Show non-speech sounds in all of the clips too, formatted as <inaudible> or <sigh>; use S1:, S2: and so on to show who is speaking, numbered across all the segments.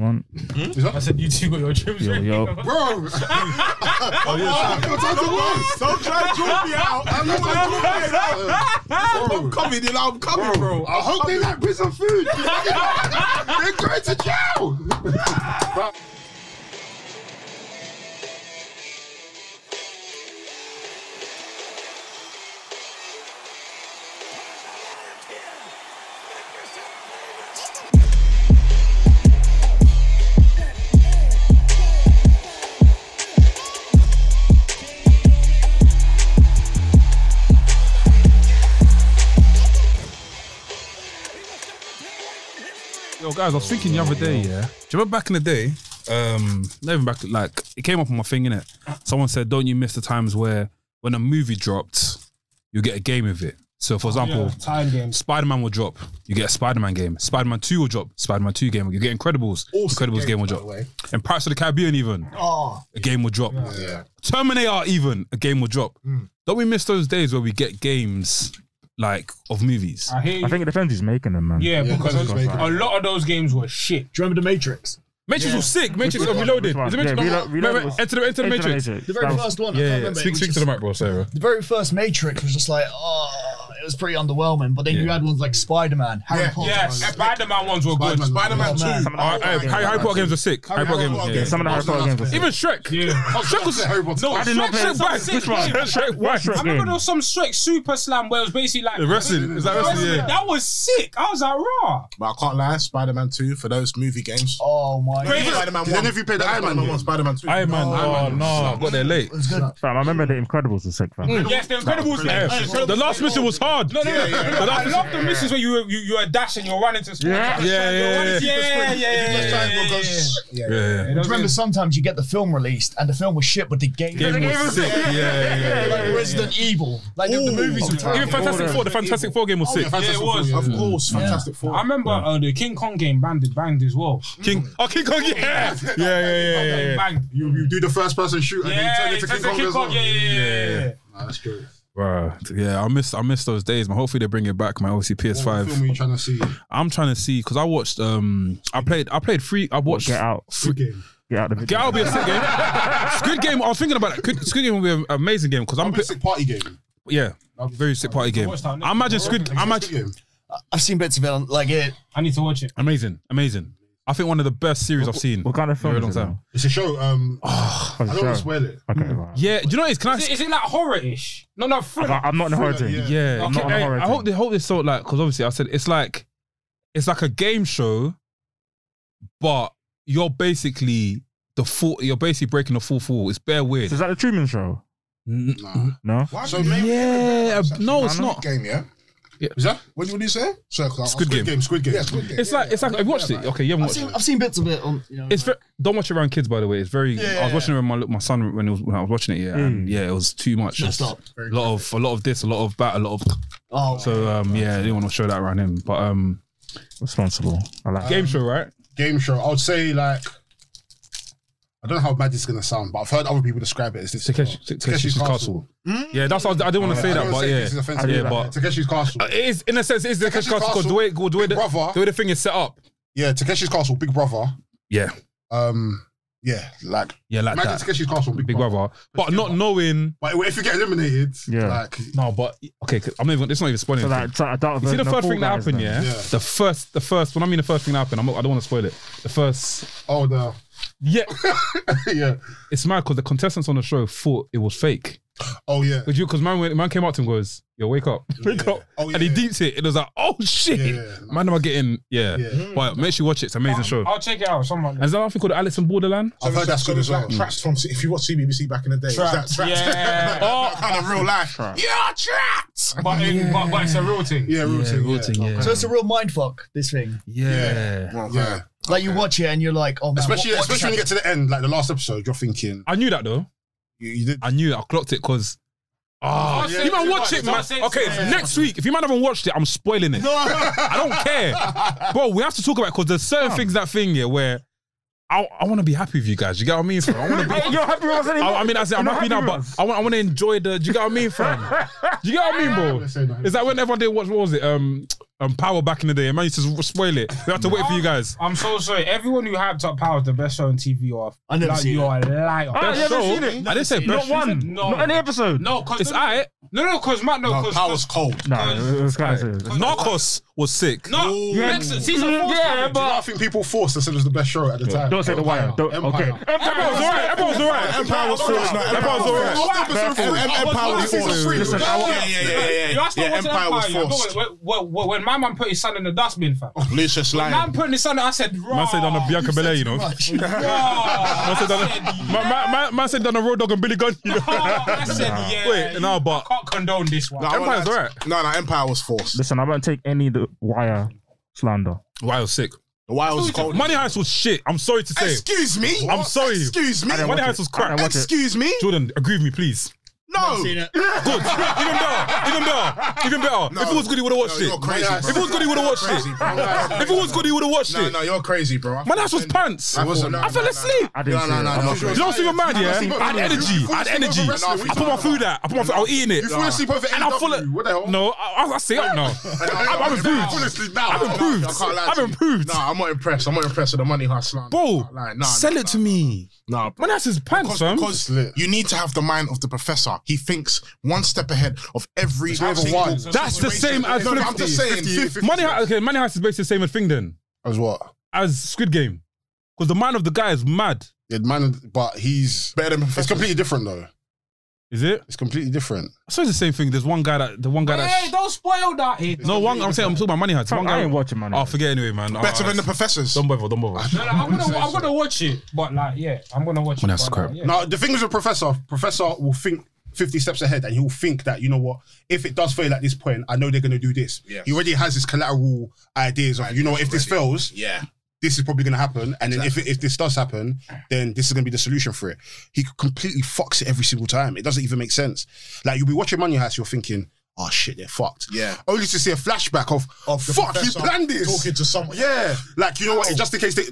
S1: cunt.
S2: Is that?
S3: I said you two got your trips.
S1: Yo, yo.
S3: <laughs>
S2: Bro! <laughs> oh, yeah. Your time to waste.
S4: Don't try to draw me out.
S2: I'm not
S4: I'm
S2: talking
S4: coming, you know, I'm coming,
S2: bro.
S4: bro.
S2: I hope they like prison food. They're going to jail. Bro.
S3: Yo, guys, I was thinking the other day, yeah. Do you remember back in the day? Um, not even back, like, it came up on my thing, innit? Someone said, Don't you miss the times where when a movie dropped, you get a game of it. So, for example,
S5: Time games.
S3: Spider Man will drop, you get a Spider Man game. Spider Man 2 will drop, Spider Man 2 game. You get Incredibles, Incredibles game will
S5: by
S3: drop.
S5: the way.
S3: And Pirates of the Ah. Caribbean, even,
S5: Oh,
S3: a game will drop.
S2: Yeah.
S3: Terminator, even, a game will drop. Don't we miss those days where we get games, like, of movies?
S6: I hear you.
S1: I think it depends who's making them, man.
S6: yeah,
S2: Yeah,
S6: because
S2: that's making-
S6: a lot of those games were shit.
S5: do you remember the Matrix?
S3: Matrix was sick. Matrix was
S1: Which
S3: reloaded.
S1: one?
S3: Is it Matrix?
S1: Yeah,
S3: No,
S1: Relo-
S3: wait,
S1: Reloaded
S3: wait,
S1: was-
S3: Enter the Enter the Matrix.
S5: The very
S1: That was-
S5: first one. I
S3: Yeah,
S5: can't
S3: yeah.
S5: remember. it
S3: Speak,
S5: was
S3: speak to
S5: just-
S3: the mic, bro, Sarah.
S5: The very first Matrix was just like, oh, it was pretty underwhelming. But then you
S3: Yeah.
S5: had ones like Spider Man, Harry
S2: Yeah.
S5: Potter.
S6: Yes, Spider Man ones were good.
S5: Oh,
S2: Spider-Man. Spider-Man 2.
S5: man.
S1: Some
S3: Alright,
S1: of the
S3: Harry, Harry, Potter games are sick. Harry, Potter games.
S1: Yeah,
S3: yeah.
S1: some of the Harry Potter games were sick.
S3: Even Shrek.
S6: Yeah.
S3: Oh, Shrek was
S2: Harry Potter.
S3: No,
S2: I
S3: Shrek,
S1: did not play
S3: Shrek,
S1: it.
S3: bang.
S6: Which
S3: Shrek,
S6: one?
S3: Shrek, bang.
S6: I remember there was some Shrek Super Slam where it was basically like
S3: The wrestling. Is that wrestling? Yeah.
S6: That was sick. I was like, raw.
S4: But I can't lie, Spider Man 2 for those movie games.
S5: Oh my
S6: Wait,
S5: god.
S4: Spider Man
S2: Did
S4: 1.
S2: any of you play the Iron Man game?
S4: Spider Man 2.
S3: Iron Man. Oh, no. Got there late.
S5: It's good.
S1: Fam, I remember the Incredibles was sick, fam.
S6: Yes, the Incredibles.
S3: Yeah.
S6: the Incredibles-
S3: The last mission was hard.
S6: No, no, no.
S4: yeah,
S3: yeah.
S6: I love the missions where you were- you you are dashing, you're running to sprint.
S1: Yeah.
S3: Yeah,
S6: You're
S3: yeah,
S6: running to-
S3: yeah.
S6: yeah, yeah, yeah,
S4: Left
S6: yeah,
S4: triangle
S6: yeah, yeah.
S4: goes-
S3: Yeah, yeah.
S5: Do you remember sometimes you get the film released and the film was shit, but the game,
S3: Game was sick. Yeah, yeah, yeah.
S5: like Resident Evil, like the, the movies were terrible.
S3: Even Fantastic Four, the Fantastic Four
S7: Oh,
S3: game was sick.
S4: Fantastic
S6: Yeah, it was.
S4: Four, Of course, Fantastic Four.
S6: I remember uh, the King Kong game banded banged as well.
S3: King, oh King Kong, yeah, yeah, yeah, yeah, yeah. yeah.
S6: Banged.
S2: You, you do the first person shoot and
S6: Yeah,
S2: then you
S6: it's
S2: turn it
S6: it's
S2: to
S6: a
S2: King Kong
S6: King Kong.
S2: as well.
S6: Yeah, yeah, yeah, yeah.
S2: Nah, that's true.
S3: Bro, yeah, I miss I miss those days, man. Hopefully they bring it back, man. Obviously
S2: What film are
S3: PS5.
S2: you trying to see?
S3: I'm trying to see because I watched um I played I played free I watched
S1: Get out.
S2: Good game.
S1: Get out the video.
S3: Get out will be a sick <laughs> game. Squid Game. I was thinking about that. Squid- Squid Game will be an amazing game because I'm pl-
S2: Basic party game.
S3: yeah very sick party game.
S6: watch that.
S3: I imagine Squid. I
S2: Basic
S3: imagine
S2: game.
S5: I've seen bits of it, on- like it.
S6: I need to watch it.
S3: amazing amazing. I think one of the best series I've seen.
S1: What kind of film?
S3: Very long
S1: is it,
S3: time.
S2: It's a show. Um,
S1: man?
S2: I
S1: Oh,
S2: don't want to
S1: sure.
S2: swear it.
S1: Okay, right.
S3: <sighs> Yeah, do you know what it is? Can I?
S6: Is it, is it like horror-ish? No, no, thriller.
S1: I- I'm not in the horror
S2: Thriller,
S1: team.
S2: yeah.
S3: Yeah,
S1: I'm not on
S3: okay,
S1: a
S3: hey,
S1: horror
S3: I hope
S1: team.
S3: they hope they sort like because obviously I said it's like it's like a game show, but you're basically the full you're basically breaking the fourth wall. It's bare weird.
S1: So is that the Truman Show?
S3: N-
S4: Nah.
S1: No.
S4: So maybe
S3: Mm. yeah, uh, no, it's not.
S4: game, yeah?
S2: Is that?
S4: What did you say? Sir,
S3: Squid Game.
S2: Squid Game.
S4: Yeah, Squid Game.
S3: It's like it's like I've watched it. Okay, you haven't
S5: I've
S3: watched
S5: seen,
S3: it.
S5: I've seen bits of it on. You know,
S3: It's very, don't watch it around kids, by the way. It's very. I was watching it with my my son when, he was, when I was watching it. Yeah, and yeah, it was too much.
S5: Messed up.
S3: A lot of a lot of this, a lot of that, a lot of.
S5: oh,
S3: So um, yeah, I didn't want to show that around him. But um,
S1: Responsible. I like.
S3: game show, right?
S2: game show. I would say like I don't know how bad this is gonna sound, but I've heard other people describe it as this.
S3: Takeshi, Takeshi's Castle.
S1: Hmm?
S3: Yeah, that's what I, I didn't want to say
S2: I
S3: that,
S2: don't
S3: but
S2: say
S3: yeah,
S2: this is offensive.
S3: yeah, but
S2: Takeshi's Castle.
S3: Uh, it is in a sense it is Takeshi's Castle because the way the way
S2: Big
S3: the,
S2: Brother.
S3: the way the thing is set up.
S2: Yeah, Takeshi's Castle, Big Brother.
S3: Yeah,
S2: Um, yeah, like
S3: yeah, like
S2: imagine
S3: that.
S2: Takeshi's Castle, Big,
S3: Big
S2: Brother.
S3: Brother, but not knowing.
S2: But if you get eliminated,
S1: Yeah.
S2: like
S3: No, but okay, 'cause I'm not even. It's not even spoiling.
S1: So
S3: anything.
S1: that, so I doubt
S3: You see the
S1: no,
S3: first
S1: Fall
S3: thing that
S1: Guys
S3: happened,
S1: then.
S3: yeah?
S2: Yeah.
S3: The first, the first. When I mean the first thing that happened, I'm, not- I don't want to spoil it. The first,
S2: oh the
S3: yeah,
S2: <laughs> yeah,
S3: it's mad because the contestants on the show thought it was fake.
S2: oh yeah,
S3: Because you, because man, went- man came up to him and goes, "Yo, wake up, <laughs> wake
S2: Yeah.
S3: up,"
S2: Oh,
S3: and he
S2: yeah.
S3: deeps it. It was like, "Oh shit,
S2: Yeah, yeah, yeah.
S3: man, am I getting yeah?"
S2: Yeah.
S3: But make sure you watch it. It's an amazing show.
S6: I'll check it out. Someone.
S3: And is that nothing called Alice in Borderland?
S2: I've heard that's
S4: so
S2: good
S4: it's
S2: as well.
S4: Like traps from if you watch CBBC back in the day,
S6: Trapped.
S4: it's like traps.
S6: Yeah.
S4: <laughs>
S7: <laughs>
S6: Oh,
S4: That kind of real life. You're trapped.
S6: But, it- but, but it's a real thing.
S2: yeah, real thing, yeah.
S3: yeah.
S5: so it's a real mind fuck. This thing,
S3: yeah.
S2: Yeah.
S5: like you watch it and you're like, oh man,
S2: especially
S5: what- what
S2: especially when you get
S5: just
S2: to the end, like the last episode, you're thinking
S3: I knew that though.
S2: you, you did.
S3: I knew it. I clocked it because. Ah,
S6: Yeah,
S3: you man,
S6: it's
S3: watch
S6: right.
S3: it, man.
S6: It's all
S3: Okay,
S6: sense, yeah.
S3: next week, if you man haven't watched it, I'm spoiling it. I don't care, bro. We have to talk about because there's certain things that thing here where I, I want to be happy with you guys. You get what I mean? Fam? I want
S1: <laughs>
S3: to be.
S1: Hey, you're happy with us anymore?
S3: I, I mean, I said I'm
S1: You're
S3: happy now,
S1: with
S3: but
S1: us?
S3: I want I want to enjoy the. Do you get what I mean, fam? Do you get what I mean, bro? Is that when everyone didn't watch? What was it? Um, um, Power back in the day. And man used to spoil it. We had to wait for you guys.
S6: I'm so sorry. Everyone who hyped up Power is the best show on TV. Or
S5: I never
S6: like,
S5: seen
S6: you're a liar.
S1: I
S3: Best
S1: never
S3: show.
S1: seen it.
S3: I didn't say
S1: Not
S3: best.
S1: one.
S6: No.
S1: Not any episode.
S6: No, cause
S3: It's
S6: no,
S3: alright.
S6: No, no, cause man, no,
S7: No,
S6: cause
S7: power's cold.
S1: No, it was kind of serious.
S3: Narcos was sick.
S6: No, next- season
S1: Yeah,
S7: Do you
S6: four.
S7: know, I
S1: but
S7: think people forced to said it was the best show at the time.
S1: don't say the wire. Don't, okay.
S7: Empire.
S3: Everyone was alright. Everyone was alright.
S8: Empire was forced. No, Empire was alright. Empire was forced.
S1: Listen, I want-
S8: Yeah, yeah, yeah, yeah.
S6: You asked
S8: Yeah,
S6: me what's
S8: Empire was
S6: Empire.
S8: forced.
S6: When, when, when, when my man put his son in the dustbin, fam.
S7: Oh,
S8: Lucius
S6: Man
S8: Lyon.
S6: put his son. I said, raw.
S3: Man said on the Bianca Belair, you know. Man <laughs>
S6: I
S3: said on
S6: <laughs> said,
S3: the- man- man- man- man said on the Road Dog and Billy Gunn, you know.
S6: Oh, I said, yeah.
S3: Wait,
S6: you
S3: no, but
S6: can't condone this one.
S8: No, I won't
S3: Empire's
S8: lie to-
S3: alright.
S8: No, no, Empire was forced.
S1: Listen, I won't take any of the wire slander.
S3: why was sick?
S8: The Wild was cold.
S3: Money Heist was shit. I'm sorry to say.
S8: Excuse me.
S3: I'm sorry.
S8: Excuse me.
S1: I didn't
S3: Money
S1: watch
S3: Heist
S1: it.
S3: was
S1: I
S3: crap.
S1: didn't watch it.
S8: Excuse me.
S3: Jordan, agree with me, please.
S8: No.
S5: Seen it.
S3: Good. Even better. Even better. Even better.
S8: No.
S3: If it was good, he would have watched
S8: No, you're
S3: it.
S8: crazy,
S3: if it was good, he would have watched
S8: Crazy,
S3: it.
S8: bro.
S3: If it was good, he would have watched
S8: No,
S3: it.
S8: no, you're crazy, bro.
S3: My ass was pants.
S8: I
S3: I,
S8: wasn't- no,
S3: fell
S8: no, no.
S3: asleep.
S1: I didn't
S8: No,
S1: see
S8: no,
S1: it.
S8: no,
S1: I'm
S8: no.
S1: not
S8: Sure.
S1: sure.
S3: You know what's even mad,
S8: You
S3: yeah?
S8: fall asleep
S3: I had
S8: over-
S3: energy.
S8: you fall
S3: I had
S8: asleep
S3: energy.
S8: over wrestling.
S3: I put my food out. I put my food. I was eating it.
S8: You fall asleep over
S3: And I full
S8: AEW. What the hell?
S3: No, I, I, I
S8: <laughs>
S3: say up now. I've I've improved.
S8: Honestly, no,
S3: I've improved.
S8: I can't lie to
S3: I've
S8: you.
S3: improved.
S8: No, I'm not impressed. I'm not impressed with the money hustler.
S3: Bro,
S8: Like, nah,
S3: sell
S8: nah,
S3: it to me.
S8: nah, bro.
S3: Man, that's his pants,
S8: Because,
S3: fam.
S8: because you need to have the mind of the professor. He thinks one step ahead of every
S7: never
S8: single-
S7: one.
S3: That's the same as
S8: No, but I'm just
S3: 50.
S8: saying, 50.
S3: Money Heist, okay, Money Heist is basically the same thing then
S7: As what?
S3: as Squid Game. Because the mind of the guy is mad,
S7: Yeah, man, but he's
S8: better than
S7: it's
S8: professor.
S7: completely different though.
S3: is it?
S7: It's completely different.
S3: I suppose it's the same thing. There's one guy that, the one guy
S6: Hey,
S3: that.
S6: don't spoil that here.
S3: No, one, I'm saying, I'm talking about Money Heist. One
S1: I ain't
S3: guy.
S1: watching, man.
S3: Oh, forget anyway, man. Oh,
S8: better than the
S3: it's-
S8: professors.
S3: Don't bother, don't bother.
S6: No, no, I'm gonna, I'm gonna watch it, but like, yeah, I'm gonna watch
S3: Well,
S6: it.
S3: that's
S6: but,
S3: crap.
S6: like, yeah.
S7: Now the thing is with Professor, Professor will think 50 steps ahead and he'll think that, you know what, if it does fail at this point, I know they're gonna do this.
S8: Yes.
S7: He already has his collateral ideas of, you know, what, if this fails,
S8: Yeah.
S7: this is probably gonna happen. And then if it, if this does happen, then this is gonna be the solution for it. He completely fucks it every single time. It doesn't even make sense. Like you'll be watching Money Heist, you're thinking, oh shit, they're fucked.
S8: Yeah.
S7: Only to see a flashback of,
S8: Of the
S7: fuck, he
S8: professor
S7: planned this.
S8: talking to someone.
S7: Yeah. Like, you know what, just in case they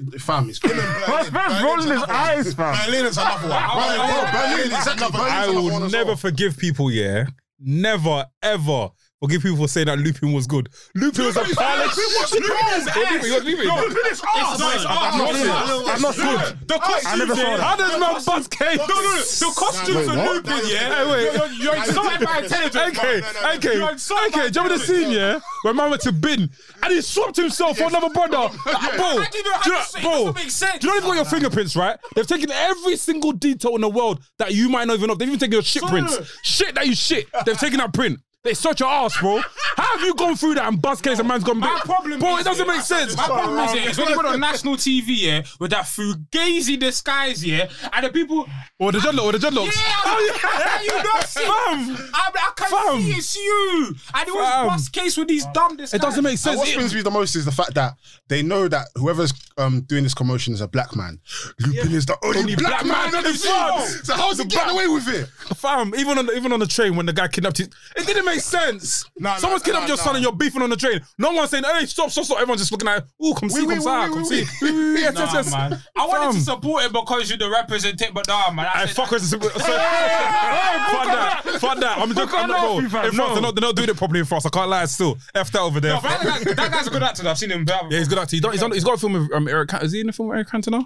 S8: <clears throat>
S7: fam, it's
S1: Man's rolling his eyes, fam.
S8: Berlin is another one.
S7: Berlin, bro, Berlin, exactly. Berlin's
S3: I
S7: another
S3: will
S7: one as
S3: never
S7: well.
S3: forgive people, yeah. Never, ever forgive people for saying that Lupin was good. <laughs> Lupin was a pile of shit. Lupin, you're leaving.
S8: It's ours.
S3: No, it's
S1: I'm not
S3: ours.
S1: seeing it. I'm not seeing it.
S3: The costumes,
S1: never saw
S3: yeah.
S1: that.
S3: How does Mel Bus came? No, no, no. The costumes for Lupin, yeah. Hey, wait. You're insulting my intelligence. Okay, okay, okay. Do you remember the scene, yeah? When man went to bin and he swapped himself for another
S6: <laughs>
S3: brother. Bro,
S6: I didn't know how
S3: do you
S6: to
S3: know-
S6: say it.
S3: bro,
S6: Doesn't make sense.
S3: do you know they've got your fingerprints, right? They've taken every single detail in the world that you might not even know. They've even taken your shit prints. Shit that you shit. They've taken that print. They search your ass, bro. How have you gone through that and bus case and man's gone
S6: My
S3: back?
S6: problem
S3: bro,
S6: is
S3: it doesn't
S6: yeah,
S3: make sense.
S6: My problem is, yeah, it's when you went on national TV, yeah, with that fugazi disguise, yeah, and the people,
S3: Or the dreadlock, or the dreadlocks.
S6: yeah, how you not see?
S3: Fam.
S6: I, I can
S3: Fam.
S6: see it's you, and it was
S3: Fam.
S6: bus case with these dumb disguises.
S3: It doesn't make
S7: And
S3: sense.
S7: what
S3: It-
S7: pains me the most is the fact that they know that whoever's um, doing this commotion is a black man. Lupin is the only, black, man, in the
S3: world.
S7: So how's he getting away with it?
S3: Fam, even on even on the train when the guy kidnapped his, it didn't make sense.
S8: No, no,
S3: Someone's kidnapped
S8: no,
S3: your
S8: no.
S3: son and you're beefing on the train. No one's saying, "Hey, stop, stop, stop!" Everyone's just looking at, "Ooh, come see,
S7: wee,
S3: come see,
S7: wee, wee,
S3: come see." <laughs> Yes,
S6: Nah,
S3: yes, yes.
S6: man. I wanted
S3: Fam.
S6: to support it because you're the representative, but nah, man. I
S3: I
S6: said,
S3: fuck with so, so, fuck that, fuck that. I'm joking. I'm
S1: Fuck
S3: not,
S1: off, you
S3: bro.
S1: fam,
S3: In France,
S1: no.
S3: they're not, they're not doing it properly in France. I can't lie. Still, f that over there.
S6: No, but that, guy- that guy's a good actor. I've seen him. but-
S3: Yeah, he's good actor. He's done, he's, done, he's got a film with um, Eric. Can- Is he in a film with Eric Cantona?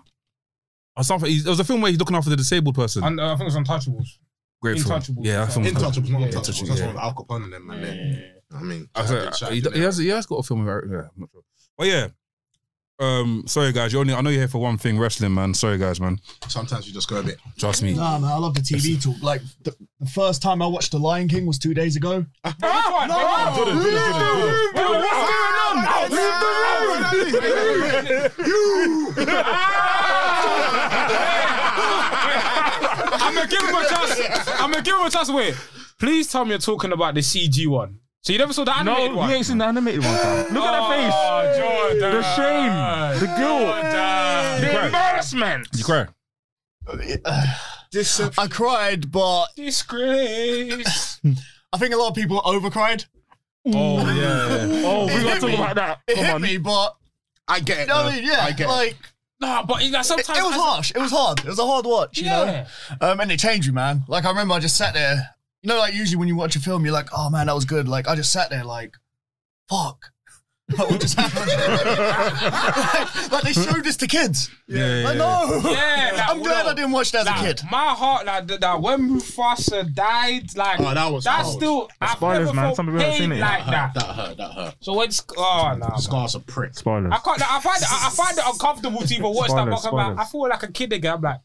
S3: Or something. He's, there was a film where he's looking after the disabled person.
S6: And, uh, I think it was Untouchables.
S3: Great film.
S6: Intouchables.
S3: Yeah, that film. was good.
S8: Intouchables, not Intouchables.
S3: Intouchables,
S8: That's
S3: yeah.
S8: one with Al Capone and them, man. there. I mean,
S3: I
S7: uh,
S3: said,
S8: shout out
S3: he,
S8: to
S3: he
S8: them.
S3: has, he has got a film with Eric. Yeah, I'm not sure. But yeah. Um, sorry guys, you only I know you're here for one thing, wrestling, man. Sorry guys, man.
S8: Sometimes you just go a bit.
S3: Trust me.
S5: Nah, man, I love the TV talk. Like the, the first time I watched The Lion King was two days ago.
S6: Ah, no,
S3: Jordan, Jordan, Jordan, Jordan.
S6: I'm gonna give him a chance. I'm gonna give him a chance. Wait, please tell me you're talking about the CG one. So you never saw the animated
S1: No,
S6: one?
S1: you ain't seen the animated one, fam. Look at that face.
S6: Oh, Jordan.
S1: The shame, the guilt,
S6: Jordan.
S1: the embarrassment.
S3: You cry.
S8: uh,
S5: I cried, but
S6: Disgrace.
S1: <laughs>
S5: I think a lot of people overcried.
S3: Oh yeah. yeah.
S1: Oh,
S5: It
S1: we gotta
S5: hit
S1: talk
S5: me.
S1: about that.
S5: It
S1: Come
S5: hit
S1: on.
S5: me, but
S8: I get it.
S5: you know
S8: though.
S5: what I mean, yeah,
S8: I get it.
S5: like
S6: nah, but like,
S5: it, it
S6: sometimes
S5: was harsh. It was hard. It was a hard watch, you
S6: Yeah.
S5: know. Um, and it changed me, man. Like I remember, I just sat there. You know, like usually when you watch a film, you're like, "Oh man, that was good." Like I just sat there, like, "Fuck." <laughs> That would just <laughs> like, like they showed this to kids.
S3: yeah,
S5: I know.
S6: Yeah, like,
S5: <laughs> I'm glad
S6: no.
S5: I didn't watch that as
S6: Like,
S5: a kid.
S6: My heart, like that, that when Mufasa died, like
S9: Oh, that was
S6: that's
S9: cold.
S6: still I've
S1: Spoilers,
S6: never
S1: man.
S6: felt
S1: Some people haven't
S6: pain
S1: seen it yet.
S6: like that.
S9: That hurt. That hurt.
S6: So when Sc- oh nah, man.
S9: Scar's a prick.
S1: Spoilers.
S6: I can't. Like, I find it, I I find it uncomfortable to even watch that.
S1: Spoilers,
S6: Book. I'm like, I
S1: spoilers.
S6: feel like a kid again. I'm like,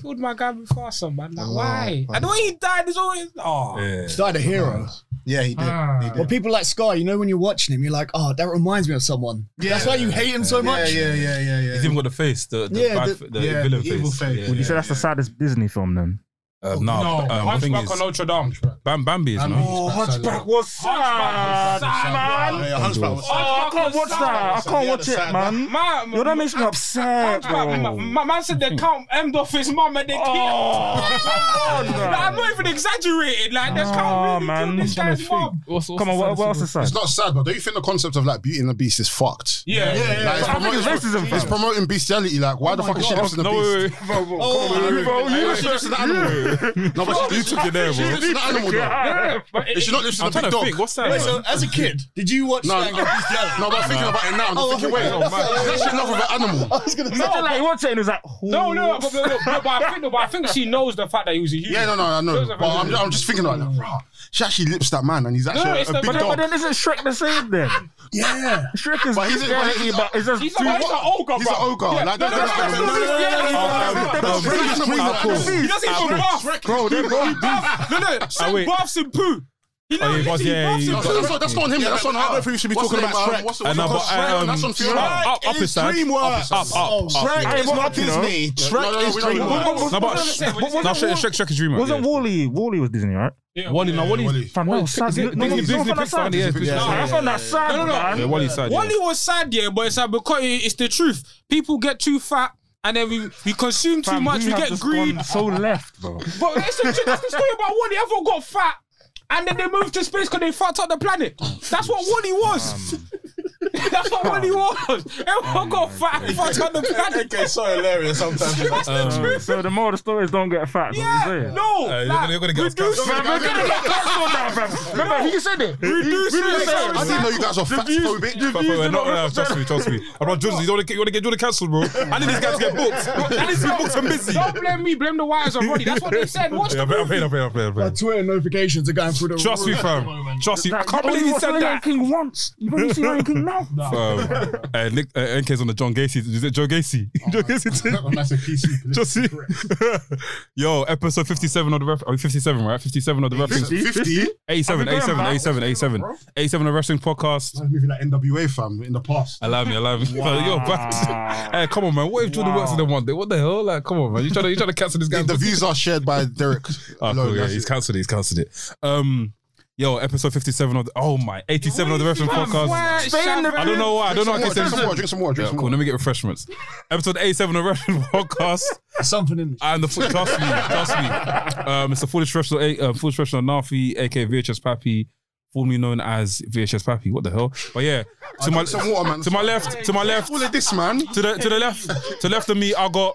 S6: killed my guy Mufasa, man. Like, why? And the way he died is always oh.
S3: yeah.
S5: Started a hero.
S9: Yeah, he did.
S6: Uh,
S9: he
S5: Well,
S9: did.
S5: people like Sky, you know, when you're watching him, you're like, oh, that reminds me of someone. That's why you hate him so much.
S9: Yeah, yeah, yeah, yeah.
S3: He's even got the face, the, the
S5: Yeah,
S3: bad,
S5: the-
S3: the,
S9: yeah,
S3: villain
S9: the evil face.
S3: Yeah,
S9: Would
S1: You
S3: yeah.
S1: say that's the saddest Disney film then?
S3: Uh, no,
S6: No,
S3: um, I think it's
S6: Hunchback on Notre Dame.
S3: Bam, Bambi is no.
S1: Oh, Hunchback was sad, man.
S9: Yeah, Hunchback was-
S1: Oh, I can't watch that. I can't
S9: Yeah,
S1: watch
S9: the sad
S1: it, man.
S6: My,
S1: Yo, that makes me upset,
S6: my,
S1: bro. Hmm.
S6: my man said they can't end off his mum and they killed.
S1: Oh,
S6: <laughs> Like, I'm not even exaggerating. Like, they can't
S1: Oh,
S6: really
S1: man.
S6: kill this
S1: Trying to
S6: guy's
S1: think.
S6: mum.
S1: Come on, what, what else is sad?
S7: It's not sad, but don't you think the concept of like Beauty and the Beast is fucked?
S6: Yeah,
S7: Like,
S6: yeah,
S7: it's,
S1: I think
S7: promoting,
S1: it's racism,
S7: it's
S1: fam.
S7: promoting bestiality. Like, why the fuck is she lifting the
S3: No, wait,
S7: beast?
S3: wait, wait.
S9: Oh,
S1: Bro, you
S7: She lifts the animal. No, but she-
S3: You took it there,
S7: She
S3: bro.
S7: lifts the animal, though.
S6: yeah. But
S7: Is she not lifting
S3: I'm
S7: the big
S3: trying to
S7: dog?
S3: think. What's that?
S5: Wait,
S3: man?
S5: so as a kid, did you watch
S7: No,
S9: <laughs>
S5: that? and go, "He's dead"?
S7: no, but I'm thinking about it now. and I'm thinking, wait,
S5: okay.
S7: is that she in love with an animal?
S5: I was gonna
S1: No,
S5: say.
S1: like, he watched it and he was like, oh.
S6: No, no, but, but, but, but I think, but I think she knows the fact that he was a human.
S7: Yeah, no, no, I know.
S6: Those are
S7: But I'm, I'm just thinking about that. Rah. She actually lips that man, and he's actually
S6: No,
S7: a,
S6: it's the-
S7: big
S6: but then-
S1: But
S7: dog.
S1: then isn't Shrek the same then?
S5: Yeah.
S1: Shrek is
S7: But he's a-
S1: bestiality, but it's just
S6: He's
S1: too
S6: a, he's
S1: much.
S6: an ogre,
S7: He's
S6: bro.
S7: an ogre. Like, no,
S6: no, no, no, no, no, no, no, no,
S1: no, no, no,
S7: Bring it to me, like,
S3: cool.
S7: this.
S6: He doesn't even bath.
S7: Bro, they're both
S6: No,
S3: <laughs>
S6: no,
S3: Ah,
S6: Shrek
S3: wait.
S6: baths in poo. He
S3: Oh,
S6: literally
S3: he was- yeah,
S6: baths
S3: he
S6: in
S7: No,
S3: got-
S6: poo.
S7: that's, that's not on him. That's on her. I don't think we should be talking about Shrek. What's the
S3: I know, but um,
S7: That's on Fiona.
S3: up, up is sad.
S9: DreamWorks.
S3: Up, up, up.
S1: I
S9: Shrek is
S1: want
S9: not
S1: up, you know.
S9: Disney.
S7: no, no,
S9: Shrek is
S7: we don't- we don't-
S9: DreamWorks.
S3: No, but
S6: What was it? What was it?
S3: no, Shrek, Shrek, Shrek is Dreamer.
S1: Wasn't
S3: yeah.
S1: Wally? Wally was Disney, right?
S3: Wally? No, Wally's
S1: Fam, that was sad.
S3: Disney-
S1: No, no, you don't
S3: Disney- Disney
S1: find that
S3: Pixar,
S1: sad?
S3: yeah, it's-
S1: Nah, I found that sad,
S6: No, no, no.
S1: man.
S3: Yeah, Wally's sad. yeah.
S6: Wally was sad, yeah, but it's like because it- it's the truth. People get too fat. And then we, we consume too
S1: Fam,
S6: much, we
S1: have
S6: get
S1: just
S6: greed.
S1: gone So left, bro.
S6: But that's the, that's the story about Wally. Everyone got fat, and then they moved to space because they fucked up the planet. That's what Wally was. <laughs> that's what Wally was. Everyone
S3: Oh
S6: got fat and fucked up the planet.
S9: Okay, so hilarious
S7: <laughs>
S9: sometimes.
S6: That's the truth.
S1: So the moral of the story is don't get fat. is what you're
S6: Yeah,
S1: saying.
S6: no.
S3: Um, Uh, you're
S6: like,
S3: gonna- you're gonna get us
S6: reduce-
S3: cancelled.
S1: We're gonna
S3: <laughs>
S1: get cancelled now, fam. Remember, he said it.
S6: Reduce
S1: He really
S6: it.
S1: said it.
S7: I didn't know you guys were fat phobic.
S3: But, but, but, no, no, trust me, trust <laughs> me. I'm not Jordan. You don't want to get, you want to get Jordan cancelled, bro. I need this guy to get booked. <laughs> I need to be booked and busy.
S6: Don't blame me, blame the wires on Roddy. That's what they said. Watch
S3: Yeah,
S6: the
S3: I'm playing, I'm playing, I'm playing, I'm playing, I'm
S5: My
S3: playing.
S5: Twitter notifications are going through the
S3: Trust me,
S5: roof.
S3: fam. Trust me. I can't
S1: Only
S3: believe he <laughs>
S1: watched
S3: said
S1: Lion
S3: that.
S1: King once. You've only seen Lion King now.
S3: Um, uh, Nick, uh, NK's on the John Gacy. Is it Joe Gacy? Joe Gacy. too. Just see. <laughs> Yo, episode 57 of the ref. Are we 57, right? 57 of the reference.
S7: 50?
S3: 87, 87, 87, 87. 87 of the wrestling podcast.
S7: I'm moving like NWA, fam, in the past.
S3: Allow me, allow me. <laughs> Yo, man. <laughs> hey, come on, man. What if Jordan works in the one day? What the hell? Like, come on, man. You trying to, you trying to cancel this guy?
S7: The views are shared by
S3: <laughs>
S7: Derek.
S3: Oh,
S7: alone,
S3: cool, yeah,
S7: that's
S3: he's
S7: it.
S3: cancelled it. He's cancelled it. Um, yo, episode fifty-seven of the, oh my, eighty-seven of the reference podcast.
S1: Stay in the
S3: I don't know why. I don't know. why I
S7: Drink
S3: keep saying
S7: some water, drink some water, drink
S3: Yeah,
S7: some
S3: cool.
S7: water.
S3: Let me get refreshments. Episode eighty-seven of the reference <laughs> podcast.
S5: Something in
S3: And the foot, trust me, trust me. Um, it's the foolish wrestler, uh, foolish wrestler Nafi, aka VHS Pappy, formerly known as VHS Pappy. What the hell? But yeah, to my
S7: drink some water, man.
S3: to my left, to my left,
S7: All of this, man.
S3: to the to the left, to the left of me, I got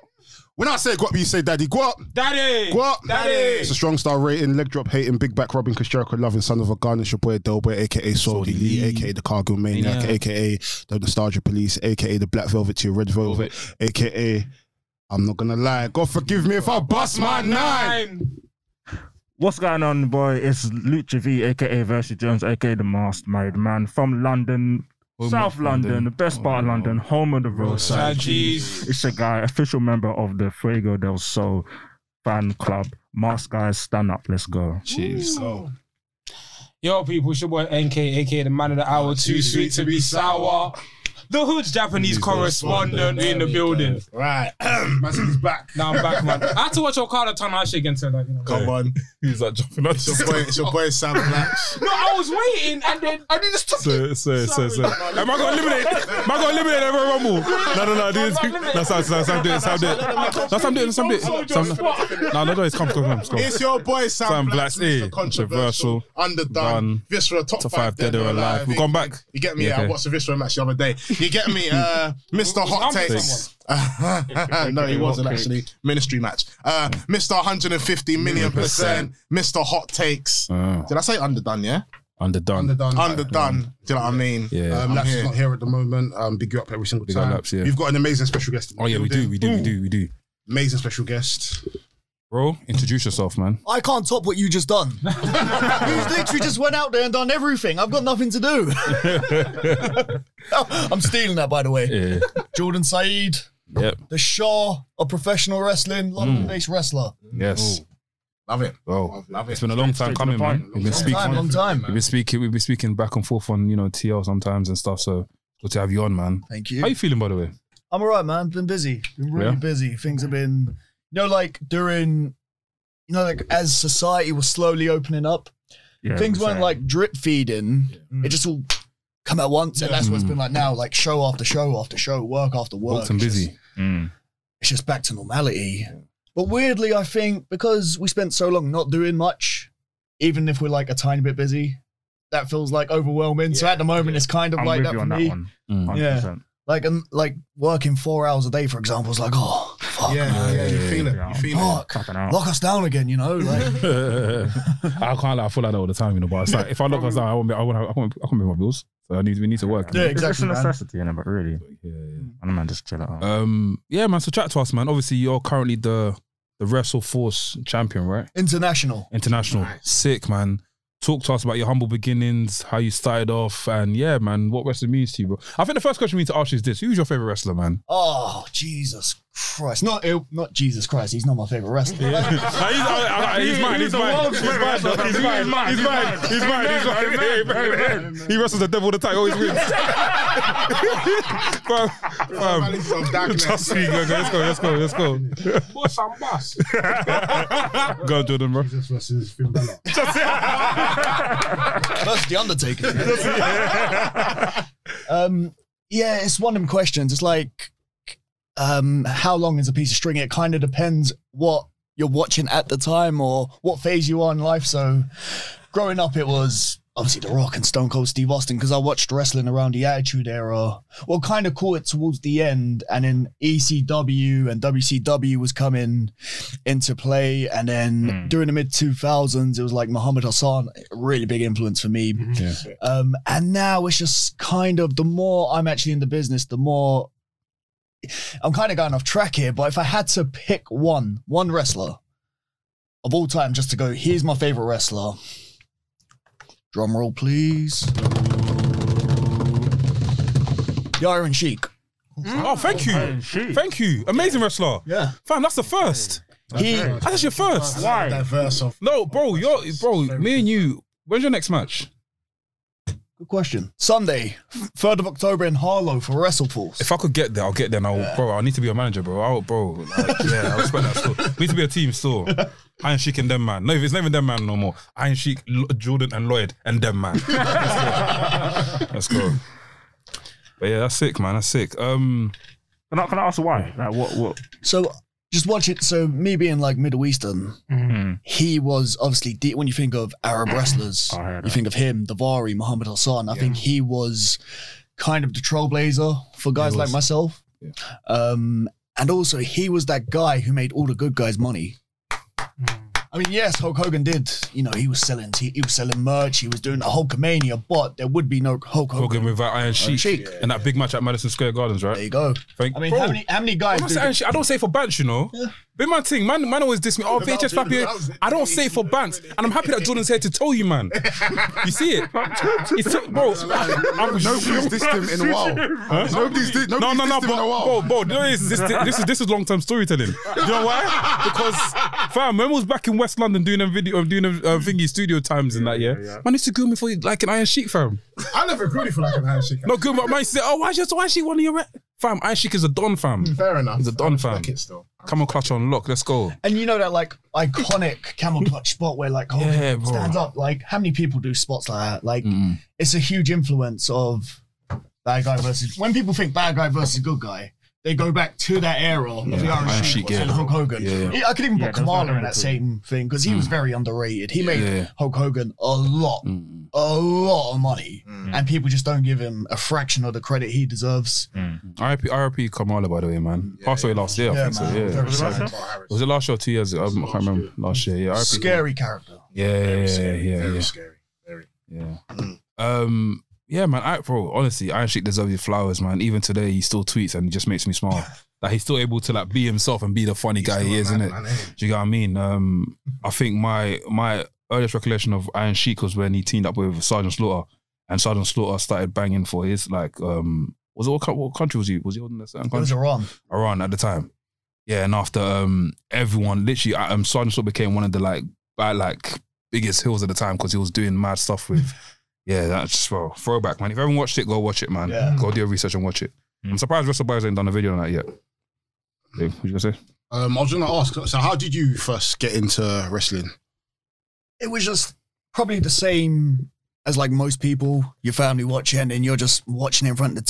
S7: When I say guap, you say daddy. Guap.
S6: Daddy.
S7: Guap.
S6: Daddy.
S7: It's a strong star rating, leg drop hating, big back rubbing, Jericho loving, son of a gun. It's your boy Delboy, aka Saudi Lee, aka the Cargo Maniac,
S3: Maniac.
S7: aka the Nostalgia Police, aka the Black Velvet to your Red Velvet, aka I'm not gonna lie. God forgive me if I bust my nine.
S1: What's going on, boy? It's Lucha V, aka Versi Jones, aka the Masked Married Man from London, South
S3: of
S1: London,
S3: London. Oh,
S1: the best part of London, home of the roadside.
S6: Jeez.
S1: It's a guy, official member of the Fuego del Sol fan club. Mask guys, stand up, let's go.
S3: Chiefs.
S6: Yo, people, it's your boy NK, aka the man of the hour, too sweet to be sour. The hood's Japanese correspondent in the building.
S9: Right.
S6: Now I'm back, man. I had to watch Okada Tanahashi again to like, you know.
S9: Come
S7: <laughs>
S9: on.
S3: He's like jumping on.
S9: It's your boy, it's your boy Sam Blacks.
S6: No, I was waiting and then I didn't stop.
S3: So, so, so, so. Am I gonna eliminate? Am I gonna eliminate every rumble? No, no, no. This, that's how, that's how I'm doing. That's how I'm doing. That's how I'm doing. That's how I'm doing. That's how I'm doing. No, no, no. It's come, come, come, it's come.
S9: It's your boy Sam,
S3: Sam
S9: Blacks.
S3: Blacks, eh?
S9: Mr. Controversial,
S3: Controversial,
S9: underdone,
S3: done,
S9: visceral, top,
S3: Top
S9: five, dead or alive. You-
S3: We've gone back.
S9: You get me?
S3: Yeah,
S9: I
S3: okay.
S9: watched a visceral match the other day. You get me? Uh,
S3: <laughs>
S9: Mr. Hot
S6: humble
S9: Takes.
S7: <laughs>
S9: no, he wasn't actually. Ministry match. Uh, Mr. 150 million percent. Mr. Hot Takes.
S3: Oh.
S9: Did I say underdone? Yeah.
S3: Underdone.
S2: Underdone.
S4: Underdone. Do you know what I mean?
S3: Yeah.
S2: Um,
S4: I'm
S2: Laps
S4: here.
S2: is not here at the moment. Um, big you up every single
S3: Big up
S2: time.
S3: Laps, yeah.
S2: You've got an amazing special guest.
S3: oh yeah, we do, we do, we do, we do.
S2: Amazing special guest.
S3: Bro, introduce yourself, man.
S5: I can't top what you just
S9: <laughs>
S5: done. Who's literally just went out there and done everything. I've got nothing to do.
S3: <laughs>
S5: <laughs> I'm stealing that, by the way.
S3: Yeah.
S5: Jordan Saeed,
S3: yep.
S5: the Shah of professional wrestling, London-based wrestler.
S3: Yes.
S4: Love it.
S3: Bro,
S4: Love it. Love
S3: it's
S4: it.
S3: been a long time
S1: Straight to
S3: coming,
S1: the
S3: man.
S1: point.
S3: We've been
S5: Long
S3: speaking.
S5: time, long time.
S3: We've been speaking. We've been speaking back and forth on you know TL sometimes and stuff. So good to have you on, man.
S5: Thank you.
S3: How you feeling, by the way?
S5: I'm all right, man. Been busy. Been really
S3: Yeah.
S5: busy. Things have been, you know, like during, you know, like as society was slowly opening up,
S1: Yeah,
S5: things
S1: same.
S5: weren't like drip feeding. It just all come at once, and that's
S1: Mm.
S5: what's been like now, like show after show after show, work after work.
S3: Booked and
S5: It's
S3: busy.
S5: just-
S1: Mm.
S5: it's just back to normality. But weirdly, I think because we spent so long not doing much, even if we're like a tiny bit busy, that feels like overwhelming. so at the moment, it's kind of
S1: I'm
S5: like
S1: with
S5: that
S1: you
S5: for
S1: on
S5: me.
S1: that one.
S3: Mm.
S1: 100%.
S5: like and like working four hours a day, for example, is like oh fuck,
S4: Yeah, yeah, you feel it.
S1: yeah.
S4: You feel it.
S5: fuck,
S1: Fucking hell.
S5: lock us down again, you know, like
S3: <laughs>
S5: <laughs>
S3: I can't. Like, I feel like that all the time, you know. But it's like if I look outside, I won't. Be, I won't. have- I can't. I can't pay my bills. So I need. We need to work.
S5: yeah,
S1: It's- It's a
S5: exactly. man. Uh,
S1: necessity, you know, but really, I don't mind just chill it out.
S3: Um. Yeah, man. So chat to us, man. Obviously, you're currently the the Wrestle Force champion, right?
S5: International.
S3: International. Sick, man. Talk to us about your humble beginnings, how you started off, and yeah, man, what wrestling means to you, bro. I think the first question we need to ask you is this: Who's your favorite wrestler, man?
S5: Oh Jesus Christ! Not ill, not Jesus Christ. He's not my favorite wrestler.
S3: he's mine. He's mine. He's mine. He's mine. He's mine. He's mine. He's mine. He wrestles the devil all the time. He always <laughs> wins. Fam,
S4: Valley of
S3: fam.
S4: Darkness.
S3: Oh, <laughs> Trust me, go, go, let's go, let's go, let's go.
S6: Boss and boss.
S3: <laughs> Go, on, Jordan, bro.
S2: Jesus versus Finn Balor.
S5: That's the Undertaker. <laughs> um, yeah, it's one of them questions. It's like, um, how long is a piece of string? It kind of depends what you're watching at the time or what phase you are in life. So, growing up, it was obviously The Rock and Stone Cold Steve Austin because I watched wrestling around the Attitude Era. Well, kind of caught it towards the end, and then ECW and WCW was coming into play, and then during the mid two thousands, it was like Muhammad Hassan, a really big influence for me. Um, and now it's just kind of the more I'm actually in the business, the more I'm kind of going off track here. But if I had to pick one, one wrestler of all time, just to go, here's my favorite wrestler. Drum roll, please. Yaron Sheik.
S3: Oh, thank you. Thank you. Amazing wrestler.
S5: Yeah.
S3: Fam, that's the first.
S5: He,
S3: That's your first.
S1: Why?
S4: That verse of
S3: No, bro, you're, bro, me and you, when's your next match?
S5: good question. Sunday, 3rd of October in Harlow for WrestleForce.
S3: If I could get there, I'll get there. And I'll, bro, I need to be a manager, bro. I'll, bro, like, yeah, I respect that. Still. We need to be a team still. Iron Sheik and them man. No, it's not even them man no more. Iron Sheik, L- Jordan and Lloyd and them man. Let's go. But yeah, that's sick, man. That's sick. Um,
S1: Can I, can I ask why? Like, what? What?
S5: So just watch it. So me being like Middle Eastern,
S1: Hmm. Mm.
S5: he was obviously deep. When you think of Arab wrestlers,
S1: I heard
S5: you
S1: that.
S5: think of him, Davari, Muhammad Hassan. I think he was kind of the trailblazer for guys like myself. Um, and also, he was that guy who made all the good guys money. I mean, yes, Hulk Hogan did. You know, he was selling. He, he was selling merch. He was doing a Hulkamania, but there would be no Hulk Hogan.
S3: talking with that Iron Sheik,
S5: Sheik.
S3: and that big match at Madison Square Gardens, right?
S5: There you go.
S3: Thank-
S5: I mean,
S3: bro,
S5: how many how many
S3: I'm
S5: guys?
S3: not
S5: do-
S3: saying shit. I don't say it for Bants, you know. Big man thing, man, man always diss me. Oh,
S4: Without
S3: VHS
S4: Jordan,
S3: Papi.
S4: that was it.
S3: I don't say it for Bants. And I'm happy that Jordan's here to tell you, man. You see
S4: <laughs>
S3: it? It's bro, I'm
S4: nobody's dissed him in a while. Nobody's, di- nobody's
S3: No, <laughs> no, no,
S4: dissed him in a
S3: bro,
S4: while.
S3: bro, bro, no, this, this, this is this is long term storytelling. Do you know why? Because fam, when we was back in West London doing them video, uh, doing them uh, thingy studio times and that, yeah, man used to grill me for like an iron sheet, fam.
S4: I never agreed with you for like an handshake.
S3: Not good, but man used to say, oh, why is your, why is she one of your re-? fam? Iron sheik is a don, fam.
S4: Fair enough.
S3: He's a Don
S4: I respect
S3: fan.
S4: it still.
S3: Come on, clutch on, lock, let's go.
S5: And you know that like iconic camel clutch spot where like Hulk
S3: Yeah, bro.
S5: stands up. Like how many people do spots like that? Like it's a huge influence of bad guy versus. When people think bad guy versus good guy, they go back to that era of the Iron
S3: Iron
S5: Sheik
S3: Sheik,
S5: and
S3: yeah.
S5: Hulk Hogan.
S3: Yeah, yeah.
S5: I could even put
S1: Yeah, that's
S5: Kamala
S1: not
S5: in that same thing because he was very underrated. He made
S3: Yeah. Mm.
S5: Hulk Hogan a lot, a lot of money, and people just don't give him a fraction of the credit he deserves.
S3: RIP, RIP Kamala, by the way, man. Passed away last year, I
S5: Yeah,
S3: think
S5: man.
S3: so. Yeah.
S5: Very sad.
S3: Was it last year or two years ago? I can't remember. Last year, yeah. RIP.
S5: Scary character.
S3: Yeah, yeah, yeah, yeah, yeah.
S4: Very scary. Very.
S3: Yeah. Um. Yeah, man. I, bro, honestly, Iron Sheik deserves his flowers, man. Even today, he still tweets and it just makes me
S5: <laughs>
S3: smile. Like he's still able to like be himself and be the funny guy he is, isn't it? Do you get what I mean? Um, I think my my earliest recollection of Iron Sheik was when he teamed up with Sergeant Slaughter, and Sergeant Slaughter started banging for his like um was it what, co- what country was he was he holding a certain
S5: It
S3: country?
S5: was Iran.
S3: Iran at the time. Yeah, and after um everyone literally I- um Sergeant Slaughter became one of the like bad, like biggest hills at the time because he was doing mad stuff with yeah that's just well throwback man. If you haven't watched it, go watch it man.
S5: Yeah.
S3: Go do your research and watch it. I'm surprised Russell Byers ain't done a video on that yet. Dave, what you gonna say?
S2: Um, I was gonna ask. So, how did you first get into wrestling?
S5: It was just probably the same as like most people. Your family watching, and you're just watching in front of the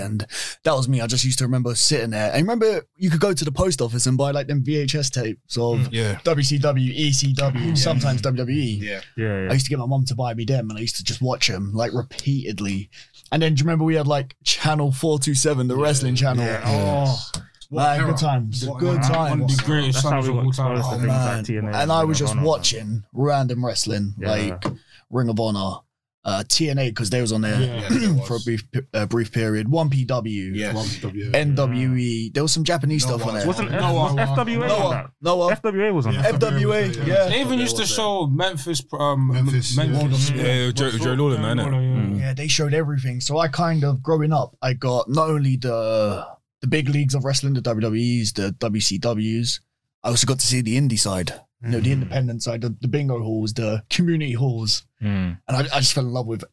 S5: TV, and that was me. I just used to remember sitting there. I remember you could go to the post office and buy like them VHS tapes of
S3: Yeah.
S5: WCW, ECW, E sometimes WWE.
S2: Yeah.
S1: Yeah,
S5: I
S1: yeah.
S5: used to get my mom to buy me them, and I used to just watch them like repeatedly. And then do you remember we had like Channel Four Two Seven, the wrestling channel? Oh, man, good times, good
S6: One of
S5: times.
S6: the greatest
S1: That's how
S6: songs
S1: we
S6: of all
S1: got
S6: time.
S1: exposed to
S5: Oh,
S1: things
S5: man.
S1: like TNA.
S5: And I
S1: Ring
S5: was
S1: of
S5: just
S1: Honor.
S5: watching random wrestling,
S1: Yeah.
S5: like Ring of Honor, uh, TNA, because they was
S3: <clears throat>
S5: on there
S6: Yeah.
S2: Yeah, they
S5: <clears throat> for a
S2: was.
S5: brief pe- uh, brief period. One E. PW,
S2: Yeah.
S5: NWE. E. There was some Japanese
S4: No
S5: stuff on
S4: one.
S5: there.
S1: Wasn't F-
S4: Noah,
S1: was
S4: Noah.
S1: FWA on that?
S5: Noah, Noah,
S1: FWA was on that.
S5: FWA, yeah.
S6: They even used to show Memphis, um,
S4: Memphis,
S6: Mem-
S4: yeah.
S6: Memphis.
S3: Yeah, Joe, Joe Lawler, man. innit? Mm.
S5: Yeah, they showed everything. So I kind of growing up, I got not only the the big leagues of wrestling, the WWEs, the WCWs. I also got to see the indie side, you know, Mm. the independent side, the, the bingo halls, the community halls,
S1: Mm.
S5: and I, I just fell in love with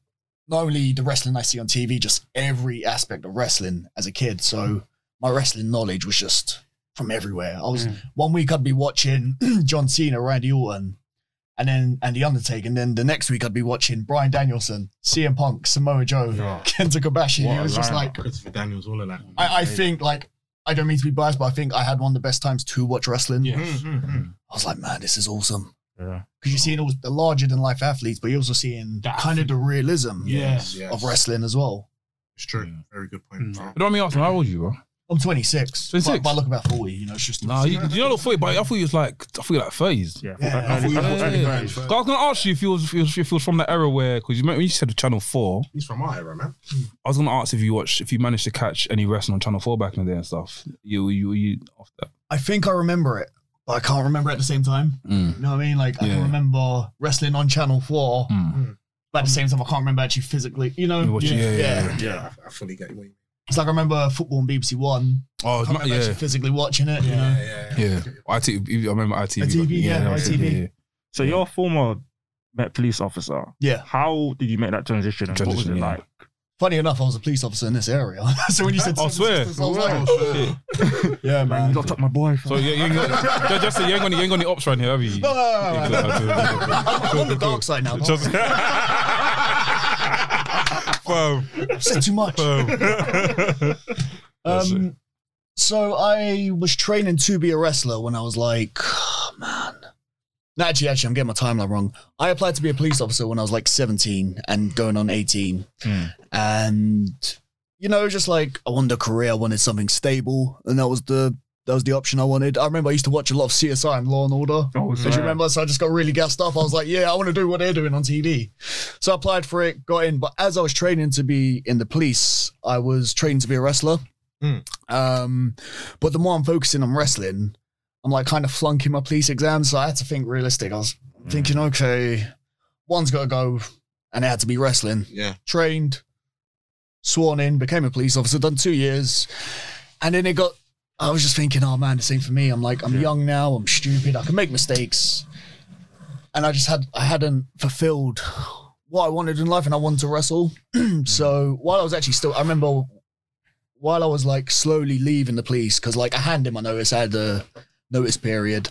S5: not only the wrestling I see on TV, just every aspect of wrestling as a kid. So my wrestling knowledge was just from everywhere. I was one week I'd be watching <clears throat> John Cena, Randy Orton, and then and The Undertaker, and then the next week I'd be watching Brian Danielson, CM Punk, Samoa Joe, Kenta Kobashi.
S1: What
S5: it
S1: a
S5: was just
S1: lineup.
S5: like
S4: Christopher Daniels, all of that.
S5: I, I think like I don't mean to be biased, but I think I had one of the best times to watch wrestling.
S6: Yes.
S5: I was like, man, this is awesome.
S1: Yeah.
S5: Because you're seeing all the larger than life athletes, but you're also seeing
S6: That-
S5: kind of the realism
S6: Yes.
S4: Yeah.
S5: of wrestling as well.
S4: It's true. Very good point.
S3: But Don't let me ask, how old are you, bro?
S5: I'm 26.
S3: 26?
S5: But, but I look about 40. You know, it's just
S3: Nah, you, you don't look 40, but I thought you was like, I thought you were like 30s.
S1: Yeah.
S5: Yeah.
S1: I thought
S2: I
S1: early-
S2: thought
S1: early
S2: you
S3: Yeah.
S2: were-
S1: 30s.
S3: So I was gonna ask you if you was if you was, if you was from that era where because you remember when you said Channel Four.
S4: He's from our era, man.
S3: I was gonna ask if you watched if you managed to catch any wrestling on Channel Four back in the day and stuff. You you you off that.
S5: I think I remember it, but I can't remember it at the same time.
S3: Mm.
S5: You know what I mean? Like, I
S3: Yeah.
S5: can remember wrestling on Channel 4,
S3: Mm.
S5: but at the same time, I can't remember actually physically, you know?
S3: You watch- yeah, yeah, yeah.
S4: Yeah, I, I fully get what you mean.
S5: It's like I remember football on BBC One.
S3: Oh,
S5: I
S3: it's
S5: can't
S3: not,
S5: remember
S3: yeah,
S5: actually physically watching it, you know?
S4: yeah,
S3: yeah. IT, I remember ITV.
S5: ITV, yeah,
S3: I was-
S5: ITV.
S1: So you're a former Met police officer.
S5: Yeah.
S1: How did you make that transition? And what was
S3: Transition,
S1: it
S3: yeah.
S1: like?
S5: Funny enough, I was a police officer in this area. <laughs> so when you said
S3: I swear.
S5: I was like,
S1: Yeah, man.
S3: <laughs>
S5: <laughs>
S1: You got to tuck my boy.
S3: So you, you, ain't got, just, just, you ain't got any, you ain't got any ops right here, have you?
S5: no, no, no, no, no. I'm on the
S3: Cool, cool, cool.
S5: dark side now. don't
S3: Just. <laughs>
S5: <laughs> worry.
S3: Firm,
S5: I've said too much.
S3: firm. That's it.
S5: Um, so I was training to be a wrestler when I was like, oh, man. No, actually, actually, I'm getting my timeline wrong. I applied to be a police officer when I was like 17 and going on 18.
S1: Hmm.
S5: And, you know, just like I wanted a career, I wanted something stable. And that was the that was the option I wanted. I remember I used to watch a lot of CSI and Law and Order.
S1: Oh,
S5: As you remember, so I just got really gassed up. I was like, yeah, I want to do what they're doing on TV. So I applied for it, got in. But as I was training to be in the police, I was training to be a wrestler.
S4: Mm.
S5: Um, but the more I'm focusing on wrestling, I'm like kind of flunking my police exams. So I had to think realistic. I was thinking, okay, one's got to go. And it had to be wrestling.
S4: Yeah.
S5: Trained, sworn in, became a police officer, done two years. And then it got, I was just thinking, oh man, this ain't for me. I'm like, I'm young now, I'm stupid, I can make mistakes. And I just had, I hadn't fulfilled what I wanted in life and I wanted to wrestle. <clears throat> so while I was actually still, I remember while I was like slowly leaving the police, because like I handed him my notice, I had a notice period.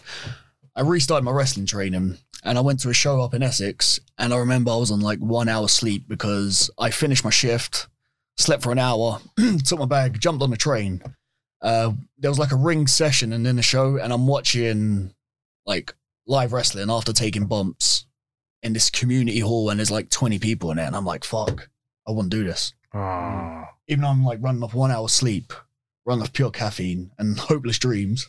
S5: I restarted my wrestling training and I went to a show up in Essex. And I remember I was on like one hour sleep because I finished my shift, slept for an hour, <clears throat> took my bag, jumped on the train. Uh, there was like a ring session and then a show, and I'm watching like live wrestling after taking bumps in this community hall, and there's like 20 people in it. And I'm like, fuck, I wouldn't do this
S1: Ah.
S5: even though I'm like running off one hour sleep, running off pure caffeine and <laughs> hopeless dreams,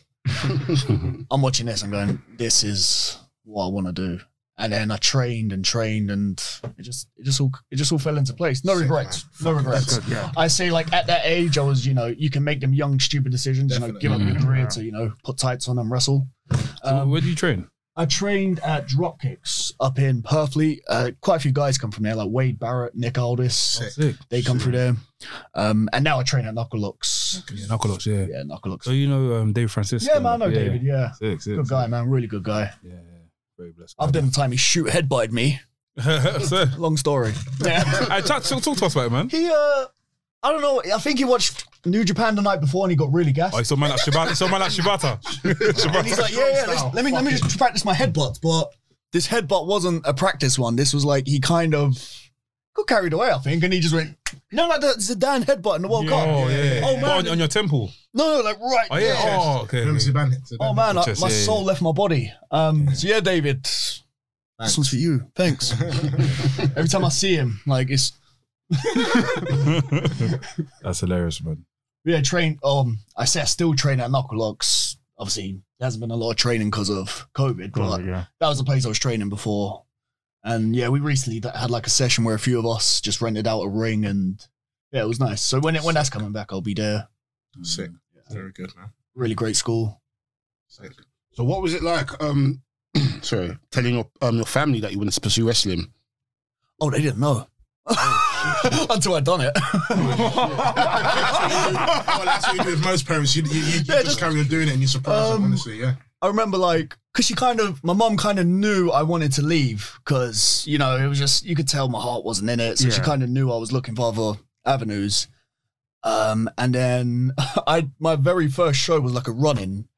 S5: I'm watching this. I'm going, this is what I want to do. And then I trained and trained, and it just it just all it just all fell into place. No regrets, no regrets.
S1: yeah.
S5: I say like at that age, I was you know you can make them young stupid decisions. You know, give up your career to you know put tights on and wrestle.
S3: So Uh, where do you train?
S5: I trained at Dropkicks up in Purfleet. Uh, quite a few guys come from there, like Wade Barrett, Nick Aldis.
S3: Sick.
S5: They come through there. Um, and now I train at Knuckle Lux.
S3: Yeah, knuckle ups, yeah.
S5: Yeah, Knuckle Lux.
S3: So you know um, Dave Francisco?
S5: Yeah, man, I know David. Yeah.
S3: Sick, sick.
S5: Good guy, man. Really good guy.
S3: Yeah, yeah. Very blessed.
S5: Other than the time he shoot headbutted me.
S3: <laughs> so,
S5: Long story. <laughs> Yeah.
S3: hey, chat, talk, talk to us about it, man.
S5: he, uh, I don't know. I think he watched New Japan the night before and he got really gassed.
S3: Oh, it's a man like Shibata. It's a man like Shibata.
S5: and he's like, <laughs> yeah, yeah, let's- let me let me just practice my headbutt. But this headbutt wasn't a practice one. This was like he kind of got carried away, I think, and he just went, no, no, that's a Dan headbutt in the World Cup.
S3: Oh, yeah.
S5: Oh
S3: But on,
S5: man,
S3: on your temple.
S5: no, no, like right.
S3: Oh, yeah.
S5: there.
S3: Oh, okay.
S4: Remember Zidane? Zidane.
S5: Oh man, I,
S3: Chest,
S5: my
S3: yeah, yeah.
S5: soul left my body. Um, So yeah, David, this one's for you. Thanks. <laughs> Every time I see him, like it's
S3: That's hilarious, man.
S5: yeah, train. Um, I say I still train at Knuckle Locks. Obviously, there hasn't been a lot of training because of COVID, but
S1: Got it, yeah.
S5: that was the place I was training before. And yeah, we recently d- had like a session where a few of us just rented out a ring, and yeah, it was nice. So when it when that's coming back, I'll be there.
S4: Mm, Sick. Very good, man.
S5: Really great school.
S4: Sick.
S2: <laughs> So what was it like? Um, <clears throat> sorry, telling your um your family that you wanted to pursue wrestling.
S5: Oh, they didn't know.
S4: Oh,
S5: <laughs> Until I'd done it.
S4: well, that's what you do with most parents. You, you, you, you just carry on doing it and you surprise
S5: Um,
S4: them, honestly, yeah.
S5: I remember like because she kind of my mom kind of knew I wanted to leave because you know it was just you could tell my heart wasn't in it so she
S1: Yeah.
S5: kind of knew I was looking for other avenues um and then <laughs> I my very first show was like a run-in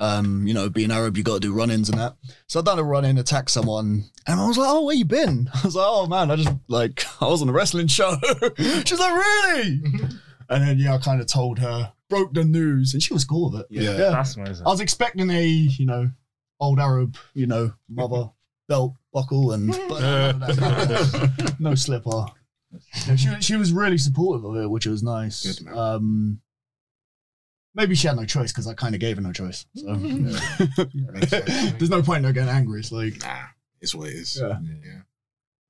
S5: um you know being Arab you got to do run-ins and that so I done a run-in attack someone and I was like oh where you been <laughs> I was like oh man I just like <laughs> I was on a wrestling show <laughs> she's like really and then yeah I kind of told her broke the news and she was cool with it
S4: Yeah.
S1: That's amazing.
S5: I was expecting a, you know, old Arab, you know,
S4: <laughs>
S5: mother belt buckle and but none of
S4: <laughs>
S5: that. no slipper. No, she, she was really supportive of it, which was nice.
S4: Good, man.
S5: Um, maybe she had no choice because I kind of gave her no choice. So
S4: Makes sense.
S5: <laughs> there's no point in her getting angry. It's like
S4: nah, it's what it is.
S5: Yeah.
S4: yeah.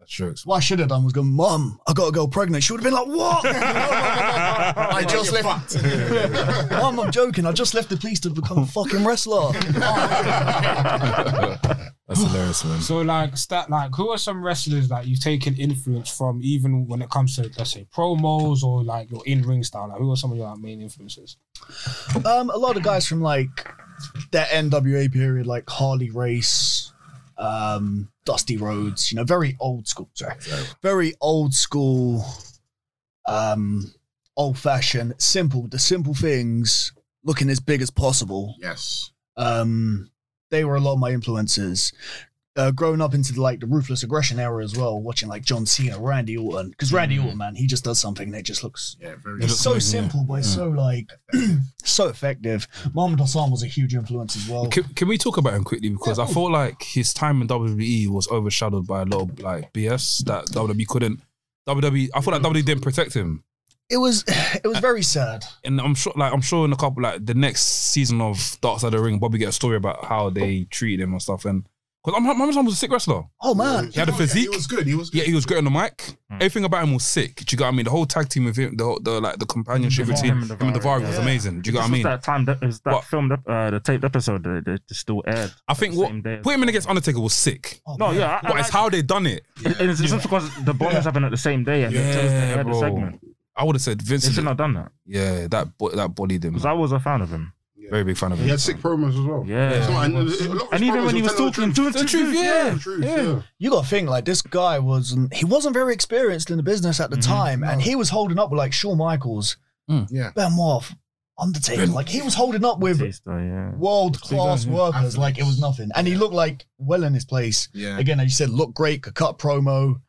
S3: That's true.
S5: what I should have done was go, Mum, I got a girl pregnant. She would have been like,
S4: <laughs>
S5: What? <laughs> I just left. <laughs> Mum, I'm joking. I just left the police to become a fucking
S4: <laughs>
S5: wrestler.
S3: That's hilarious, man.
S6: So like stat like who are some wrestlers that you've taken influence from even when it comes to let's say promos or like your in ring style? Like who are some of your like, main influences?
S5: Um, a lot of guys from like that NWA period, like Harley Race, um, Dusty Rhodes, you know, very old school. Sorry, very old school, um, old fashioned, simple. The simple things, looking as big as possible.
S4: Yes.
S5: Um, they were a lot of my influences. Uh, growing up into the, like the ruthless aggression era as well, watching like John Cena, Randy Orton, because Randy
S1: Mm.
S5: Orton, man, he just does something that just looks
S4: Yeah, very
S5: it's so
S3: amazing,
S5: simple, but it's so like <clears throat> so effective. Mohamed Hassan was a huge influence as well.
S3: Can, can we talk about him quickly because I feel like his time in WWE was overshadowed by a lot of like BS that WWE couldn't. WWE, I feel like WWE didn't protect him,
S5: It was <sighs> it was very sad.
S3: and I'm sure, like I'm sure, in a couple, like the next season of Dark Side of the Ring, Bobby get a story about how they treated him and stuff. And because my my son was a sick wrestler,
S5: Oh man,
S3: he had a
S4: Oh, yeah,
S3: physique,
S4: he was good. He was good.
S3: Yeah, he was great on the mic.
S1: Hmm.
S3: Everything about him was sick. Do you get what I mean? The whole tag team with him, the, whole- the like the companionship between
S1: Him and
S3: him and
S1: Navarro,
S3: Navarro was
S5: yeah.
S3: amazing. Do
S1: This
S3: you get what I
S1: was
S3: mean?
S1: That time that is that
S3: What?
S1: filmed up uh, the taped episode that, that just still aired.
S3: I think
S1: the
S3: what
S1: same day as-
S3: put him in against Undertaker was sick.
S5: Oh,
S1: No, yeah, I, I
S3: But it's
S1: like-
S3: how they done it.
S1: it- it's, it's just because the bombings happened at the same day and it chose to air
S3: Yeah,
S1: the
S3: bro.
S1: segment.
S3: I would have said
S1: They
S3: Vince.
S1: shouldn't have done that
S3: Yeah, that bo- that bodied him.
S1: because I was a fan of him.
S3: Very big fan of him.
S2: He had sick promos as well.
S1: Yeah.
S2: So, and, a lot of his
S1: And even
S2: promos
S1: when he
S2: were
S1: was
S2: telling
S1: talking
S2: the
S1: to
S3: The truth, yeah.
S2: truth. The truth, yeah.
S5: you got to think like this guy wasn't he wasn't very experienced in the business at the
S1: Mm-hmm.
S5: time, and he was holding up with like Shawn Michaels,
S3: Mm.
S4: Yeah.
S5: Benoit, Undertaker. Like he was holding up with
S1: Taste, uh, yeah.
S5: world class
S3: Yeah.
S5: workers like it was nothing, and he looked like well in his place.
S4: Yeah.
S5: Again, as you said, looked great, could cut promo.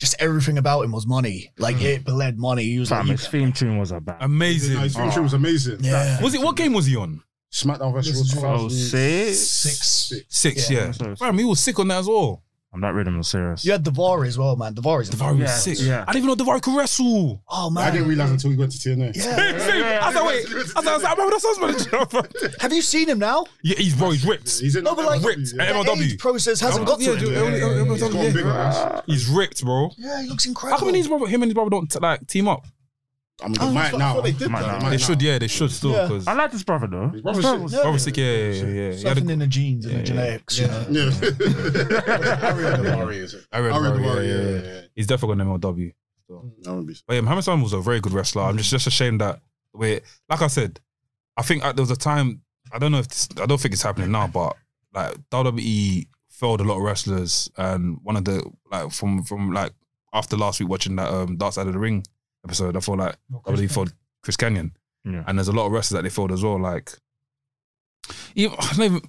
S5: Just everything about him was money. Like it bled money. He was
S1: Fam,
S5: like,
S1: his theme tune was a bad.
S3: Amazing.
S2: No, his finisher was amazing.
S5: yeah.
S3: Was it what game was he on?
S2: SmackDown versus
S4: This is
S2: Raw
S1: Oh,
S2: 2000.
S1: six.
S5: six.
S3: Six,
S5: Yeah.
S3: yeah.
S1: So-
S3: Fam, he was sick on that as well.
S1: I'm that rhythm was serious.
S5: You had Davari as well, man. Davari's
S3: Davari
S1: Yeah,
S3: was sick.
S1: yeah.
S3: I didn't even know Davari could <laughs> wrestle.
S5: Oh
S2: I
S5: man,
S2: didn't realize until we went to TNA. Yeah.
S3: Same, <laughs> same. I was like, wait. I was like, I was like, I remember that sounds manager. <laughs>
S5: have you seen him now?
S3: yeah, he's bro, he's ripped.
S2: He's in
S5: No, but like
S3: Ripped.
S5: the
S3: MLW.
S5: age process hasn't got to
S3: Oh, Yeah,
S5: him.
S3: dude,
S5: Yeah,
S3: everyone-
S2: He's gone
S3: everyone's
S2: big,
S3: yeah.
S2: man.
S3: He's ripped, bro.
S5: he looks
S3: How
S5: incredible.
S3: come his brother, him and his brother don't like team up?
S2: I mean,
S5: Oh,
S2: they might
S5: so-
S2: now.
S5: so they did
S2: Might
S1: that.
S2: now.
S1: They
S3: They should, yeah, they should still.
S5: Yeah.
S3: Cause
S1: I like this brother though. His
S2: brother's
S1: brother
S2: sick.
S1: was-
S5: Yeah.
S3: brother sick, yeah, yeah, yeah. yeah. He had a
S5: Something in the genes and the genetics. you know.
S4: <laughs>
S2: Yeah. Ariel Davari, is it?
S3: I read
S2: Ariel
S3: Barry,
S2: Davari,
S3: yeah, yeah, yeah.
S2: yeah, yeah,
S3: He's definitely got an MLW.
S2: yeah. I wouldn't be-
S3: But yeah, Mohammed Sanu was a very good wrestler. I'm just just ashamed that wait, like I said, I think uh, there was a time I don't know if this, I don't think it's happening now, but like WWE failed a lot of wrestlers, and one of the like from from like after last week watching that um Dark Side of the Ring episode, I feel like WWE failed Chris Canyon,
S1: Yeah.
S3: and there's a lot of wrestlers that they failed as well. Like, even, <sighs> I don't even.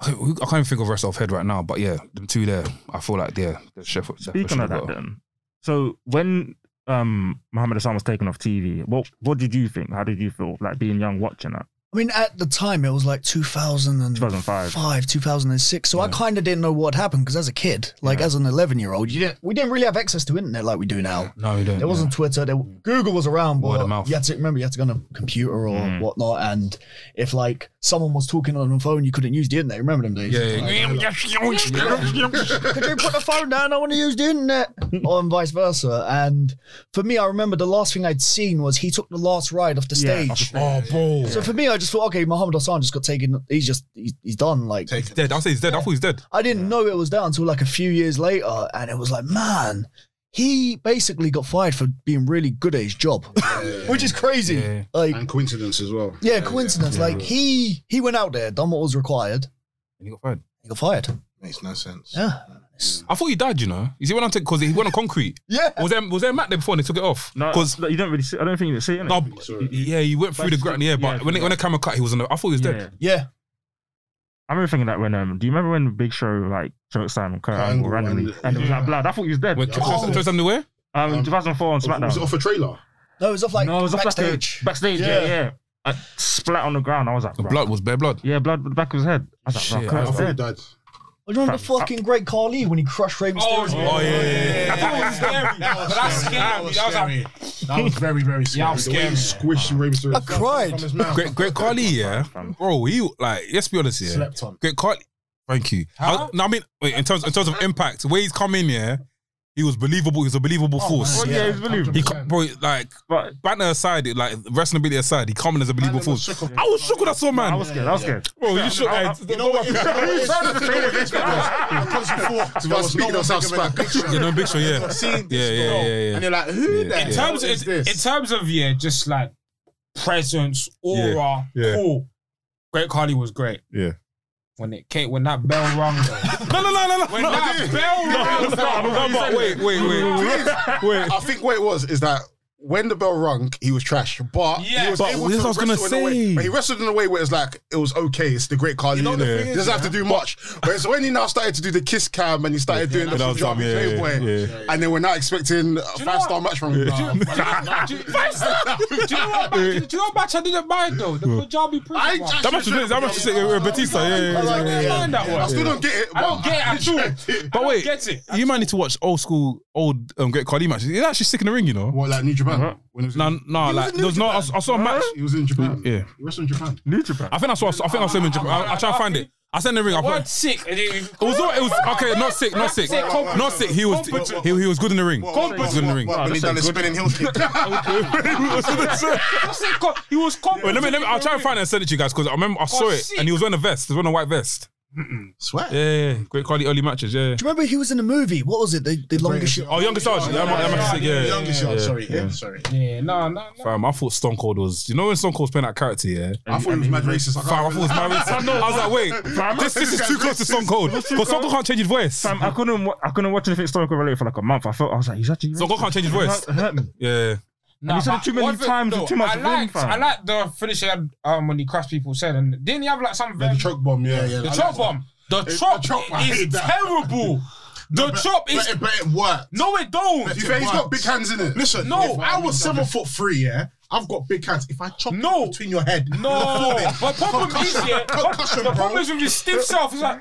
S3: I can't even think of wrestler off head right now, but yeah, them two there. I feel like yeah, the chef.
S1: Speaking of that, then, so when um Muhammad Hassan was taken off TV, what what did you think? How did you feel like being young watching that?
S5: I mean, at the time it was like 2005,
S1: 2005.
S5: 2006. So I kind of didn't know what happened because as a kid, like as an 11 year old, you didn't. We didn't really have access to internet like we do now.
S3: no, we don't.
S5: There wasn't Twitter. There, Google was around, but
S3: Word of mouth.
S5: you had to remember you had to go on a computer or
S1: Mm.
S5: whatnot. And if like someone was talking on the phone, you couldn't use the internet. Remember them days?
S3: Yeah, yeah, yeah.
S5: Could you put the phone down? I want to use the
S3: <laughs>
S5: internet, or and vice versa. And for me, I remember the last thing I'd seen was he took the last ride off the
S1: Yeah, off
S5: stage.
S3: Oh, bro.
S5: So for me, I just thought, okay, Muhammad Hassan just got taken. He's just he's, he's done. Like
S4: Take it.
S3: dead. I say he's dead. I thought he's dead.
S5: I didn't know it was that until like a few years later, and it was like, man, he basically got fired for being really good at his job, which is crazy.
S3: Yeah.
S5: Like
S2: And coincidence as well.
S5: yeah, coincidence. Like he he went out there, done what was required.
S3: And he got fired.
S5: He got fired.
S4: Makes no sense.
S5: Yeah.
S3: I thought he died. You know, is he went on because he went on <laughs> concrete?
S5: Yeah.
S3: Was there was there a mat there before and they took it off?
S1: No,
S3: because
S1: you don't really see. I don't think you see it. innit?
S3: no, yeah, he went through the ground. Yeah, but
S1: Yeah,
S3: when it, when the camera cut, he was on. The, I thought he was
S1: Yeah.
S3: dead.
S5: Yeah.
S1: I remember thinking that when um, do you remember when Big Show like choked Simon Kurt
S2: Kurt
S1: Angle
S2: Angle
S1: randomly
S2: and-
S1: and it was like blood? I thought he was dead.
S3: When
S2: Oh.
S3: Chris underwear.
S1: Um,
S2: Um,
S1: 2004 on SmackDown.
S2: Was it off a trailer?
S5: No, it was off like
S1: no, it was off
S5: backstage.
S1: Like a, backstage, yeah,
S5: Yeah.
S1: yeah. I splat on the ground. I was like,
S3: The
S1: bruh.
S3: blood was bare blood.
S1: Yeah, blood with the back of his head. I was like,
S3: Shit,
S1: bruh,
S3: I
S2: I
S1: Kurt's
S2: thought he
S1: dead.
S2: died.
S5: I remember fucking Great Carly when he crushed Rey Mysterio.
S3: Oh yeah,
S6: That was scary. But that's scary. I was like,
S4: That was very, very
S6: yeah,
S4: scary.
S6: I'm
S2: The way he
S6: scared.
S2: squished Rey Mysterio.
S5: I cried.
S3: Great, great Carly, yeah, bro. He like, let's be honest, yeah.
S4: Slept on.
S3: Great Carly, thank you. I, no, I mean, wait, in terms in terms of impact, the way he's come in, yeah, he was believable. He was a believable
S1: Oh,
S4: Oh,
S3: force.
S1: Well, yeah, it's believable.
S3: He, co- bro, like
S1: But
S3: banner aside, like wrestling ability aside, he coming as a believable force. I was shook when I saw man.
S1: I was scared. I was scared.
S3: <laughs> Bro, you should.
S1: I- I-
S3: I-
S1: you
S3: don't
S4: know what?
S3: worry.
S5: <laughs>
S4: Because you thought there was
S2: speaking
S4: no
S2: of
S4: one bigger than
S2: South
S4: the
S3: <laughs>
S4: big
S3: You
S4: show.
S3: know, big show, yeah.
S4: Seen
S3: Yeah,
S4: this
S3: yeah,
S4: girl,
S3: yeah, yeah.
S4: And you're like, who
S3: Yeah.
S4: the
S6: in
S4: hell
S6: terms
S4: is
S6: of, in
S4: this?
S6: terms of yeah, just like presence, aura,
S3: Yeah. Yeah.
S6: cool. Great Carly was great.
S3: Yeah.
S6: When it came, when that bell
S3: <laughs>
S6: rung, though.
S3: No, no, no, no, no.
S6: when
S3: no,
S6: that
S3: no,
S6: bell
S3: no,
S6: rang,
S3: no, no, no, no, Wait, wait, wait.
S2: Wait, <laughs> I think what it was is that when the bell rung, he was trash, but
S6: Yeah.
S2: he was
S3: But
S2: able
S3: this
S2: to
S3: I was gonna
S2: wrestle in a
S3: say.
S2: way, but he wrestled in a way where it's like it was okay. It's the great Carly.
S3: You know
S2: innit?
S3: the thing
S2: He
S3: is,
S2: doesn't have to do much. Whereas when he now started to do the kiss cam and he started doing
S3: that
S2: the
S3: was
S2: job,
S3: dumb, yeah, yeah, yeah.
S2: and then we're not expecting a five star match from him. Nah.
S6: do,
S3: <laughs>
S6: you- do you know what match? Do you know what match I didn't mind though? The Punjabi prison
S2: I-
S6: one.
S2: I-
S3: That much is that much is uh, Batista, yeah, yeah, yeah.
S6: I didn't mind that
S2: I
S6: one.
S2: still don't get it.
S6: I don't
S2: but-
S6: get
S3: <laughs>
S6: it at all.
S3: But wait,
S6: Get it.
S3: you might need to watch old school, old um, Great Cardi matches. It's actually sick in the ring, you know.
S2: What like New
S3: Uh-huh.
S2: Japan? When it was in-
S3: No, no, like there was no. I, I saw a match.
S2: He was in Japan.
S3: Yeah.
S2: He wrestled in Japan.
S1: New Japan.
S3: I think I saw. I think I saw him in Japan. I, I try to find it. I sent the ring. I
S6: One
S3: put,
S6: sick. and It it
S3: it was. all- It was okay. Not sick. Not sick. Not sick. He was. He, he was good in the ring. He was good in the ring.
S4: When he done the spinning heel kick.
S3: <laughs>
S6: was sick. co- He was competent.
S3: Wait, let me, let me, I'll try and find it and send it to you guys because I remember I saw it
S6: sick.
S3: and he was wearing a vest. He was wearing a white vest.
S4: Sweat.
S3: Yeah, yeah, yeah. great quality early matches. Yeah. yeah.
S5: Do you remember he was in a movie? What was it? The, the longest
S3: Oh, youngest Sarge. Yeah, that match is sick. Yeah, yeah,
S4: Youngest
S3: yeah.
S4: yard, sorry. Yeah, sorry.
S6: Yeah, no, no, no.
S3: Fam, I thought Stone Cold was. You know when Stone Cold's playing that character, yeah.
S2: I thought he was mad racist. I can't
S3: Fam, I thought it
S2: remember.
S3: was my I was like, wait,
S1: Fam,
S3: this, this is too close to Stone Cold because Stone Cold can't change his voice.
S1: Fam, I couldn't. wa- I couldn't watch anything historical related for like a month. I felt I was like, he's actually.
S3: Stone Cold can't change his voice.
S1: It hurt me.
S3: Yeah,
S1: he said it
S6: but
S1: too many
S6: one thing-
S1: times and too much
S6: I
S1: ring,
S6: liked,
S1: fam.
S6: I liked the finish he had um, when he crashed people said, and didn't he have like some
S2: Yeah,
S6: very
S2: the choke bomb. Yeah, yeah.
S6: the
S2: I
S6: chop
S2: like that.
S6: bomb? The
S2: It's-
S6: chop
S2: the chop, I
S6: is
S2: hate that. <laughs>
S6: terrible. The chop
S4: But
S6: is
S4: it, but it worked.
S6: no, it don't.
S2: You think he's got big hands in it?
S4: Listen,
S6: No,
S4: if I
S6: I
S4: was seven foot three, yeah, I've got big hands. If I chop
S6: No.
S4: it between your head,
S6: No,
S2: <laughs>
S4: you'll fall in.
S6: but problem is, yeah,
S4: Concussion,
S6: the
S4: bro.
S6: problem is with your stiff self. It's like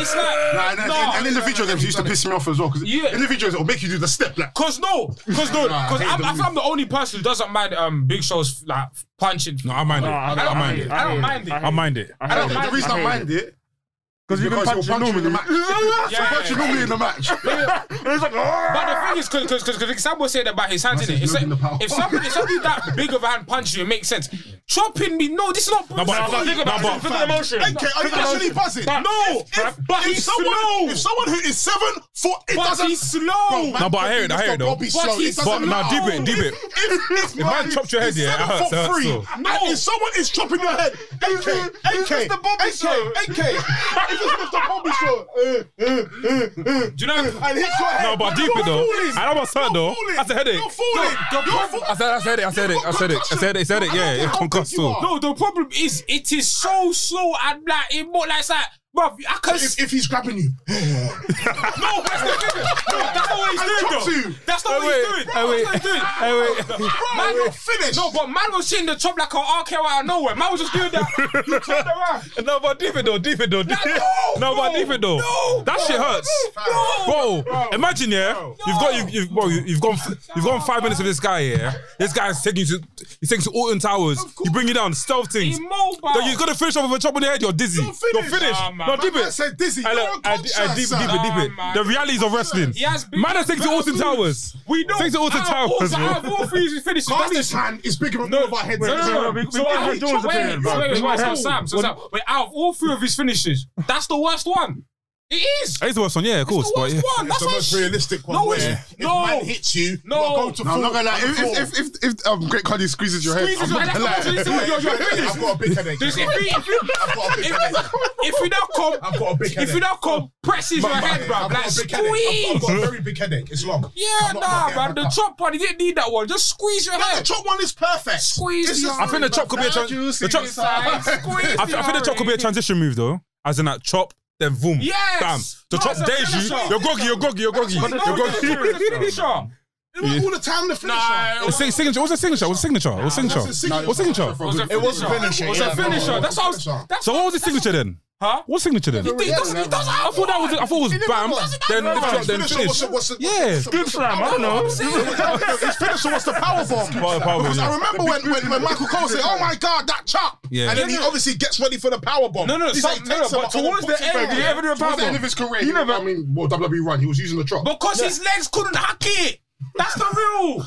S6: It's like,
S7: Nah, nah,
S6: no.
S7: and in the video games, it used to piss me off as well. Because
S6: Yeah.
S7: in the video games, it'll make you do the step like.
S6: Cause no, cause no,
S7: Nah, I
S6: cause
S7: hate
S6: I'm,
S7: the
S6: I think I'm the only person who doesn't mind um Big Show's like punching.
S3: No, I mind it. I,
S6: don't
S3: I mind
S6: hate
S3: it.
S6: I don't mind it.
S3: I mind it.
S1: I
S6: I don't
S1: hate it.
S6: mind
S7: The reason I mind it
S1: Because you can
S7: because
S1: punch
S7: he'll punch you in the
S1: normally.
S7: match. He'll
S6: Yeah.
S7: punch you normally in the match. <laughs>
S1: It's like, "Ah!"
S6: But the thing is, because because because Sam was saying about his hands in
S7: That's
S6: it. If,
S7: his moving the power.
S6: if somebody if somebody that big of a hand punches you, it makes sense. Chopping me, no, this is not.
S3: but-
S6: No,
S3: no,
S6: think about
S3: but-
S6: it, think of the motion.
S7: Okay, are you actually buzzing?
S6: No, but
S7: If
S6: he's
S7: someone,
S6: slow.
S7: if someone who is seven foot, it
S6: But
S7: doesn't.
S6: he's slow.
S7: man,
S3: No, but I hear it, I hear
S7: Mr.
S3: it, though.
S7: Bobby's
S6: But
S7: slow, it
S6: he's-
S7: doesn't
S3: But now,
S7: matter.
S3: deep it, deep it.
S7: If, if,
S3: man chopped your head,
S7: is
S3: yeah, it
S7: seven
S3: hurts,
S7: foot
S3: it hurts,
S7: three,
S3: though.
S7: and if someone is chopping your head, AK, AK,
S10: Mr. Bobby
S7: AK,
S10: Show.
S7: AK, <laughs> if it's Mr. Bobby Show, eh, eh, eh, eh,
S6: Do you know?
S7: and hits your head.
S3: No, but deep
S7: you're
S3: it though.
S7: fooling.
S3: I know what's hurt
S7: You're
S3: though.
S7: fooling.
S3: That's a headache.
S7: You're fooling.
S6: The- the
S7: You're
S6: problem-
S7: fooling.
S3: I said, I said it, I said it, I said it, I said it, I said it, yeah, it's concussed too.
S6: No, the problem is it is so slow and like it more like it's like, bruv, I can
S7: If, if he's grabbing you,
S6: No, that's the thing. No, that's not what he's
S7: I dropped
S6: doing, though.
S7: you.
S6: That's not what he's doing.
S3: Hey, wait, hey, wait,
S6: That's not what he's doing.
S3: hey, wait.
S6: Man,
S7: bro, you're finished.
S6: No, but man was sitting the top like an RKO out of nowhere. Man was just doing that. He turned around.
S3: No, but deep it though, deep it though. deep-
S6: No,
S3: <laughs> No, but
S6: bro.
S3: deep it though.
S6: No,
S3: That shit hurts. Bro, imagine yeah, you've got you, you've bro, you, you've gone f- you've gone five minutes with this guy yeah. This guy's taking you to he's taking you to Alton Towers. You bring you down, stealth things.
S6: Immobile.
S3: Then you got to finish off with a chop on the head. You're dizzy. You're
S7: finished.
S3: finished.
S6: Nah, man.
S3: no, deep
S7: I
S3: it.
S7: said dizzy.
S3: I,
S7: You're
S3: look, I,
S7: unconscious,
S3: I deep,
S7: sir.
S3: deep it, deep it.
S6: Nah, man.
S3: The realities of wrestling.
S6: He has been-
S3: Man has taken you to Alton
S6: Bro,
S3: Towers.
S6: We know.
S3: Takes it all to
S6: out of
S3: towers,
S6: all-
S3: bro.
S6: Out of all three finishes.
S7: Carly's hand is bigger than all of our heads.
S1: Wait,
S6: No, no, no.
S1: we- we
S6: So
S1: can't
S6: out
S1: have
S6: of-
S1: Jones
S6: wait,
S1: opinion,
S6: wait,
S1: bro.
S6: wait,
S1: We
S6: wait,
S1: might
S6: so
S1: have-
S6: Sam, so Sam, wait, out of all three of his finishes, that's the worst one. It is.
S3: It's the worst one, yeah, of course.
S6: the
S3: But
S6: worst
S3: yeah.
S6: one. That's
S7: It's the
S6: why
S7: most
S6: shit-
S7: realistic one.
S6: No,
S7: where
S6: it's-
S7: if
S6: no.
S7: man hits you,
S6: No.
S7: you'll go to
S10: No, I'm not
S7: fall
S10: gonna lie.
S7: on the
S10: If,
S7: floor.
S10: if, if, if, if um, Great Cardi squeezes your head,
S6: Squeezes
S10: I'm
S6: your
S10: not
S6: head,
S10: gonna
S6: that's
S10: lie.
S6: what I'm saying. Your- your head is-
S7: I've got a big headache.
S6: This- if he- if he-
S7: <laughs> I've got a big headache.
S6: if, if you don't come,
S7: I've got a big headache.
S6: if you don't come, presses your
S7: I've got
S6: head,
S7: a
S6: bro. Like
S7: big headache. I've
S6: squeeze.
S7: got a very big headache. It's long.
S6: Yeah,
S7: I'm not
S6: nah,
S7: gonna
S6: man.
S7: get
S6: The
S7: back up.
S6: chop one, you didn't need that one. Just squeeze your
S7: Yeah, the
S6: head.
S7: chop one is perfect.
S6: Squeeze
S7: This is-
S6: your-
S3: I think the chop could be a tran- the chop.
S6: Squeeze your
S3: I, th- I think the chop could be a
S6: head.
S3: transition move though, as in that chop, then boom,
S6: Yes!
S3: bam. The
S6: No,
S3: chop
S6: it's a
S3: days you.
S6: finisher.
S3: You're groggy. You're groggy. You're groggy. You're
S6: No, it's
S3: groggy.
S6: a finisher.
S7: It was all the time the finisher.
S6: Nah, it
S3: What's
S6: was-
S3: the signature? What's the signature? What's the signature? What's the signature? What's the signature?
S5: It was a finisher.
S6: It was
S5: yeah,
S6: a finisher.
S5: no.
S6: That's what I was. That's
S3: So what was the signature then?
S6: Huh?
S3: What signature then?
S6: He doesn't. He doesn't.
S3: I thought that was. I thought it was bam. Then lift
S7: His
S3: up. Then
S7: finisher
S3: finish.
S7: was the- was the-
S3: Yeah.
S1: Good slam, I don't know.
S7: His finisher was the power bomb.
S3: Power- power bomb,
S7: Because
S3: yeah.
S7: I remember when, when, when Michael Cole said, "Oh my God, that chop!"
S3: Yeah.
S7: and then he
S6: No, no.
S7: obviously gets ready for the power bomb.
S6: No, no,
S7: He's
S6: some-
S7: like,
S6: no,
S7: takes
S6: no,
S7: him up
S6: but
S7: and then
S6: towards
S7: puts
S6: the
S7: him
S6: end,
S7: back
S6: he
S7: down.
S6: ever did a
S7: Towards
S1: power
S7: the
S1: bomb.
S7: end of his career.
S1: He
S7: He
S1: never-
S7: never. I mean, well, WWE run. He was using the chop.
S6: Because his legs couldn't hack it. That's the real.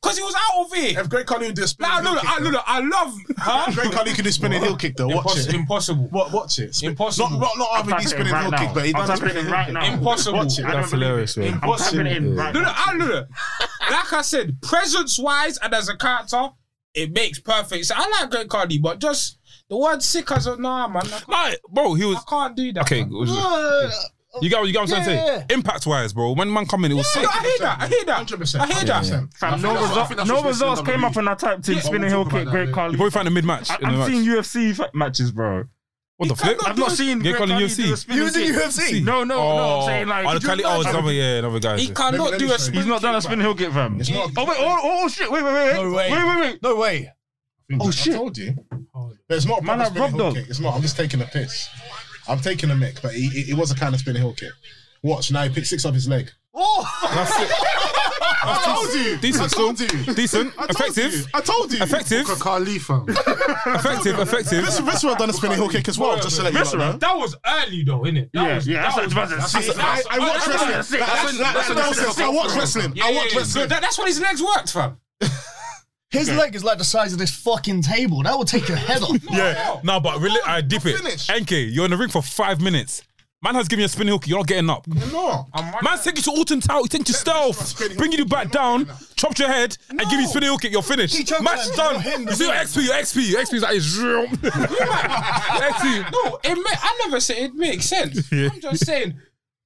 S6: Because he was out of it.
S7: if Great Khali did a spinning
S6: Nah,
S7: heel
S6: look,
S7: kick,
S6: I, look, I love. Huh?
S7: Great Khali could do spinning heel kick though. Watch
S6: Impossible.
S7: it.
S6: Impossible.
S7: What? Watch it. Spin-
S6: Impossible.
S7: Not not
S1: I'm
S7: RVD
S1: tapping it
S7: spinning heel
S1: right
S7: kick,
S1: now.
S7: but he
S1: I'm
S7: done
S1: tapping it right now.
S6: Impossible.
S1: Watch it. I don't
S3: That's
S1: believe it.
S3: hilarious, man.
S1: I'm tapping it in right
S6: No, no,
S1: now.
S6: I, no, no. Like I said, presence wise and as a character, it makes perfect sense. I like Great Cardi, but just the word sick as a nah, man. I can't,
S3: Like, bro, he was
S6: I can't do that.
S3: okay.
S6: man.
S3: it was- You got. You got what I'm trying to say. Impact wise, bro. When man come in, it was sick.
S6: Yeah, no, I hear that. I hear that. I hear that.
S1: Fam, no result- no results came up when I typed in spinning heel kick, great
S3: You
S1: Carly.
S3: probably find a mid match.
S1: I- I'm seeing UFC fa- matches, bro.
S3: What the flip?
S1: I've not seen
S3: Great
S1: Great
S3: Khali
S1: Khali
S3: UFC.
S1: do a spinning
S5: You
S1: kick.
S5: did UFC?
S1: No, no, no. I'm saying like
S3: oh,
S1: did you
S3: Khali- oh, it's
S1: imagine-
S3: another, yeah, another guy.
S6: He
S3: yeah.
S6: cannot do a spin.
S1: he's not done a spin heel kick, fam.
S7: not-
S1: Oh wait, oh, oh, oh shit! Wait, wait, wait,
S5: No way.
S1: wait, wait, wait.
S5: No way.
S7: Oh shit! I told you. But it's not a
S1: Man,
S7: proper
S1: I
S7: spinning
S1: robbed
S7: heel
S1: them.
S7: kick. It's not. I'm just taking a piss. I'm taking a mick, but he- he- it was a kind of spinning heel kick. Watch now. He picked six off his leg.
S3: That's it.
S7: Oh! <laughs> I told you.
S3: Decent
S7: I told
S3: still.
S7: you.
S3: Decent.
S7: I told you.
S3: Effective.
S7: I told you.
S3: Effective.
S10: Carly, fam.
S3: Effective. Effective.
S7: This this would have done a spinning heel kick as well. Just to let you know.
S1: Viscera.
S6: That was early though, innit? That
S1: Yeah,
S6: was,
S1: yeah, that's
S6: That was,
S1: like 2006.
S7: I, I
S6: Oh,
S7: watch
S6: that's
S7: wrestling.
S6: what I
S7: That's,
S6: said.
S7: that's, that's, that's, that's, I watch wrestling.
S6: Yeah,
S7: I
S6: yeah,
S7: watch
S6: yeah.
S7: wrestling.
S6: So that- that's what his legs worked, fam.
S5: His leg is like the size of this fucking table. That will take your
S3: <laughs>
S5: head off.
S3: Yeah. No, but really, I dip it.
S7: Finish.
S3: NK, you're in the ring for five minutes. Man has given you a spinning hook. You're not getting up.
S7: No.
S6: I'm right.
S3: Man's taking you to Alton Tower. He takes you stealth.
S7: spinning
S3: Bring you back down. Chopped your head and give you
S6: No.
S3: spinning hook. You're finished.
S5: He choked
S3: Match
S5: him.
S3: done.
S5: Not him.
S3: You see your XP. Your XP. Your XP is like <laughs> zero. XP.
S6: No, it ma- I never said it makes sense. I'm just saying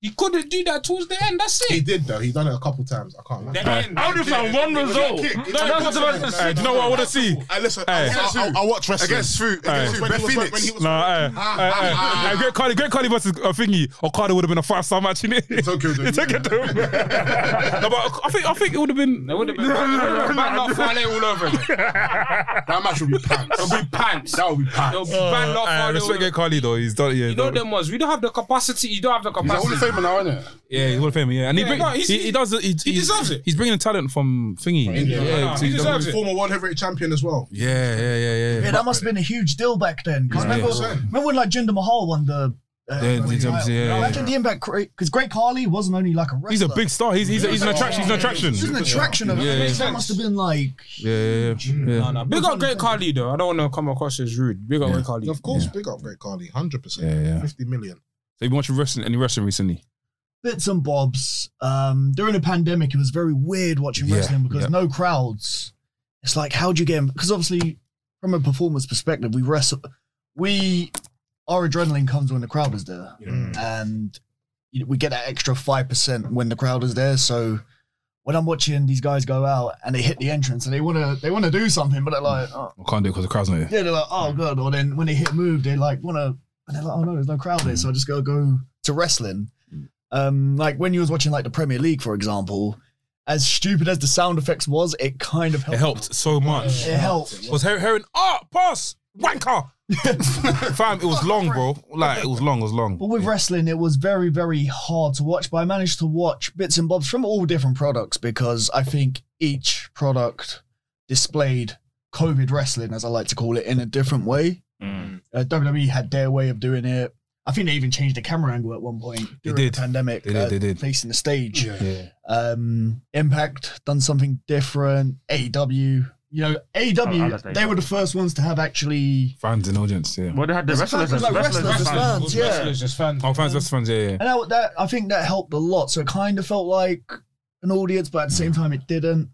S6: You couldn't do that towards the end. That's
S4: He
S6: it.
S4: did though. He done it a couple times. I can't. Remember.
S6: The end.
S1: I only found one result.
S4: kick. It
S1: No,
S4: was
S1: that's
S4: a
S1: about
S4: kick.
S1: to say.
S3: Hey, do you know what I want to see?
S4: I listen.
S3: Hey.
S4: I'll, I'll, I'll watch wrestling
S7: Against who?
S4: Hey.
S7: Against who?
S4: When
S7: Beth
S4: he was- when
S7: Phoenix.
S4: he was-
S3: Nah, hey, hey, hey, hey, Great Carly, Great Carly versus uh, Thingy. Okada would have been a five star match in <laughs> it.
S7: Tokyo Dome,
S3: Tokyo Dome. <laughs> no, but I think I think it would have been.
S6: It would <laughs> have been banned <laughs> off Fale all over him.
S2: That match will be pants.
S6: It'll be pants. That would be pants. It'll be banned off
S3: I
S6: Fale. all
S3: Uh, respect
S6: over.
S3: Great Carly though. He's done. Yeah,
S6: You know them ones. We don't have the capacity. You don't have the
S2: He's a Hall of
S6: capacity.
S2: Famer now, isn't it?
S3: yeah, he's Hall of Fame. Yeah, and he,
S6: Yeah,
S3: bring,
S6: no,
S3: he,
S6: he's-
S3: he does. He,
S6: he
S3: he's-
S6: deserves it.
S3: He's bringing talent from Thingy.
S2: India.
S3: Yeah,
S6: Nah,
S3: so
S6: he
S3: he's done-
S6: deserves it.
S4: Former world heavyweight champion as well.
S3: Yeah, yeah, yeah, yeah.
S5: Yeah, that must have been a huge deal back then. Because remember, remember when like Jinder Mahal won the. Uh,
S3: Yeah,
S5: won the
S3: yeah,
S5: title?
S3: yeah, yeah.
S5: Imagine the impact because Great Carly wasn't only like a wrestler.
S3: He's a big star. He's he's, he's an attraction. He's an attraction.
S5: He's an attraction of
S3: Yeah,
S5: it.
S3: yeah.
S5: That must have been like.
S3: Yeah, yeah, yeah. yeah.
S6: Nah, Big up Great Carly though. I don't want to come across as rude. Big up Great Carly.
S4: Of course, big up Great Carly, hundred
S3: Yeah, yeah.
S4: percent, fifty million.
S3: So you been watching wrestling? Any wrestling recently?
S5: bits and bobs. Um, during the pandemic, it was very weird watching
S3: Yeah,
S5: wrestling because
S3: yeah.
S5: no crowds. It's like, how'd you get? Because obviously, from a performance perspective, we wrestle. We our adrenaline comes when the crowd is there,
S4: Mm,
S5: and you know, we get that extra five percent when the crowd is there. So. When I'm watching these guys go out and they hit the entrance and they wanna they wanna do something, but they're like, oh.
S3: I can't do it because the crowd's not here.
S5: yeah, they're like, oh god. Or then when they hit a move, they like wanna, and they're like, oh no, there's no crowd there, so I just gotta go to wrestling. Um, like when you was watching like the Premier League, for example, as stupid as the sound effects was, it kind of helped.
S3: It helped so much.
S5: It helped.
S3: Was her hearing ah pass <laughs> wanker? Fam, it was long, bro. Like it was long. It was long.
S5: But with wrestling, it was very, very hard to watch. But I managed to watch bits and bobs from all different products because I think each product displayed COVID wrestling, as I like to call it, in a different way. Uh, WWE had their way of doing it. I think they even changed the camera angle at one point during
S3: did.
S5: the pandemic. uh,
S3: They did, they did.
S5: Facing the stage.
S3: Yeah.
S5: Um, Impact done something different. AEW. You know,
S1: I
S5: AEW,
S1: like that.
S5: they were the first ones to have actually.
S3: Fans and audience. Yeah.
S1: Well, they had the
S5: It's
S1: wrestlers as
S5: like
S1: wrestlers.
S5: wrestlers
S1: as
S5: as
S1: fans.
S5: well.
S6: Those
S5: Yeah.
S6: wrestlers just fans.
S3: Oh, fans, that's fans. Yeah, yeah.
S5: And that, that I think that helped a lot. So it kind of felt like an audience, but at the same time, it didn't.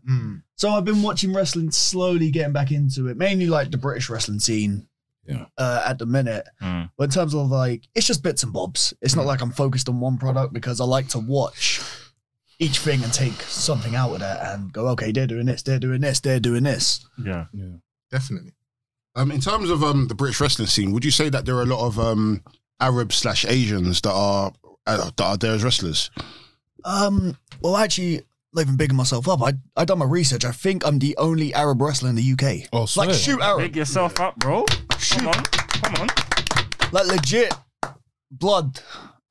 S5: So I've been watching wrestling, slowly getting back into it, mainly like the British wrestling scene.
S3: Yeah.
S5: Uh, at the minute,
S1: Mm.
S5: but in terms of like, it's just bits and bobs. It's not like I'm focused on one product because I like to watch each thing and take something out of that and go, okay, they're doing this, they're doing this, they're doing this.
S1: Yeah.
S4: Definitely.
S2: Um, in terms of um, the British wrestling scene, would you say that there are a lot of um, Arab slash Asians that are uh, that are there as wrestlers?
S5: Um, well, actually, not even bigging myself up. I I done my research. I think I'm the only Arab wrestler in the UK.
S3: Oh,
S5: like
S3: swear.
S5: shoot Arab.
S1: Big yourself up, bro. Come on. Come on.
S5: like legit blood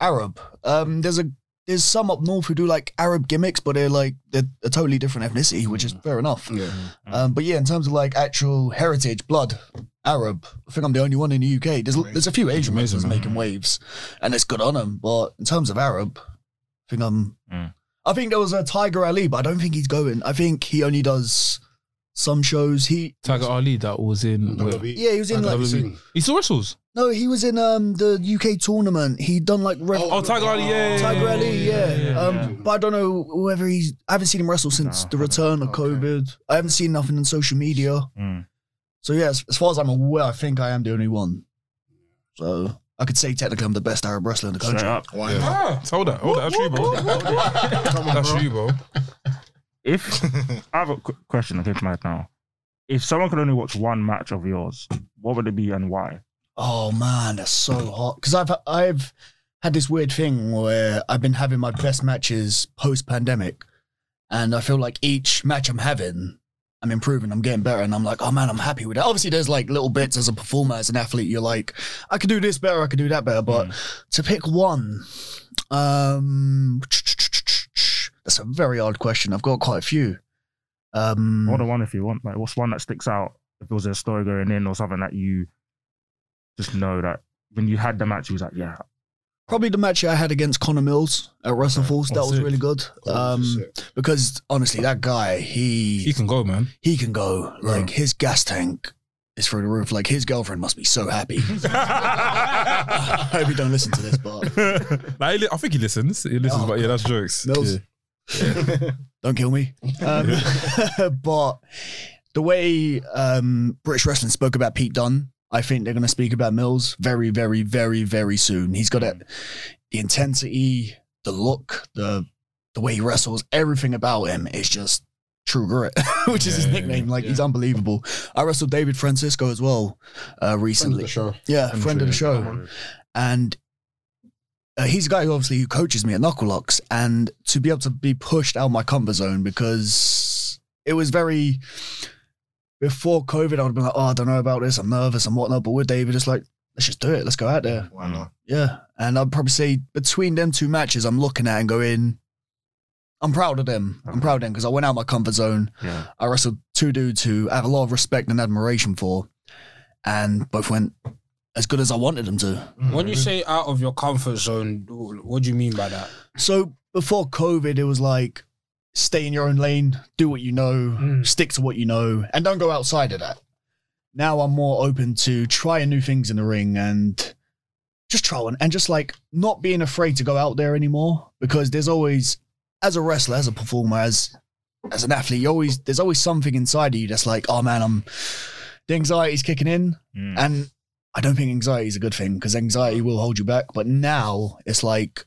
S5: Arab. Um, there's a there's some up north who do like Arab gimmicks, but they're like they're a totally different ethnicity, which is fair enough.
S7: Mm.
S2: Yeah.
S5: Um, but yeah, in terms of like actual heritage, blood Arab, I think I'm the only one in the UK. There's there's a few Asian wrestlers making waves, and it's good on them. But in terms of Arab, I think I'm.
S1: Mm.
S5: I think there was a Tiger Ali, but I don't think he's going. I think he only does some shows. He
S3: Tiger Ali that was in. where-
S2: E.
S5: yeah, he was in like
S7: E.
S2: WWE.
S3: He still wrestles.
S5: no, he was in um the UK tournament. He done like ref-
S3: Oh, Tiger Ali. Yeah.
S5: Tiger Ali, yeah. um,
S1: yeah.
S5: But I don't know whether he's. I haven't seen him wrestle since
S1: No,
S5: the return of COVID. I haven't seen nothing on social media.
S1: Mm.
S5: So yeah, as, as far as I'm aware, I think I am the only one. So I could say technically I'm the best Arab wrestler in the
S1: Straight
S5: country.
S1: up.
S3: Ah, hold that. Hold that. That's you, bro. That's you, bro.
S1: If I have a qu- question I came to mind now. If someone could only watch one match of yours, what would it be and why?
S5: Oh man, that's so hot. Because I've I've had this weird thing where I've been having my best matches post pandemic, and I feel like each match I'm having, I'm improving, I'm getting better, and I'm like, oh man, I'm happy with that. Obviously, there's like little bits as a performer, as an athlete, you're like, I could do this better, I could do that better, but
S1: Mm.
S5: to pick one, um, that's a very odd question. I've got quite a few. Um,
S1: What a Mm. one if you want. Like, what's one that sticks out? If there was a story going in or something that you just know that when you had the match, you was like, yeah,
S5: Probably the match I had against Connor Mills at Russell Falls. That
S3: Oh,
S5: was
S3: sick.
S5: really good. Um, because honestly, that guy,
S3: He
S5: he
S3: can go,
S5: <laughs>
S3: man.
S5: he can go. Like his gas tank is through the roof. Like his girlfriend must be so happy. I hope you don't listen to this, but
S3: Like, he li- I think he listens. He listens, but yeah, that's jokes.
S5: Mills.
S3: Yeah.
S5: don't kill <laughs> me. Um, but the way um, British wrestling spoke about Pete Dunne, I think they're going to speak about Mills very, very, very, very soon. He's got it, the intensity, the look, the the way he wrestles, everything about him is just True Grit, <laughs> which is his
S3: Yeah,
S5: nickname. Like he's unbelievable. I wrestled David Francisco as well uh, recently.
S2: the show.
S5: Yeah, friend of the show.
S2: Mhm.
S5: And uh, he's a guy who obviously who coaches me at Knuckle Locks, and to be able to be pushed out of my comfort zone because it was very. Before COVID, I would have been like, oh, I don't know about this. I'm nervous and whatnot. But with David, it's like, let's just do it. Let's go out there.
S4: Why not?
S5: Yeah. And I'd probably say between them two matches, I'm looking at and going, I'm proud of them. I'm proud of them because I went out my comfort zone.
S3: Mm.
S1: Yeah.
S5: I wrestled two dudes who I have a lot of respect and admiration for, and both went as good as I wanted them to.
S1: Mm.
S6: When you say out of your comfort zone, what do you mean by that?
S5: So before COVID, it was like stay in your own lane, do what you know,
S6: Mm.
S5: stick to what you know, and don't go outside of that. Now I'm more open to trying new things in the ring and just trying and just like not being afraid to go out there anymore because there's always, as a wrestler, as a performer, as as an athlete, you always there's always something inside of you that's like, oh man, I'm the anxiety's kicking in,
S4: Hmm.
S1: Mm.
S5: and I don't think anxiety is a good thing because anxiety will hold you back. But now it's like,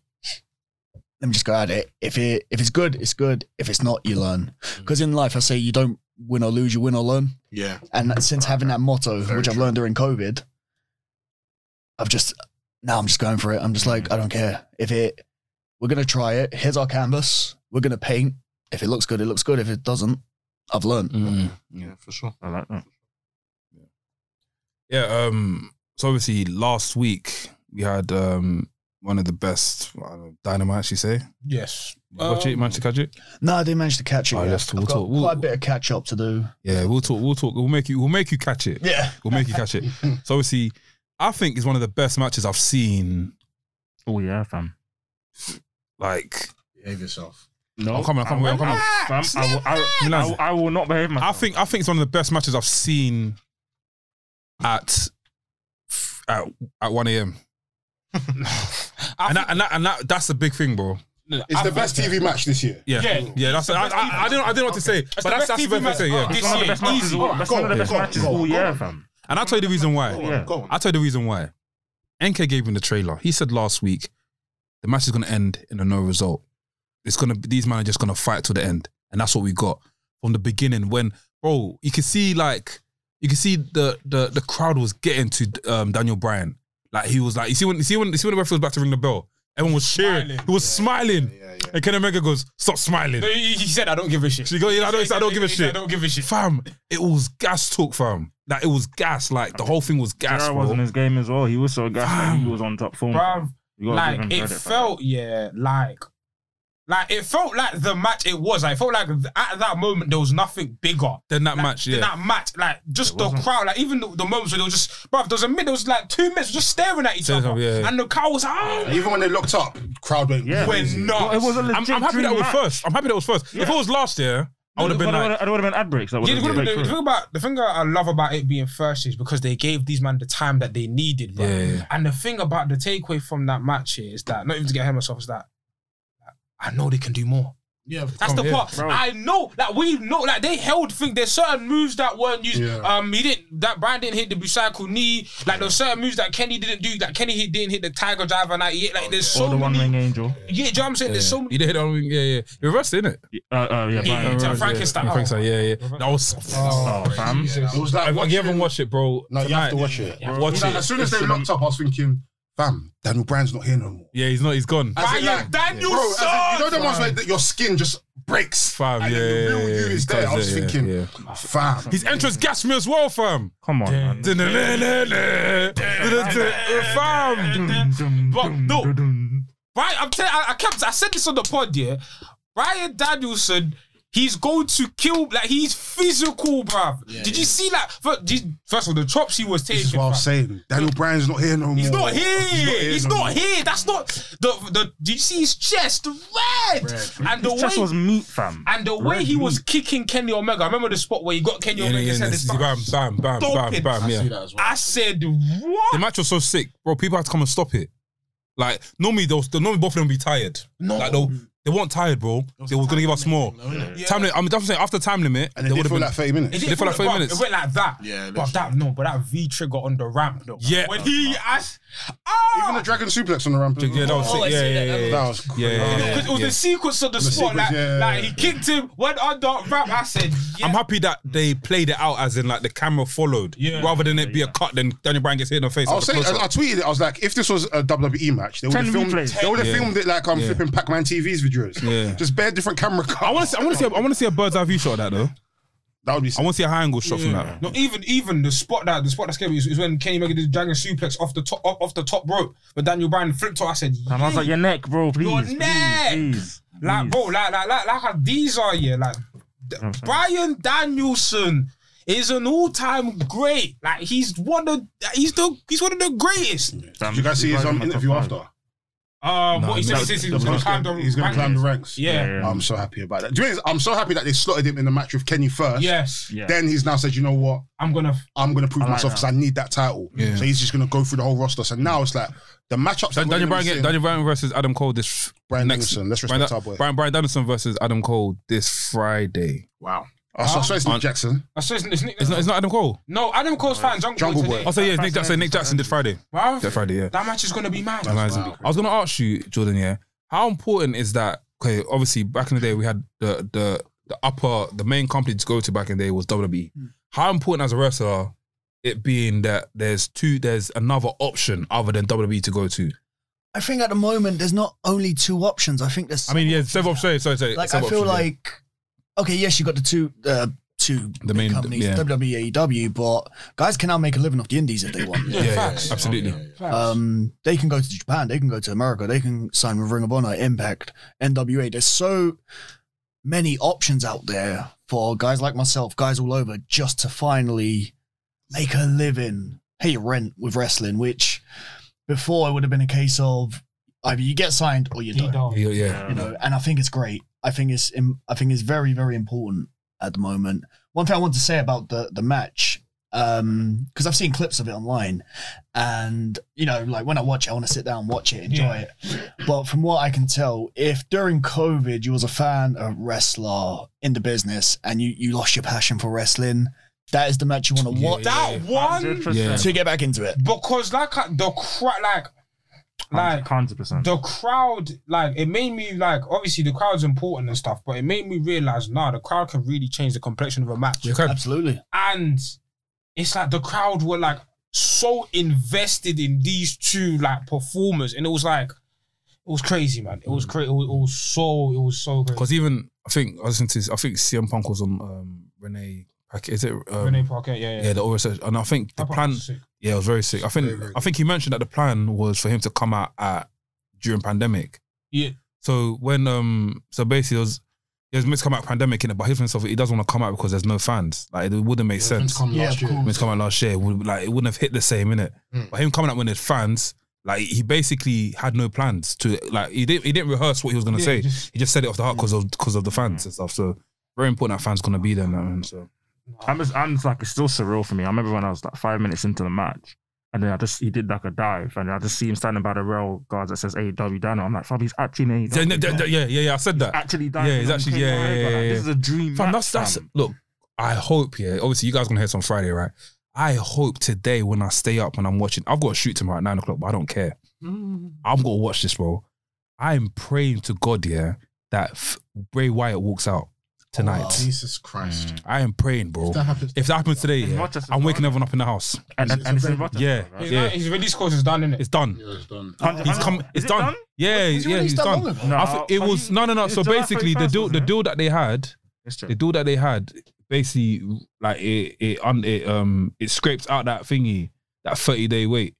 S5: let me just go at it. If it if it's good, it's good. If it's not, you learn.
S4: Hmm.
S5: Because in life, I say you don't win or lose, you win or learn.
S2: Yeah.
S5: And since having that motto,
S4: Hmm. Very
S5: which I've
S4: true.
S5: learned during COVID, I've just now I'm just going for it. I'm just
S4: Hmm.
S5: like I don't care if it. We're gonna try it. Here's our canvas. We're gonna paint. If it looks good, it looks good. If it doesn't, I've
S4: Hmm.
S5: learned.
S2: Yeah, for sure.
S1: I like that.
S3: Yeah. Um. So obviously, last week we had um one of the best I don't know, dynamites. You say?
S6: Yes.
S3: Watch it, managed to catch it.
S5: No, I didn't manage to catch it.
S3: Oh,
S5: yet.
S3: yes, we'll
S5: I've got
S3: talk- we'll-
S5: quite a bit of catch up to do.
S3: Yeah, we'll talk. We'll talk. We'll make you. We'll make you catch it.
S5: Yeah,
S3: We'll make you catch it. So obviously, I think it's one of the best matches I've seen.
S1: Oh yeah, fam.
S3: Like,
S4: Behave yourself.
S1: No,
S3: I'm coming. I'm coming. I'm coming.
S1: Ah! Fam, I, will, I, I, will- I will not behave
S3: I
S1: myself.
S3: think I think it's one of the best matches I've seen at at, at one a.m. and, that, and that and that that's the big thing, bro.
S2: It's the best TV match this year.
S3: Yeah, yeah,
S6: Yeah.
S3: that's. I, I, I didn't. I didn't know what to say, but
S6: the
S3: that's
S6: best
S3: that's the
S6: TV
S3: best thing. to say,
S6: match.
S3: Yeah,
S1: It's one of the best matches. All, that's one of the best matches all year, fam.
S3: and I'll tell you the reason why.
S1: Yeah.
S4: Go on.
S3: I'll tell you the reason why. NK gave him the trailer. He said last week, the match is going to end in a no result. It's going to these men are just going to fight to the end, and that's what we got from the beginning. When bro, you can see like you can see the the the crowd was getting to um, Daniel Bryan. Like he was like you see when you see when you see when the ref was back to ring the bell, everyone was cheering.
S6: Smiling.
S3: He was smiling, and Ken Omega goes, "Stop smiling."
S6: He he said, I don't give a shit.
S3: She goes, "I don't, I don't give a
S6: I
S3: shit."
S6: don't give a shit.
S3: Fam, it was gas talk, fam. Like it was gas. Like the whole thing was gas.
S1: Jarrah
S3: bro.
S1: was in his game as well. He was so gassed that he was on top form.
S6: Bruv,
S1: You gotta give him
S6: like it
S1: credit for that.
S6: felt yeah like like it felt like the match it was like, it felt like th- at that moment there was nothing bigger
S3: Then that
S6: like,
S3: match,
S6: than
S3: yeah.
S6: that match like just the crowd like even the, the moments where they were just bro there was a minute there was like two minutes just staring at each
S3: Staring
S6: other
S3: at- yeah.
S6: and the crowd was "Oh, like,
S2: Even when they locked up, crowd went.
S1: Yeah.
S6: oh, we're not
S1: It was a
S3: I'm,
S1: legit
S3: I'm happy
S1: dream
S3: that was
S1: match.
S3: first. I'm happy that was first. If it was last year, I would have been
S1: I
S3: like,
S1: I would have been ad breaks. That would
S6: yeah, the,
S1: have been
S6: good- the, the
S1: breakthrough.
S6: thing about the thing that I love about it being first is because they gave these men the time that they needed. Bro.
S3: Yeah, yeah, yeah.
S6: And the thing about the takeaway from that match is that not even to get ahead of myself is that I know they can do more.
S4: Yeah, of
S6: That's the
S3: yeah,
S6: part.
S1: bro.
S6: I know that we know like they held thing. There's certain moves that weren't used.
S4: Yeah.
S6: Um, he didn't. That Brian didn't hit the Busaku knee. Like there's certain moves that Kenny didn't do. That Kenny hit, didn't hit the Tiger Driver. Like, yeah, like there's
S1: Or
S6: so
S1: the one
S6: many.
S1: ring angel.
S6: Yeah, do you know what I'm saying? There's so
S3: he
S6: many.
S3: did hit on, yeah, yeah. Reversed, didn't it?
S1: Uh, uh, yeah, Brian.
S6: Yeah, Frankenstein.
S3: Yeah, Frankenstein, yeah, yeah. That was.
S1: Oh, fam.
S2: It was like
S3: If
S2: watching-
S3: you haven't watched it, bro.
S2: No, you have to watch it.
S3: tonight, Watch
S2: Like,
S3: it.
S2: as soon as they locked up, I was thinking, fam, Daniel Bryan's not here no more.
S3: Yeah, he's not. He's gone.
S2: As
S6: Brian
S2: in, like,
S6: Danielson!
S2: bro, as in, you know the ones where th- your skin just breaks,
S3: Fam,
S2: and
S3: Oh, yeah,
S2: then the
S3: yeah,
S2: real
S3: yeah,
S2: you
S3: yeah.
S2: is there. I was
S3: Yeah, yeah,
S2: thinking, fam,
S3: His entrance gassed me as well, fam.
S1: Come on, man.
S3: Fam.
S6: But no, Brian, I'm telling. I, I kept. I said this on the pod. Yeah, Brian Danielson. He's going to kill. Like he's physical, bruv. Did you see that? Fir- did- First of all, the chops he was taking.
S2: this is what I
S6: bruv.
S2: was saying. Daniel Bryan's not here no more.
S6: He's not here. He's
S2: no
S6: not here. That's not the the. Do you see his chest red? And the
S1: His chest
S6: way
S1: was meat, fam.
S6: and the way he was kicking Kenny Omega. I remember the spot where he got Kenny
S3: Yeah, yeah,
S6: Omega's
S3: yeah.
S6: head. and
S3: yeah.
S6: stuff.
S3: Bam, bam, bam, bam, bam. Yeah.
S6: I said what?
S3: The match was so sick, bro. People had to come and stop it. Like normally, those normally both of them be tired. No, like they'll, They weren't tired, bro. They were going to give us more. Time limit. I'm definitely saying after time limit,
S2: And
S3: they
S2: it
S3: would
S2: did
S3: have
S2: for
S3: been
S2: like 30 minutes.
S3: They for like
S6: Bro,
S3: five minutes.
S6: It went like that.
S4: Yeah,
S6: but that no, but that V trigger on the ramp though.
S3: Yeah.
S6: when he asked, ah,
S2: Even the dragon suplex on the ramp.
S3: Yeah, that was
S5: Oh, I
S3: sick. Yeah,
S5: see
S3: yeah,
S5: that,
S3: yeah,
S5: that
S3: yeah.
S2: That was
S3: Yeah,
S2: crazy.
S3: yeah, yeah,
S6: because it was
S3: yeah.
S6: the sequence of the, spot.
S2: sequence,
S6: like,
S2: yeah.
S6: like he kicked him, went under ramp. I said, yeah.
S3: I'm happy that they played it out as in like the camera followed,
S6: Mm. Yeah.
S3: rather than it be a cut. Then Daniel Bryan gets hit in the face.
S2: I
S3: at
S2: was
S3: the
S2: saying, I,
S3: close-up.
S2: I tweeted it. I was like, if this was a WWE match, they would have
S1: Ten
S2: filmed.
S1: replays.
S2: They would have
S3: Yeah.
S2: filmed it like I'm
S3: Yeah.
S2: flipping Pac-Man TV's videos.
S3: Yeah.
S2: Just bare different camera.
S3: I want
S2: cuts.
S3: to see. I want to see. I want to see a bird's eye view shot of that though.
S2: That would be.
S3: I want to see a high angle shot from
S6: Yeah.
S3: that.
S6: No, even even the spot that the spot that scared me is, is when Kenny Omega did the dragon suplex off the top off, off the top rope, but Daniel Bryan flipped her. I said,
S1: And I was
S6: "Yeah."
S1: like, your neck, bro, please.
S6: Your
S1: please,
S6: neck!
S1: Please,
S6: Like,
S1: please.
S6: bro, like, like, like, like how these are, yeah. Like, th-
S1: I'm sorry.
S6: Brian Danielson is an all-time great. Like, he's one of he's the he's one of the greatest.
S1: Damn,
S2: Did you guys see his
S1: he's
S2: um,
S1: my top
S2: interview
S1: five.
S2: after?
S6: Uh, what he said,
S1: no,
S6: he said he
S1: the
S6: was gonna
S1: most-
S6: climb the
S2: He's going to climb the ranks.
S1: Yeah,
S6: Yeah.
S1: yeah.
S7: Um,
S2: I'm so happy about that. Do you know what it is? I'm so happy that they slotted him in the match with Kenny first.
S6: Yes,
S1: Yeah.
S2: Then he's now said, you know what?
S6: I'm gonna.
S2: I'm going to prove
S1: I like
S2: myself because I need that title.
S3: Yeah.
S2: So he's just going to go through the whole roster. So now it's like the matchups.
S3: Dan-
S2: that
S3: Daniel
S2: we're
S3: Bryan,
S2: gonna be
S3: get, Daniel Bryan versus Adam Cole this
S2: Bryan
S3: next.
S2: Danielson. Let's respect
S3: Bryan,
S2: our boy.
S3: Bryan, Bryan Danielson versus Adam Cole this Friday.
S4: Wow.
S2: seeing. I saw, I saw it's Nick Jackson.
S6: I said, it's Nick,
S3: It's not. It's not Adam Cole.
S6: no, Adam Cole's fans. Jungle,
S2: Jungle
S6: Boy.
S2: Boy.
S6: Today.
S3: Oh, so yeah, it's Nick
S1: That's
S3: Jackson. Nick
S1: Friday.
S3: Jackson did Friday.
S6: Bruv,
S3: That Friday, yeah.
S6: that match is gonna be mad.
S3: That man's gonna be- I was gonna ask you, Jordan. Yeah, how important is that? Okay, obviously back in the day we had the the the upper the main company to go to back in the day was WWE.
S5: Hmm.
S3: How important as a wrestler it being that there's two there's another option other than WWE to go to.
S5: I think at the moment there's not only two options. I think there's
S3: I mean, yeah, several options. Sorry, sorry,
S5: like I
S3: several
S5: feel
S3: options, yeah.
S5: like okay, yes, you got the two uh, two
S3: The main-
S5: companies,
S3: yeah.
S5: WWE, AEW, but guys can now make a living off the indies if they want.
S3: yeah, yeah,
S6: Facts.
S3: absolutely.
S5: Um, they can go to Japan, they can go to America, they can sign with Ring of Honor, Impact, NWA. There's so many options out there for guys like myself, guys all over, just to finally make a living, pay your rent with wrestling, which before it would have been a case of either you get signed or you don't.
S6: Dog.
S3: Yeah, yeah.
S5: You know, and I think it's great. I think it's im- I think it's very very important at the moment. One thing I want to say about the the match because I've seen clips of it online, and you know, like when I watch it, I want to sit down, watch it, enjoy
S6: Yeah.
S5: it. But from what I can tell, if during COVID you was a fan, a wrestler in the business, and you you lost your passion for wrestling, that is the match you want to
S3: Yeah,
S5: watch
S3: yeah.
S6: That one
S1: 100%.
S3: Yeah.
S5: to get back into it.
S6: because like I- the crowd, like like
S1: 100%.
S6: the crowd, like it made me like obviously the crowd's important and stuff, but it made me realize nah, the crowd can really change the complexion of a match.
S3: You can't-
S5: Absolutely,
S6: And it's like the crowd were like so invested in these two like performers, and it was like it was crazy, man. It was crazy. It, was- it was so it was so crazy.
S3: Because even I think I listened to I think CM Punk was on um, Renee. Pac- Is it um,
S6: Renee Parker, yeah, yeah.
S3: Yeah, the oversearch, and I think the
S6: That part
S3: plan.
S6: was sick.
S3: Yeah, it was very sick. I think I think he mentioned that the plan was for him to come out at during pandemic.
S6: Yeah.
S3: So when um so basically it was he was meant to come out pandemic in it, but he himself he doesn't want to come out because there's no fans. Like it wouldn't make sense. Him
S5: yeah, of course.
S3: to come out last year, Mm. it would, like it wouldn't have hit the same in it. But him coming out when there's fans, like he basically had no plans to like he didn't he didn't rehearse what he was gonna
S6: Yeah,
S3: say.
S6: he just-
S3: he just said it off the heart because of because of the fans and stuff. So very important that fans gonna be there, man. So
S1: I'm just, I'm just like, it's still surreal for me. I remember when I was like five minutes into the match, and then I just, he did like a dive, and I just see him standing by the rail guard that says AEW Dano. I'm like, Fab, he's actually in AEW.
S3: yeah, yeah, yeah, yeah, I said that.
S1: actually diving.
S3: Yeah, he's
S1: on
S3: actually-
S1: KO,
S3: yeah, yeah,
S1: like,
S3: yeah, yeah.
S1: This is a dream.
S3: Fam,
S1: match,
S3: that's that's
S1: fam.
S3: look. I hope yeah. Obviously, you guys gonna hear this on Friday, right? I hope today when I stay up and I'm watching, I've got to shoot tomorrow at nine o'clock, but I don't care.
S1: Mm.
S3: I'm gonna watch this, bro. I'm praying to God, yeah, that f- Bray Wyatt walks out tonight.
S1: Oh.
S4: Jesus Christ.
S2: Mm.
S3: I am praying, bro. Oh, If
S4: That happens.
S3: happens today,
S1: It's
S3: yeah,
S1: not just-
S3: I'm waking everyone up in the house.
S1: and, and, and it's in Rochester,
S3: Yeah,
S1: right?
S6: His,
S3: yeah.
S6: his release course is done, innit?
S3: It's done.
S4: Yeah, it's done.
S3: He's come.
S1: Is
S3: It's
S1: it
S3: done.
S1: done?
S3: Yeah, yeah, he's
S5: released that long
S3: done.
S5: ago?
S1: No,
S3: I thi- it
S1: Uh, but
S3: was
S1: he-
S3: no, no, no.
S1: it's
S3: So
S1: July
S3: basically, the
S1: 31st,
S3: deal, the
S1: wasn't it?
S3: deal that they had,
S1: It's true.
S3: the deal that they had basically like it it, un, it um it scrapes out that thingy that 30 day wait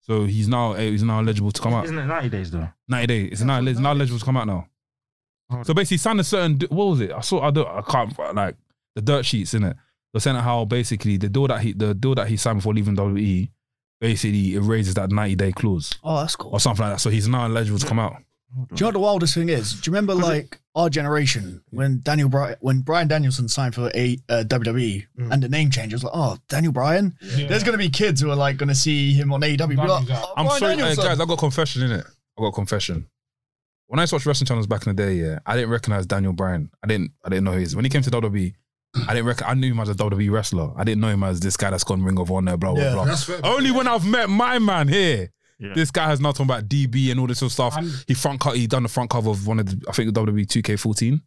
S3: so he's now eh, he's now eligible to come out
S1: Isn't it 90 days though?
S3: 90 days it's now, it's now eligible to come out now so basically signed a certain d- what was it I saw I, don't, I can't like the dirt sheets in it they're saying how basically the deal that he the deal that he signed before leaving WWE basically erases that 90 day clause
S5: Oh, that's cool.
S3: or something like that so he's now eligible to come out
S5: Do you know what the wildest thing is? Do you remember like our generation when Daniel Bry- when Brian Danielson signed for a uh, WWE and the name change it was like, oh, Daniel Bryan. There's gonna be kids who are like gonna see him on AEW. be like,
S6: Daniel's out.
S5: "Oh,
S3: I'm
S5: Bryan
S3: sorry eh,
S5: Danielson."
S3: guys I got confession in it I got confession when I used to watch wrestling channels back in the day, yeah, I didn't recognize Daniel Bryan. I didn't, I didn't know who he is. When he came to WWE, I didn't reckon. I knew him as a WWE wrestler. I didn't know him as this guy that's gone Ring of Honor, blah blah
S5: Yeah,
S3: blah.
S4: That's fair.
S3: Only when I've met my man here.
S1: Yeah.
S3: This guy has not talking about DB and all this sort of stuff.
S6: I'm-
S3: he front cut. He done the front cover of one of the, I think E WWE 2K14.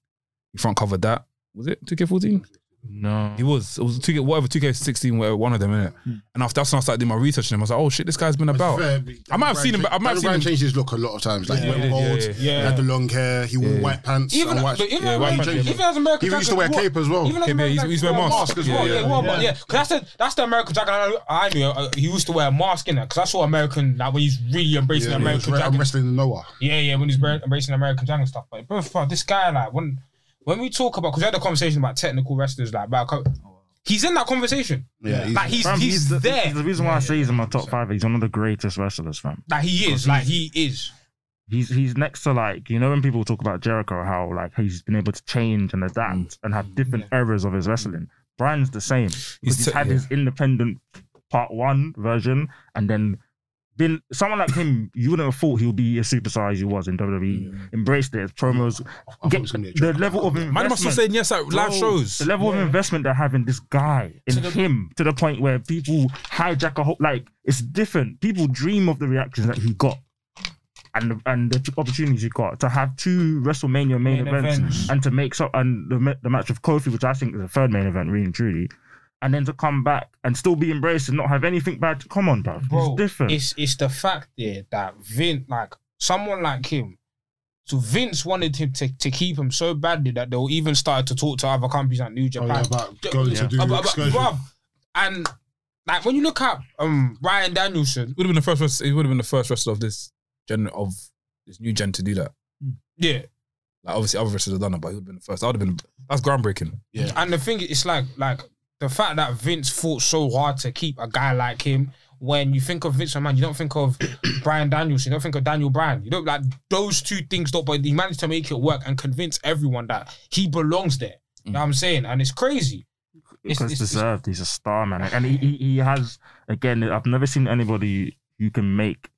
S3: He front covered that. Was it 2K14?
S1: No.
S3: He was. It was 2K whatever 2K16 whatever, one of them innit?
S5: Hmm.
S3: And after that's when I started doing my research on him. I was like, oh shit, this guy's been about. I might have seen him. but I might have seen
S2: Daniel Bryan
S3: him.
S2: changed his look a lot of times. Like
S3: Yeah, he
S2: he went
S3: did, yeah,
S2: bald,
S3: yeah,
S2: he
S6: yeah.
S2: had the long hair, he wore white pants.
S6: Even,
S2: and white-
S6: but even,
S3: yeah, white
S6: when-
S3: man,
S6: even,
S3: yeah.
S6: as American
S2: He used to wear
S6: Dragon, he
S2: cape as well.
S6: wore- Even
S3: Cape,
S6: as
S3: yeah,
S6: American
S3: he's- he's
S6: Dragon,
S3: wearing
S6: he wore a
S3: mask.
S6: as
S3: Yeah,
S6: well.
S3: yeah,
S6: Yeah, he wore a ma- yeah. Because that's the that's the American Dragon I, I knew. Uh, he used to wear a mask in it. Because that's what American like when he's really embracing
S2: Yeah, he was
S6: American
S2: re- I'm
S6: Dragon.
S2: wrestling Noah.
S6: Yeah, yeah, when he's bra- embracing American Dragon stuff. But bro, fuck, this guy like when when we talk about because we had a conversation about technical wrestlers like about
S4: Oh,
S6: co- he's in that conversation.
S2: Yeah, he's-
S6: like he's
S1: Fam,
S6: he's,
S1: the,
S6: there.
S1: The reason why I say he's in my top five, he's one of the greatest wrestlers, fam.
S6: Like he is. Like he is.
S1: He's he's next to like you know when people talk about Jericho, how like he's been able to change and adapt and
S2: Mm,
S1: have different eras of his wrestling. Brian's the same. He's, he's
S3: t-
S1: had
S3: yeah.
S1: his independent part one version, and then been someone like him. You wouldn't have thought he would be as superstar as he was in WWE. Embraced it, his promos,
S2: thought
S1: get
S2: it was gonna be a
S1: the
S2: joke.
S1: level of
S3: Man, must have
S1: investment.
S3: said yes at live
S1: Bro,
S3: shows.
S1: The level of investment they're having this guy in him to the point where people hijack a whole like it's different. People dream of the reactions that he got. And the, and the opportunities he got to have two WrestleMania main,
S6: Main
S1: events,
S6: events.
S1: and to make so and the, ma- the match of Kofi, which I think is the third main event, really and truly, and then to come back and still be embraced and not have anything bad to come on, bro.
S6: Bro,
S1: it's different.
S6: It's it's the fact there that Vince, like someone like him, so Vince wanted him to, to keep him so badly that they even started to talk to other companies like New
S4: Oh,
S6: Japan.
S4: yeah, about going to do
S6: Uh, but- but-
S4: excursion.
S6: bruv, and like when you look at um Ryan Danielson,
S3: would have been the first. wrest- It would have been the first wrestler of this gen of this new gen to do that.
S6: yeah,
S3: Like obviously other wrestlers have done it, but he would have been the first. That would have been that's groundbreaking.
S6: and the thing is, it's like like the fact that Vince fought so hard to keep a guy like him. When you think of Vince McMahon, you don't
S1: <coughs>
S6: think of Brian Danielson, you don't think of Daniel Bryan. You don't like those two things. Don't, but he managed to make it work and convince everyone that he belongs there. You
S1: Mm.
S6: know what I'm saying? And it's crazy. It's,
S1: because
S6: it's, it's,
S1: deserved. He's a star, man, and he, he he has again. I've never seen anybody who can make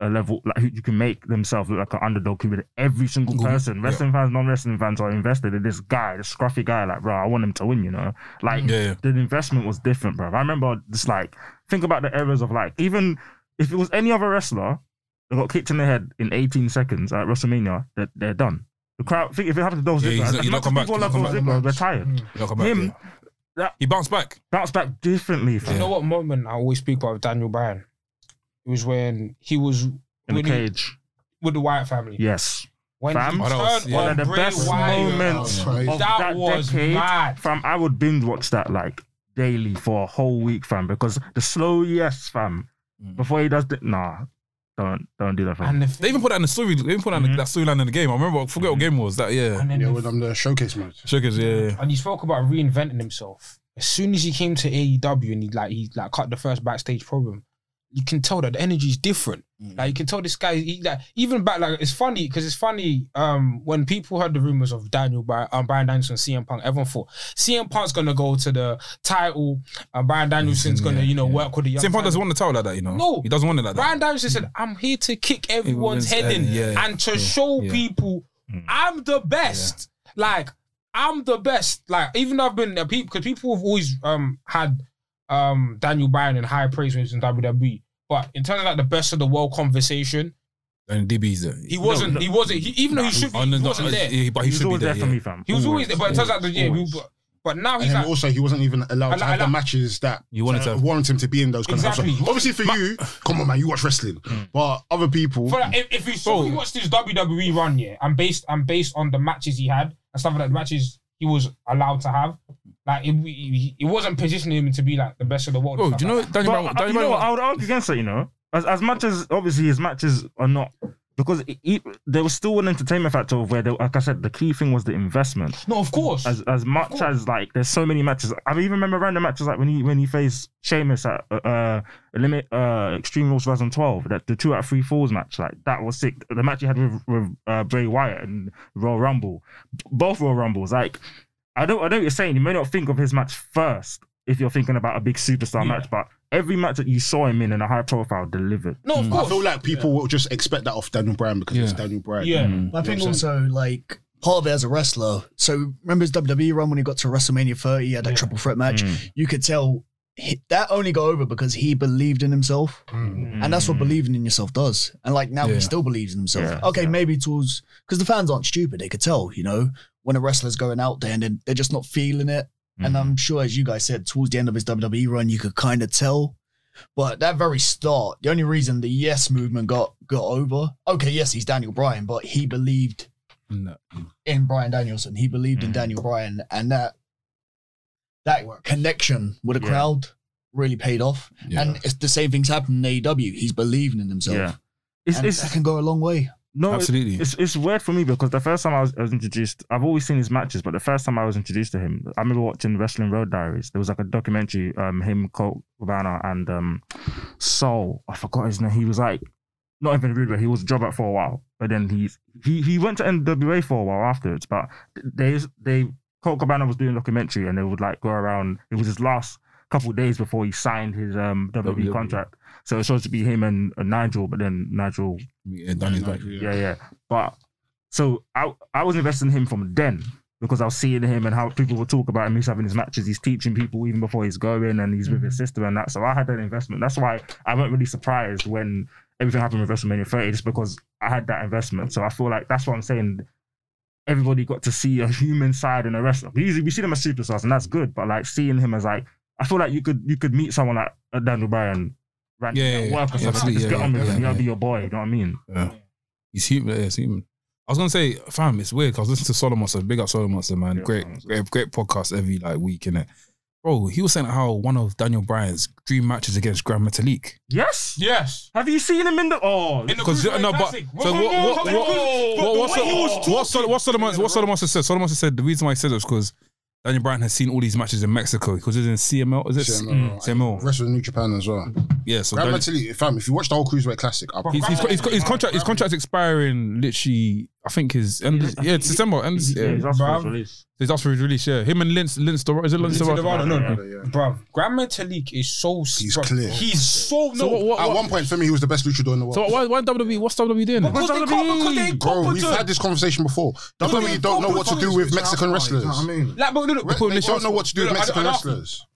S1: a level like who you can make themselves look like an underdog. Community. Every single person, wrestling fans, non-wrestling fans, are invested in this guy, this scruffy guy. Like, bro, I want him to win. You know,
S6: Mm.
S1: like
S3: Yeah, yeah.
S1: the investment was different, bro. I remember just like think about the errors of like even if it was any other wrestler that got kicked in the head in 18 seconds at WrestleMania, that they're, done. The crowd think if it happened to those
S3: Yeah,
S1: ziggler,
S3: he's not-
S1: that's
S3: he'll
S1: not
S3: come back,
S1: people
S3: he'll
S1: like
S3: come
S1: those
S3: back. Mm.
S1: ziggler, they're tired.
S3: He'll come back,
S1: Him,
S3: yeah.
S1: that-
S3: he bounced back.
S1: Bounce back differently.
S6: You
S1: fam.
S6: know what moment I always speak about with Daniel Bryan? It was when he was
S1: in the
S6: when he-
S1: cage.
S6: with the Wyatt family.
S1: Yes.
S6: When
S1: Fam,
S6: he
S3: that
S6: turned
S3: was- yeah.
S6: on
S1: One of the
S6: Bray
S1: best
S6: Wyatt.
S1: moments
S4: That was
S1: of
S6: that
S1: that,
S6: was
S1: decade.
S6: mad.
S1: Fam, I would binge watch that like daily for a whole week, fam, because the slow yes, fam,
S3: Mm.
S1: before he does the nah, don't don't do that, fam.
S6: And the thing,
S3: They even put that in the story. They even put that,
S6: Mm-hmm.
S3: in the, that storyline in the game. I remember. I forget what game it was that. Yeah,
S6: and then
S2: Yeah,
S6: the
S2: when I'm the showcase mode.
S3: sugars. Yeah, yeah.
S6: and he spoke about reinventing himself. As soon as he came to AEW and he like he like cut the first backstage problem, you can tell that the energy is different.
S3: Mm.
S6: Like you can tell this guy, he, like even back like it's funny because it's funny. Um, when people heard the rumors of Daniel Bryan, um, Brian Danielson, CM Punk, everyone thought CM Punk's gonna go to the title, and Brian Danielson's
S3: Mm,
S6: gonna you know work with the young
S3: Same Punk
S6: talent.
S3: doesn't want the title like that. You know,
S6: No.
S3: he doesn't want it like that.
S6: Brian Danielson
S3: Mm.
S6: said, "I'm here to kick
S3: Everyone's
S6: everyone's head in
S3: head, yeah,
S6: and to show
S3: yeah.
S6: people I'm the best. Like I'm the best. Like even though I've been a people because people have always um had um Daniel Bryan in high praise when he was in WWE, but in terms of like the best of the world conversation,
S3: and DB's there.
S6: he wasn't. he wasn't. He, even though he should, be,
S3: Oh, no,
S6: he
S3: no,
S6: wasn't there.
S3: Yeah, but
S1: he
S3: he
S1: was
S3: should be
S1: always
S3: there.
S1: there, for
S3: yeah.
S1: me, fam.
S6: He was always there, but in terms of like the yeah, we, but, but now
S2: And
S6: he's
S2: then
S6: like
S2: also, he wasn't even allowed to
S6: Allow-
S2: have
S6: allow-
S2: the matches that
S3: You wanted
S2: uh,
S3: to-
S2: warrant him to be in those kind
S6: Exactly.
S2: of stuff. Obviously, for you, come on, man, you watch wrestling, but other people,
S6: For like, if, if you saw,
S3: Bro.
S6: he watched his WWE run, yeah, and based and based on the matches he had and stuff like that, the matches he was allowed to have, like it, it, it wasn't positioning him to be like the best of the world.
S3: Bro,
S6: and
S3: do you know
S6: stuff like
S3: Daniel
S1: But
S3: Bryan?
S1: I,
S3: Daniel
S1: you know what,
S3: Bryan-
S1: I would argue against that, you know. As, as much as obviously his matches are not because it, it, there was still an entertainment factor of where, they, like I said, the key thing was the investment.
S6: that? No, of course.
S1: as as much as like there's so many matches. I even remember random matches like when he when he faced Sheamus at uh, uh limit uh Extreme Rules 2012, that the two out of three falls match, like that was sick. The match he had with, with uh, Bray Wyatt and Royal Rumble, B- both Royal Rumbles. Like I don't I know what you're saying. You may not think of his match first if you're thinking about a big superstar match, but every match that you saw him in in a high profile delivered.
S6: No,
S3: Mm.
S6: of
S2: I
S6: course.
S2: feel like people mm. will just expect that off Daniel Bryan because it's
S3: Yeah.
S2: Daniel Bryan.
S6: Yeah.
S5: But I
S2: You know
S5: think
S2: what I'm
S5: also like part of it as a wrestler. So remember his WWE run when he got to WrestleMania 30, he had that triple threat match.
S1: Mm.
S5: You could tell he, that only got over because he believed in himself,
S2: Hmm.
S5: and
S1: Mm.
S5: that's what believing in yourself does. And like now
S3: Yeah.
S5: he still believes in himself.
S1: Yeah.
S5: okay, maybe towards because the fans aren't stupid; they could tell, you know, when a wrestler's going out there and then they're just not feeling it.
S1: Mm.
S5: And um, I'm sure, as you guys said, towards the end of his WWE run, you could kind of tell. But that very start, the only reason the yes movement got got over, okay, yes, he's Daniel Bryan, but he believed
S3: No.
S5: in Brian Danielson. He believed in
S1: Mhm.
S5: Daniel Bryan, and that that connection with the
S1: Yeah.
S5: crowd really paid off.
S3: Yeah.
S5: And it's the same things happened in AEW. He's believing in himself.
S1: yeah. It's,
S5: and that
S1: it's
S5: can go a long way.
S1: no, it-
S3: Absolutely.
S1: It's it's weird for me because the first time I was, I was introduced, I've always seen his matches, but the first time I was introduced to him, I remember watching Wrestling Road Diaries. There was like a documentary, um, him, Colt Cabana, and um, Soul. I forgot his name. He was like not even rude, but he was a job out for a while. But then he's he he went to NWA for a while afterwards. But they they Colt Cabana was doing a documentary, and they would like go around. It was his last couple of days before he signed his um WWE,
S3: WWE.
S1: contract. So it's supposed to be him and, and Nigel, but then Nigel
S3: Yeah, Danny's back.
S2: uh,
S1: yeah, yeah. But so I I was investing in him from then because I was seeing him and how people would talk about him. He's having his matches. He's teaching people even before he's going, and he's with his sister and that. So I had that investment. That's why I weren't really surprised when everything happened with WrestleMania 30, just because I had that investment. So I feel like that's what I'm saying. Everybody got to see a human side in a wrestler. We usually we see them as superstars, and that's good. But like seeing him as like, I feel like you could you could meet someone like a Daniel Bryan, randomly
S3: Yeah,
S1: at work or
S3: yeah, yeah,
S1: something, and
S3: absolutely,
S1: just get
S3: yeah,
S1: on with
S3: yeah,
S1: him.
S3: yeah,
S1: He'll be
S3: yeah.
S1: your boy. You know what I mean?
S3: Yeah. He's human. Yeah, he's human. I was gonna say, fam, it's weird. 'cause I was listening to Solomon Monster, big up Solomon Monster, man.
S1: Yeah,
S3: great,
S1: Solomon Monster.
S3: great, great podcast every like week, innit? Bro, he was saying how one of Daniel Bryan's dream matches against Grand Metalik.
S1: Yes.
S6: Yes.
S1: Have you seen him in the? Oh,
S6: In the
S3: Because
S6: Cruiserweight
S3: uh, no, but
S6: Classic.
S3: so what? What? What? What? What?
S6: the way he was
S3: Sol- What? Sol- What? Solomon? What? Solomon Monster said. Solomon Monster said the reason why he said it was because Daniel Bryan has seen all these matches in Mexico because it's in CML. Is it
S2: CML.
S3: CML?
S2: Wrestled in uh, New Japan as well.
S3: Yeah. So
S2: Grand
S3: hmm, Daniel-
S2: Metalik, fam, if you watch the whole Cruiserweight Classic, I
S3: He's, he's, he's, his contract his contract's expiring literally I think his end
S1: Yeah,
S3: yeah it's December end
S1: yeah,
S3: yeah.
S1: he's asked for
S6: bruv.
S1: his release.
S3: He's asked for his release yeah him and Lince Lince Dor- is it Lince
S6: Lince
S3: Dorado?
S6: Dorado, no,
S1: Yeah.
S6: no. Bruv, Grandma Talik is so
S2: He's
S6: struck-
S2: clear.
S6: He's so no.
S3: So what, what,
S2: At
S3: what-
S2: one point, for me, he was the best luchador in the world.
S3: so why, why WWE what's WWE doing?
S6: because they can't. Because they ain't
S2: Bro, we've
S6: competent.
S2: had this conversation before. WWE don't know what to do with Mexican wrestlers.
S7: You know what I mean?
S6: Like, but look,
S2: Re-
S3: putting
S2: They
S3: the
S2: don't know what to do with
S6: Look, I-
S2: Mexican
S6: I- I-
S2: wrestlers.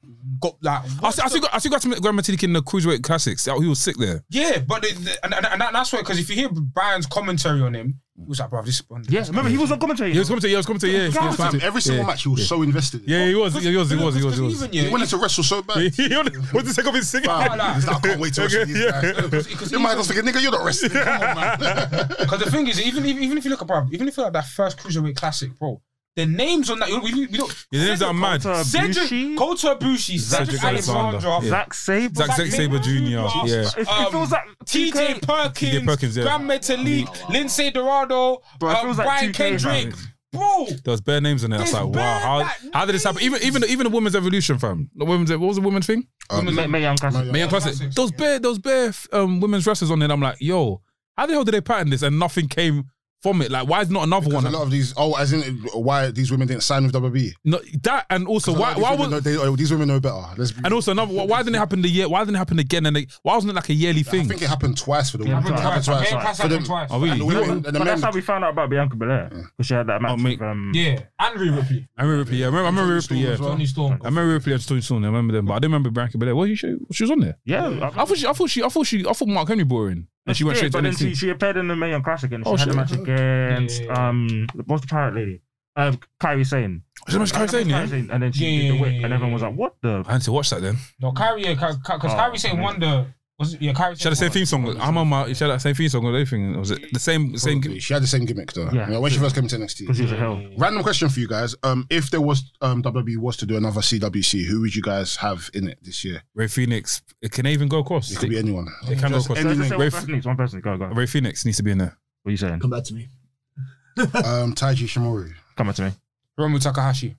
S6: got like.
S3: I see, I see, I see got some Grand Metalik in the Cruiserweight Classics oh, he was sick there
S6: Yeah, but the, the, and, and, and that- that's why because if you hear Brian's commentary on him, he was like, "Bro, this." one-
S1: Yeah, remember he was on commentary.
S3: he was coming to yeah he was coming to yeah, he was coming
S2: Fam,
S3: to-
S2: every single
S3: yeah.
S2: match, he was so invested. in.
S3: yeah he was he was he was he was he
S6: Because
S3: was
S6: even,
S2: He
S6: yeah,
S2: wanted to wrestle so
S3: <laughs>
S2: bad.
S3: he was what's the second his singer
S2: Fam,
S6: Nah, nah.
S2: he's like, I can't wait to wrestle these
S3: Yeah.
S2: guys.
S6: because
S2: <laughs> You might as well think, nigga, you're not wrestling. Come on, man.
S6: Because the thing is, even even even if you look at bruv, even if you look at that first cruiserweight classic, bro, the names on that we, we, we don't.
S3: <laughs> his name's are mad
S1: Kota,
S6: Cedric,
S1: Ibushi,
S6: Kota Ibushi, Cedric,
S3: Cedric Alexander.
S6: Alexander,
S3: Yeah.
S1: Zack Sabre.
S3: Zack Zack Sabre Jr. Yeah
S1: It,
S6: Um,
S1: it feels like
S6: TJ Perkins,
S3: TJ Perkins, yeah.
S6: Grand Metalik, Lindsay Dorado,
S1: Bro, it
S6: um,
S1: feels like
S6: Brian
S1: 2K,
S6: Kendrick, bro.
S3: There was bare names in there. I was
S6: There's
S3: like,
S6: bare,
S3: wow,
S6: like,
S3: how, how did this happen? Even even even the women's evolution, fam. The women's what was the women's thing?
S1: May, May Young Classic.
S3: Mayan Classic. Those bare those bare um, women's wrestlers on there. I'm like, yo, how the hell did they pattern this and nothing came from it? Like, why is not another
S2: Because
S3: one?
S2: a lot of these, oh, as in why these women didn't sign with WWE.
S3: No, that and also
S2: A lot
S3: why
S2: of these
S3: why
S2: women
S3: was
S2: know, they, oh, these women know better? Let's be,
S3: and also another why- why didn't it happen the year? Why didn't it happen again? And they, why wasn't it like a yearly
S2: I
S3: thing?
S2: think it happened twice for the women.
S1: happened
S2: It happened
S6: Twice,
S2: twice.
S6: Mayan Classic
S2: For them-
S6: happened twice.
S3: Oh really?
S2: And the women- and the
S1: But
S2: men-
S1: that's how we found out about Bianca Belair because she had that match
S3: mate.
S1: with um,
S6: Yeah, and Rhea Ripley,
S3: I remember Ripley. Yeah, I remember, I remember Ripley. Yeah,
S6: Tony Storm.
S3: I remember Ripley and Stone Stone. I remember them, but I didn't remember Bianca Belair. What she she was on there?
S1: yeah.
S3: I thought she I thought she I thought she I thought Mark Henry brought her in and she went
S1: yeah,
S3: straight to
S1: but then she,
S3: NXT.
S1: she appeared in the May Young Classic and she
S3: Oh,
S1: had a
S3: shit.
S1: match against
S6: Yeah, yeah, yeah.
S1: um what's the pirate lady? Uh, Kyrie Sane.
S3: She was Kyrie Sane, yeah.
S1: And then she
S6: Yeah,
S1: did the
S6: yeah,
S1: whip,
S6: yeah,
S1: and
S6: yeah,
S1: everyone
S6: yeah.
S1: was like, "What the
S3: I had to watch that then.
S6: No, Kyrie, because
S1: Oh,
S6: Kyrie Sane won the. Was it, yeah, Kyrie
S3: She had the
S6: Sane
S3: same theme song. I'm on my. She had that same theme song and everything. Was it the same? Same.
S2: Probably. She had the same gimmick though.
S1: Yeah.
S2: Yeah, when she first came to NXT.
S1: because she was a hell."
S2: Random question for you guys. Um, if there was um
S7: E
S2: WWE was to do another CWC, who would you guys have in it this year?
S3: Ray Phoenix. It can even go across.
S2: It could be
S3: It
S2: anyone.
S3: can go across.
S2: Just
S1: So just <laughs>
S2: anything.
S1: say one
S3: Ray F-
S1: person each, one person. Go, go. What
S3: Ray Phoenix needs to be in there.
S1: are you saying?
S5: Come back to me.
S2: Um, Taiji Shimori.
S1: Come on to me.
S6: Romu Takahashi.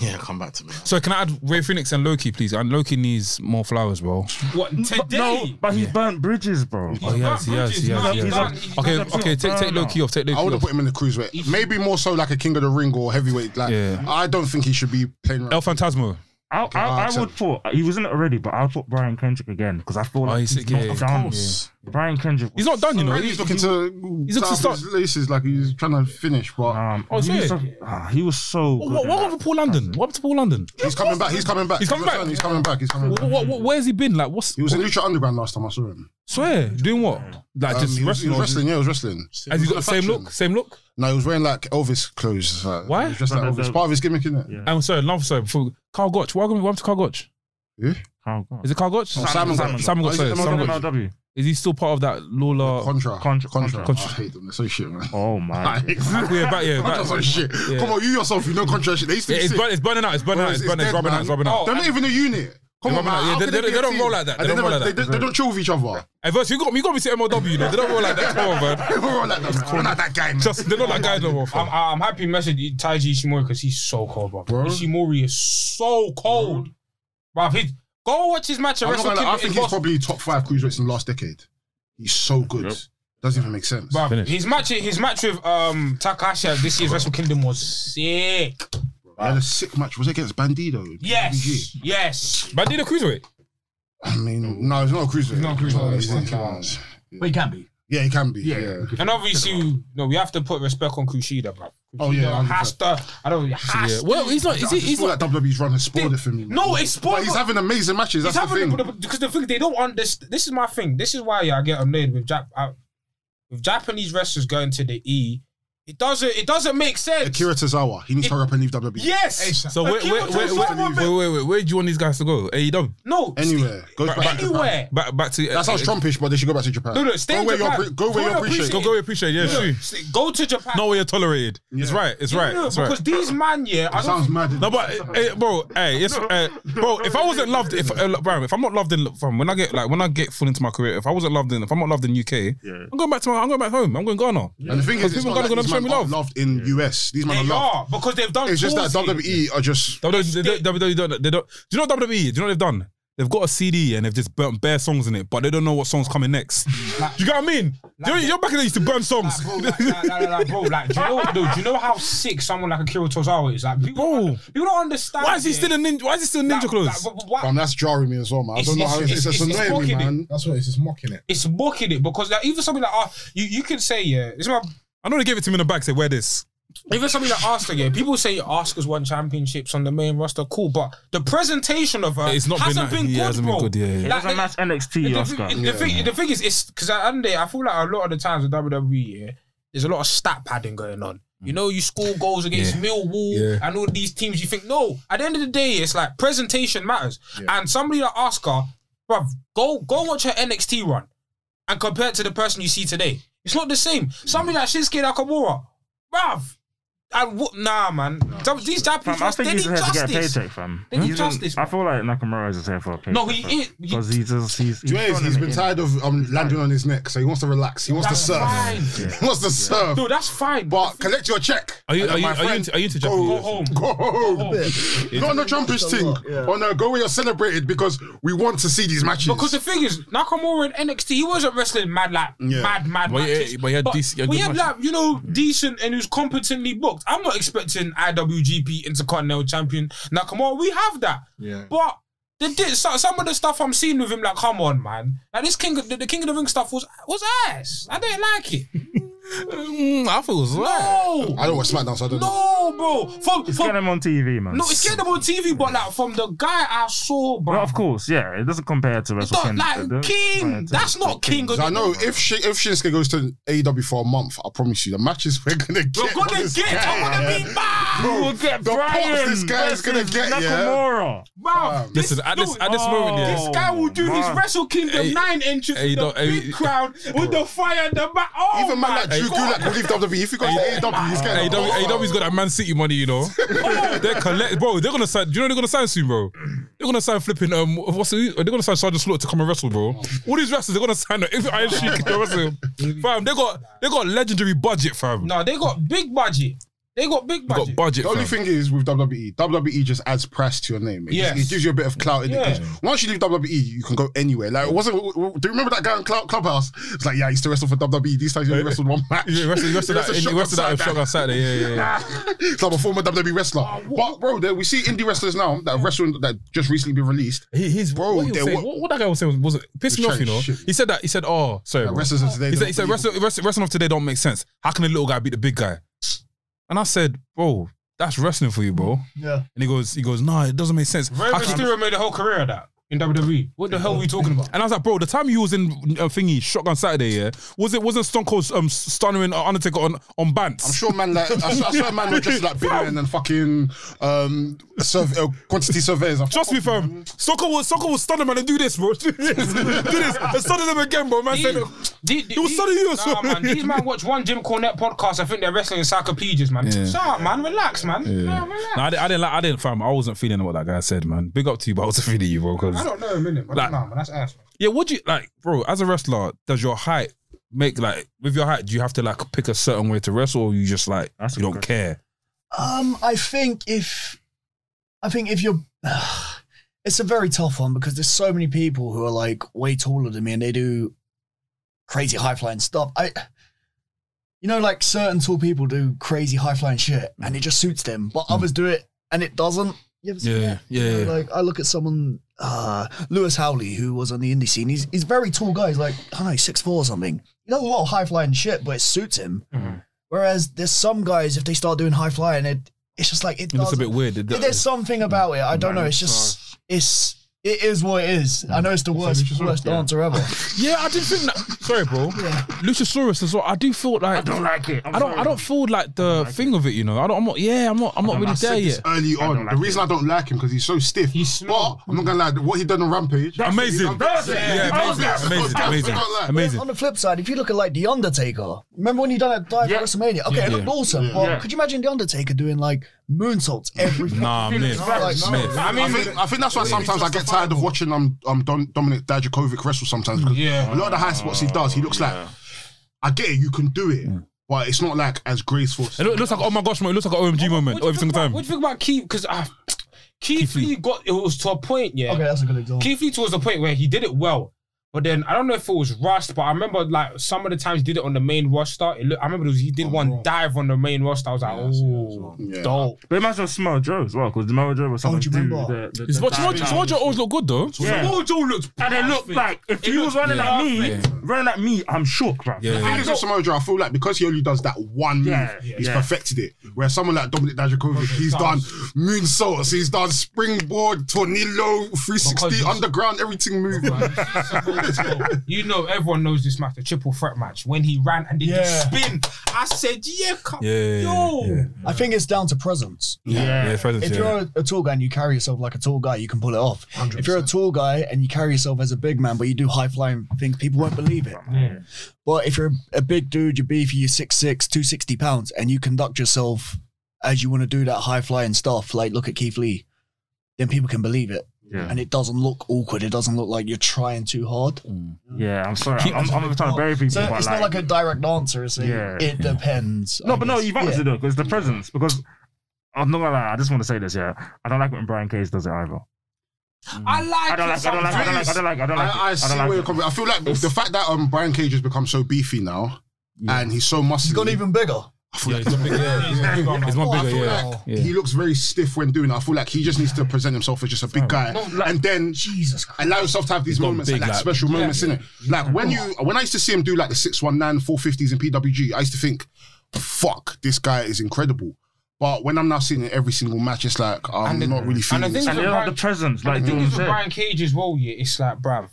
S11: Yeah, come back to me.
S3: So can I add Ray Phoenix and Loki, please? And Loki needs more flowers, bro.
S6: What today?
S1: No, but he's burnt bridges, bro.
S3: Oh, he has, he has, he has,
S1: He's
S3: he has.
S1: done- he's
S3: Okay,
S1: done-
S3: okay. Take take Loki off. Take
S2: I
S3: Loki
S2: would
S3: off.
S2: have put him in the cruiserweight. Maybe more so like a King of the Ring or heavyweight. Like
S3: Yeah.
S2: I don't think he should be playing. around.
S3: El Fantasma.
S1: I, I, I
S2: Clarkson.
S1: would thought he wasn't already, but I would put Brian Kendrick again because I feel like
S3: Oh, he's
S1: he's,
S3: sick, yeah,
S1: not
S3: of
S1: done.
S3: course.
S1: Brian Kendrick,
S3: He's not done, you know.
S7: He's looking to
S3: he's looking to
S7: tie up his laces like he's trying to finish, but
S1: Um,
S3: Oh,
S1: he, was
S3: sick.
S1: so, ah, he was so.
S3: What,
S1: good
S3: what,
S1: in
S3: what
S1: that.
S3: happened to Paul London? What happened to Paul London?
S7: he's coming back. He's coming back.
S3: He's coming back.
S7: returned, He's coming back. He's coming
S3: What,
S7: back.
S3: what, what, where's he been? Like, what's
S7: He was in Lucha Underground last time I saw him.
S3: swear doing what? Like
S7: Um,
S3: just
S7: he was, he
S3: wrestling.
S7: was
S3: or-
S7: wrestling. Yeah, he was wrestling.
S3: Has he
S7: was
S3: got
S7: in
S3: the
S7: a
S3: same
S7: faction.
S3: look? Same look?
S7: No, he was wearing like Elvis clothes. Like,
S3: Why?
S7: He was dressed like
S1: No, no,
S7: Elvis.
S1: no.
S7: Part of his gimmick, isn't it?
S1: Yeah.
S3: I'm sorry, love sorry. Before Carl Gotch. Welcome, welcome to Carl Gotch.
S1: Oh, God.
S3: Is it Carl Gotch?
S7: Oh, Simon
S1: Simon-
S7: got
S3: Simon got
S7: Oh, is it
S3: first,
S7: MLW?
S3: Simon got-
S1: MLW.
S3: Is he still part of that Lola?
S7: Contra.
S1: Contra-
S7: Contra.
S1: Contra.
S7: I hate them. They're so shit,
S3: <laughs>
S7: man.
S1: Oh my!
S7: Like,
S3: yeah, back, <laughs> yeah, back.
S7: Contra's so shit.
S3: Yeah.
S7: Come on, you yourself, you know Contra shit. They used to
S3: Yeah,
S7: be
S3: it's,
S7: sick.
S3: burn, it's burning out. It's burning out. It's,
S7: Oh, It's-
S3: burning.
S7: it's
S3: It's rubbing
S7: dead,
S3: out. It's rubbing
S7: man.
S3: out.
S7: They're not even a unit. Come
S3: They're
S7: on,
S3: not-
S7: man.
S3: yeah,
S7: how
S3: they-
S7: can
S3: they-
S7: be
S3: they
S7: a
S3: don't
S7: team?
S3: roll like that.
S7: And
S3: They
S7: They
S3: don't roll
S7: never-
S3: like
S7: they
S3: that.
S7: don't- <laughs> they don't chill with each other.
S3: Hey, verse, you got me. You got me to MLW. You know, they don't roll like that. Come on, man.
S7: They don't roll like that. man. We're not that guy, man.
S3: Just they're not that guy no more. fam.
S6: I'm, I'm happy message you Taiji Ishimori because he's so cold, bro. Ishimori is so cold. Bro, he, go watch his match at
S7: I'm not
S6: Wrestle
S7: gonna lie, I
S6: Kingdom.
S7: think
S6: His,
S7: he's
S6: boss-
S7: probably top five cruiserweights in the last decade. He's so good. Doesn't even make sense.
S6: bruv,
S3: Finish.
S6: his match, his match with um Takashi at this year's Wrestle Kingdom was sick.
S7: He had a sick match. Was it against Bandido?
S6: Yes, yes.
S3: But I did a cruiserweight.
S7: I mean, no, it's not a cruiserweight.
S6: not a cruiserweight.
S7: It's not a
S3: uh,
S7: cruiserweight.
S4: But he can be.
S7: Yeah, he can be. Yeah.
S6: And obviously, no, we have to put respect on Kushida, bro.
S7: Oh, yeah,
S6: Kushida
S7: 100%.
S6: has to. I don't. Has
S3: Yeah.
S6: to.
S3: Well, he's not. Is
S7: I
S3: he?
S7: just
S3: He's
S7: feel
S3: not.
S7: like WWE's run has spoiled it for me. man.
S6: No, it's spoiled.
S7: But he's having amazing matches. That's
S6: He's
S7: the thing.
S6: having the- because the thing they don't understand. This is my thing. This is why yeah, I get annoyed with Jap uh, with Japanese wrestlers going to the E. It doesn't. It doesn't make sense.
S7: Akira Tozawa. He needs to hurry up and leave E. WWE.
S6: Yes.
S3: So where,
S6: Akira
S3: where, where, where,
S6: Tozawa,
S3: wait,
S6: man.
S3: wait, wait. Where do you want these guys to go? AEW.
S6: No.
S7: Anywhere. Go back, to Japan.
S6: Anywhere.
S3: Back, back to.
S7: That sounds Trumpish, but they should go back to Japan.
S6: No, no, stay
S7: go
S6: in
S7: where
S6: Japan.
S7: You're, appre- go where you're appreciated.
S3: Go, go. Appreciate. Yeah, true.
S6: Go to Japan.
S3: Not where you're tolerated. It's right. It's right.
S6: No,
S3: It's
S6: because
S3: right.
S6: these man, yeah, I don't
S7: Sounds mad.
S3: No, but eh, eh, bro, hey,
S7: <laughs>
S3: it's, eh, bro. If I wasn't loved, if uh, bro, if I'm not loved in from when I get like when I get full into my career, if I wasn't loved in, if I'm not loved in UK,
S1: Yeah.
S3: I'm going back to my, I'm going back home. I'm going Ghana.
S7: And the thing is, it's
S3: people
S7: not
S3: gotta
S7: like
S3: go
S7: these
S3: and show
S7: men
S3: me
S7: aren't loved in US. These men are
S6: they
S7: loved.
S6: are because they've done.
S7: It's just that
S6: tours here.
S7: WWE are just.
S3: WWE, E, they, don't- they don't, they don't. Do you know what WWE? Do you know what they've done? They've got a CD and they've just burnt bare songs in it, but they don't know what song's coming
S6: <laughs>
S3: next. do you get what I mean? you, know, you know, back in the used to burn songs.
S6: Bro, like, like, like, like, bro, like, do you know, no, do you know how sick someone like Akira Tozawa is? Like, people,
S3: Bro.
S6: people don't understand.
S3: why is he
S6: yeah.
S3: still in ninja? Why is he still in ninja
S6: Like,
S3: clothes?
S6: like, why-
S7: Man, that's jarring me as well, man. I
S6: It's-
S7: don't know
S6: it's-
S7: how it's, it's,
S6: it's-
S7: it's,
S6: it's
S7: annoying me,
S6: fucking
S7: man.
S4: That's what it is. It's mocking it.
S6: it's mocking it because like even something like uh, you you can say yeah, it's my
S3: I know they gave it to him in the back. Say wear this.
S6: even something like Oscar yeah. People say Oscar's won championships on the main roster, cool, but the presentation of her
S3: It's not
S6: hasn't
S3: been
S6: been,
S3: that- yeah,
S6: good,
S3: hasn't been
S6: bro.
S3: good, yeah, yeah. It
S1: It
S6: Like,
S1: was a match NXT
S6: the,
S1: Oscar.
S6: thing- the thing, the thing is, it's because at the end of the day, I feel like a lot of the times with WWE, yeah, there's a lot of stat padding going on. You know, you score goals against Millwall
S3: Mm. Yeah.
S6: and all these teams. You think, no, at the end of the day, it's like presentation matters. And somebody like Oscar, bruv, go go watch her NXT run and compare it to the person you see today. It's not the same. Somebody like Shinsuke Nakamura, bruv. And what? Nah, man. Some- These Japanese,
S1: Fam, I think
S6: they
S1: he's
S6: need
S1: here to get a
S6: justice.
S1: paycheck, fam.
S6: They need justice.
S1: I
S6: man.
S1: feel like Nakamura is just here for a paycheck.
S6: No, he is. he-
S1: because he's just he's.
S7: Do you know what it is?
S1: thrown
S7: He's
S1: it
S7: been
S1: in.
S7: tired of um, landing on his neck, so he wants to relax. He wants
S6: That's
S7: to serve.
S6: fine.
S7: <laughs> He wants to serve.
S6: Dude, that's fine.
S7: But collect your check.
S3: Are you-
S7: And then
S3: are you-
S7: my
S3: are you
S7: friend,
S3: into- are you into
S7: go-
S3: Japanese?
S7: Go home. Not on the Trumpish
S5: It's a
S7: thing.
S5: lot, yeah.
S7: Oh no, go where you're celebrated because we want to see these matches.
S6: Because the thing is, Nakamura in NXT, he wasn't wrestling mad like
S7: Yeah.
S6: mad mad
S3: But he-
S6: matches.
S3: but he had decent- he had
S6: we
S3: good
S6: had
S3: matches.
S6: like you know decent and he was competently booked. I'm not expecting IWGP Intercontinental Champion Nakamura. We have that,
S4: Yeah.
S6: but the di- so, some of the stuff I'm seeing with him, like come on, man, like this King of, the, the King of the Ring stuff was was ass. I didn't
S7: <laughs>
S6: like it.
S3: Mm, I feel it's right.
S6: No,
S7: I don't watch SmackDown, so I don't know.
S6: no, bro. From,
S1: It's
S6: from-
S1: getting him on TV, man.
S6: no, it's getting them on TV, but like from the guy I saw, bro.
S1: Well, of course, yeah. It doesn't compare to Wrestle
S6: Not like King. That's not King. of
S7: So I
S6: the-
S7: know if Sh- if Shinsuke goes to AEW for a month, I promise you the matches we're gonna get.
S6: We're gonna
S7: this
S6: get.
S7: guy,
S6: I'm gonna
S7: yeah.
S6: be mad.
S1: You will get
S7: the pops
S1: Brian.
S7: this guy is gonna
S1: versus
S7: get, yeah.
S1: Nakamura.
S6: Bro, this,
S3: Listen, at this oh,
S6: dude,
S3: at this moment, yeah.
S6: this guy will do
S1: man.
S6: his Wrestle Kingdom
S3: Hey,
S6: 9 entrance
S3: hey,
S6: with the
S3: don't- hey,
S6: big crowd with the fire in the back. Oh,
S7: Even man
S6: my
S7: like Drew
S6: God.
S7: Gulak will leave WWE. If he goes to
S3: E
S7: AEW, he's getting.
S3: AEW, AEW's got that Man City money, you
S6: <laughs>
S3: know. they're collect, bro. They're gonna sign. Do you know they're gonna sign soon, bro? They're gonna sign flipping. Um, what's the, They're gonna sign Sergeant Slaughter to come and wrestle, bro. All these wrestlers, they're gonna sign. If Iron <laughs> Sheik can wrestle, fam, they got they got legendary budget, fam.
S6: No, they got big budget. They got big
S3: You got
S6: budget.
S3: budget.
S7: The only
S3: Fam.
S7: thing is with E, WWE, WWE just adds press to your name. It,
S6: Yes.
S7: just, it gives you a bit of clout. In
S6: Yeah.
S7: it. Once you leave WWE, you can go anywhere. Like, it wasn't? w- w- Do you remember that guy in Club, Clubhouse? It's like, yeah, I used to wrestle for WWE. These times he only wrestled one
S3: <laughs>
S7: match.
S3: Yeah, rest of, rest of that,
S7: He wrestled
S3: in- rest of that,
S7: Shogun
S3: shock on Saturday. Yeah, yeah, yeah.
S7: it's like a former WWE wrestler. but bro, there, we see indie wrestlers now that have wrestled that just recently been released.
S3: He, he's
S7: Bro,
S3: What, he was
S7: there
S3: saying-
S7: wa-
S3: what, what that guy was saying was, was pissed me
S7: You're
S3: off. You know,
S7: trying to shit.
S3: he said that. He said, "Oh, sorry."
S7: Like,
S3: bro.
S7: wrestlers of today.
S3: He
S7: they're
S3: said, he said
S7: unbelievable.
S3: wrestling, wrestling, wrestling of today don't make sense. How can the little guy beat the big guy? And I said, bro, that's wrestling for you, bro.
S5: Yeah.
S3: And he goys, he goes, nah, it doesn't make sense.
S6: Rey
S3: How can-
S6: Mysterio made a whole career of that in WWE. What the hell are we talking about?
S3: and I was like, bro, the time you was in uh, thingy Shotgun Saturday, yeah, was it wasn't Stone Cold um, stunnering Undertaker on on Bants?
S7: I'm sure, man. Like, I, saw, I saw a man with just like big men and fucking um, surve- uh, quantity surveyors. I'm-
S3: Trust me, fam. Stone Cold was Stone Cold was stunning man and do this, bro. <laughs> Do this, do this, and stunning them again, bro. Man said,
S6: These-
S3: was
S6: these-
S3: studying you or
S6: Nah,
S3: something.
S6: man. These man watch one Jim Cornette podcast. I think they're wrestling encyclopedias, man.
S3: Yeah.
S6: Shut up, man. Relax, man. Nah, relax.
S3: Nah, I, didn't, I didn't like, I didn't, fam. I wasn't feeling what that guy said, man. Big up to you, but I wasn't feeling you, bro. Because
S6: I don't know, minute. I
S3: Like-
S6: don't know, man. That's ass. man.
S3: Yeah, would you like, bro? As a wrestler, does your height make like with your height? Do you have to like pick a certain way to wrestle, or you just like
S1: That's a
S3: you
S1: good
S3: don't care?
S5: Um, I think if I think if you're <sighs> it's a very tough one because there's so many people who are like way taller than me and they do crazy high flying stuff. I you know, like certain tall people do crazy high flying shit and it just suits them, but others do it and it doesn't. You ever seen that?
S3: Hmm. yeah, yeah.
S5: Like I look at someone, uh, Lewis Howley, who was on the indie scene. He's he's a very tall guy. He's like I don't know, six four or something. He does a lot of high flying shit, but it suits him.
S3: Mm-hmm.
S5: Whereas there's some guys if they start doing high flying, it it's just like it
S3: It looks
S5: does.
S3: a bit weird. It-
S5: There's something about it. I don't know. It's just it's. It is what it is. I know it's the worst, worst answer
S3: <laughs>
S5: ever.
S3: yeah, I did think. That, sorry, bro.
S5: Yeah.
S3: Luchasaurus as well. I do feel like I
S1: don't like it. I'm
S3: I don't.
S1: sorry.
S3: I don't feel like the thing of it. You know, I don't. I'm not. Yeah, I'm not. I'm not really
S1: I said
S3: there
S1: this
S3: yet.
S7: early
S1: I don't
S7: on.
S1: like
S7: the reason I don't like him because he's so stiff.
S6: He's
S7: but
S6: slow.
S7: I'm not gonna lie, what he done on Rampage.
S3: Amazing.
S1: That's it.
S3: Yeah,
S1: I was
S3: amazing,
S1: there.
S3: amazing,
S7: I was
S3: amazing,
S7: there. I was there.
S3: amazing.
S5: On the flip side, if you look at like The Undertaker, remember when you done that dive
S1: Yeah.
S5: at WrestleMania? Okay, it looked awesome. But
S1: Yeah.
S5: could you imagine The Undertaker doing like moonsaults every
S3: Nah, myth,
S5: Like, no,
S3: myth.
S7: I mean, I think, I think that's why sometimes I get tired of watching um, um Don, Dominic Dijakovic wrestle sometimes because
S6: Yeah.
S7: a lot of the high spots
S1: Ah,
S7: he does, he looks like. I get it, you can do it,
S5: Mm.
S7: but it's not like as graceful.
S3: It look- looks like oh my gosh, moment. It looks like an OMG moment
S6: What do
S3: every
S6: you think
S3: single
S6: about-
S3: time.
S6: What do you think about Keith? Because uh, Keith
S3: Keith Lee.
S6: Lee got it was to a point, yeah.
S5: Okay, that's a good example.
S6: Keith Lee towards the point where he did it well, but then I don't know if it was rust, but I remember like some of the times he did it on the main roster. It look, I remember it was, he
S3: Oh,
S6: did one dive on the main roster. I was like, oh,
S7: Yeah.
S6: dope.
S1: But it might as well smell Joe as well, because the Samoa Joe was someone
S5: do
S1: do
S5: you remember?
S1: the, the, the
S3: It's what you know.
S1: dive.
S3: It's what you always look good though.
S1: Yeah. and it looked like if you was running at me, running at me, I'm shook, bro.
S3: Yeah.
S7: The thing is with Samoa Joe, I feel like because he only does that one
S1: Yeah,
S7: move,
S1: yeah,
S7: he's
S1: yeah.
S7: perfected it. Where someone like Dominic Dijakovic, he's done moonsaults, he's done springboard, tornillo, 360,
S6: Because he's-
S7: underground, everything move.
S6: <laughs> you know, everyone knows this match, the triple threat match. When he ran and did the
S5: Yeah.
S6: spin, I said, yeah, come,
S3: Yeah,
S6: yo.
S3: yeah.
S5: I think it's down to presence.
S3: Yeah, presence,
S5: If
S3: yeah.
S5: you're a, a tall guy and you carry yourself like a tall guy, you can pull it off. If you're a tall guy and you carry yourself as a big man, but you do high flying things, people won't believe it. But if you're a, a big dude, you're beefy, you're 6'6, 260 pounds, and you conduct yourself as you want to do that high flying stuff, like look at Keith Lee, then people can believe it.
S1: Yeah.
S5: And it doesn't look awkward. It doesn't look like you're trying too hard.
S1: Yeah, I'm sorry. I'm, I'm, I'm trying to bury people.
S5: So
S1: but
S5: it's not like a direct answer. It's like,
S1: Yeah.
S5: it depends.
S1: No,
S5: I
S1: but no,
S5: guess.
S1: you've answered
S5: Yeah.
S1: it though, because the presence. Because I'm not gonna lie, I just want to say this. Yeah, I don't like when Brian Cage does it either.
S6: I like
S1: I don't
S6: it
S1: like. I don't like. I don't like. I don't like. I don't like.
S7: I, I
S1: it.
S7: see
S1: I don't
S7: where
S1: like
S7: you're
S1: it.
S7: coming. I feel like the fact that um Brian Cage has become so beefy now, and he's so muscly.
S5: It's gone even bigger.
S3: Yeah, it's one bigger. Yeah. It's
S7: Well,
S3: one
S7: I
S3: bigger.
S7: feel
S3: Yeah.
S7: like
S3: Yeah.
S7: he looks very stiff when doing it. I feel like he just needs to present himself as just a big guy, and then
S5: Jesus Christ.
S7: allow yourself to have these
S3: gone
S7: moments,
S3: big,
S7: like,
S3: like-
S7: special moments in it. Like when you, when I used to see him do like the 619, 450s in PWG, I used to think, fuck, this guy is incredible. But when I'm now seeing it every single match, it's like I'm
S6: And the-
S7: not really
S6: and
S7: feeling.
S6: the
S7: it.
S6: thing-
S1: And they don't have the presence, like
S6: the thing
S1: Jordan
S6: is with
S1: said.
S6: Brian Cage as well, yeah, it's like, bruv,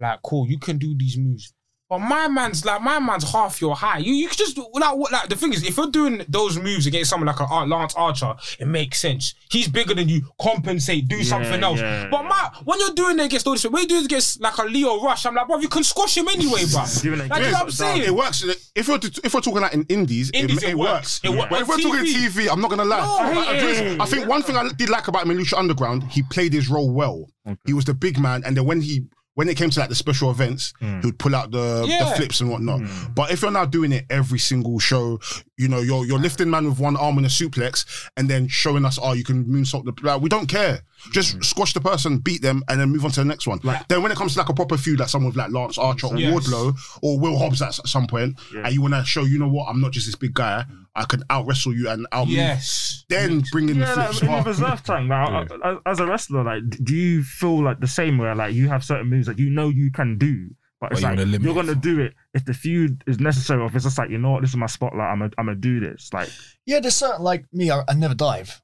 S6: like, cool, you can do these moves. But my man's like, my man's half your high. You you could just like what like the thing is, if you're doing those moves against someone like a Ar- Lance Archer, it makes sense. He's bigger than you. Compensate, do something else.
S1: yeah.
S6: but my when you're doing it against all this, when you're doing it against like a Leo Rush, I'm like, bruv, you can squash him anyway,
S1: <laughs>
S6: bruv.
S1: Giving it
S6: like, you know
S1: gas,
S6: what I'm
S1: but
S6: saying?
S7: It works if you're if we're talking like in indies,
S6: Indies,
S7: it,
S6: it
S7: it works.
S6: works. It works.
S7: But if we're
S6: On
S7: talking
S6: TV.
S7: TV, I'm not gonna lie.
S6: No, I
S7: Like,
S6: hate
S7: Chris,
S6: it.
S7: I think one thing I did like about him in Lucha Underground, he played his role well. He was the big man, and then when he when it came to like the special events, he would pull out the,
S6: Yeah.
S7: the flips and whatnot. But if you're now doing it every single show, you know, you're you're lifting man with one arm in a suplex and then showing us, oh, you can moonsault the like, we don't care. Just squash the person, beat them, and then move on to the next one. then when it comes to like a proper feud, like someone with like Lance Archer or
S6: Yes.
S7: Wardlow or Will Hobbs at s- some point, and you want to show, you know what, I'm not just this big guy. I can out wrestle you and out
S6: Yes.
S7: Then bring in
S1: Yeah,
S7: the flips.
S1: like, in
S7: Oh,
S1: the reserve time, like, as, as a wrestler, like, d- do you feel like the same where like you have certain moves that you know you can do, but it's
S3: But you
S1: like
S3: wanna limit
S1: you're gonna
S3: it.
S1: do it if the feud is necessary, or if it's just like you know what, this is my spotlight, I'm gonna I'm gonna do this. Like,
S5: Yeah, there's certain like me, I, I never dive.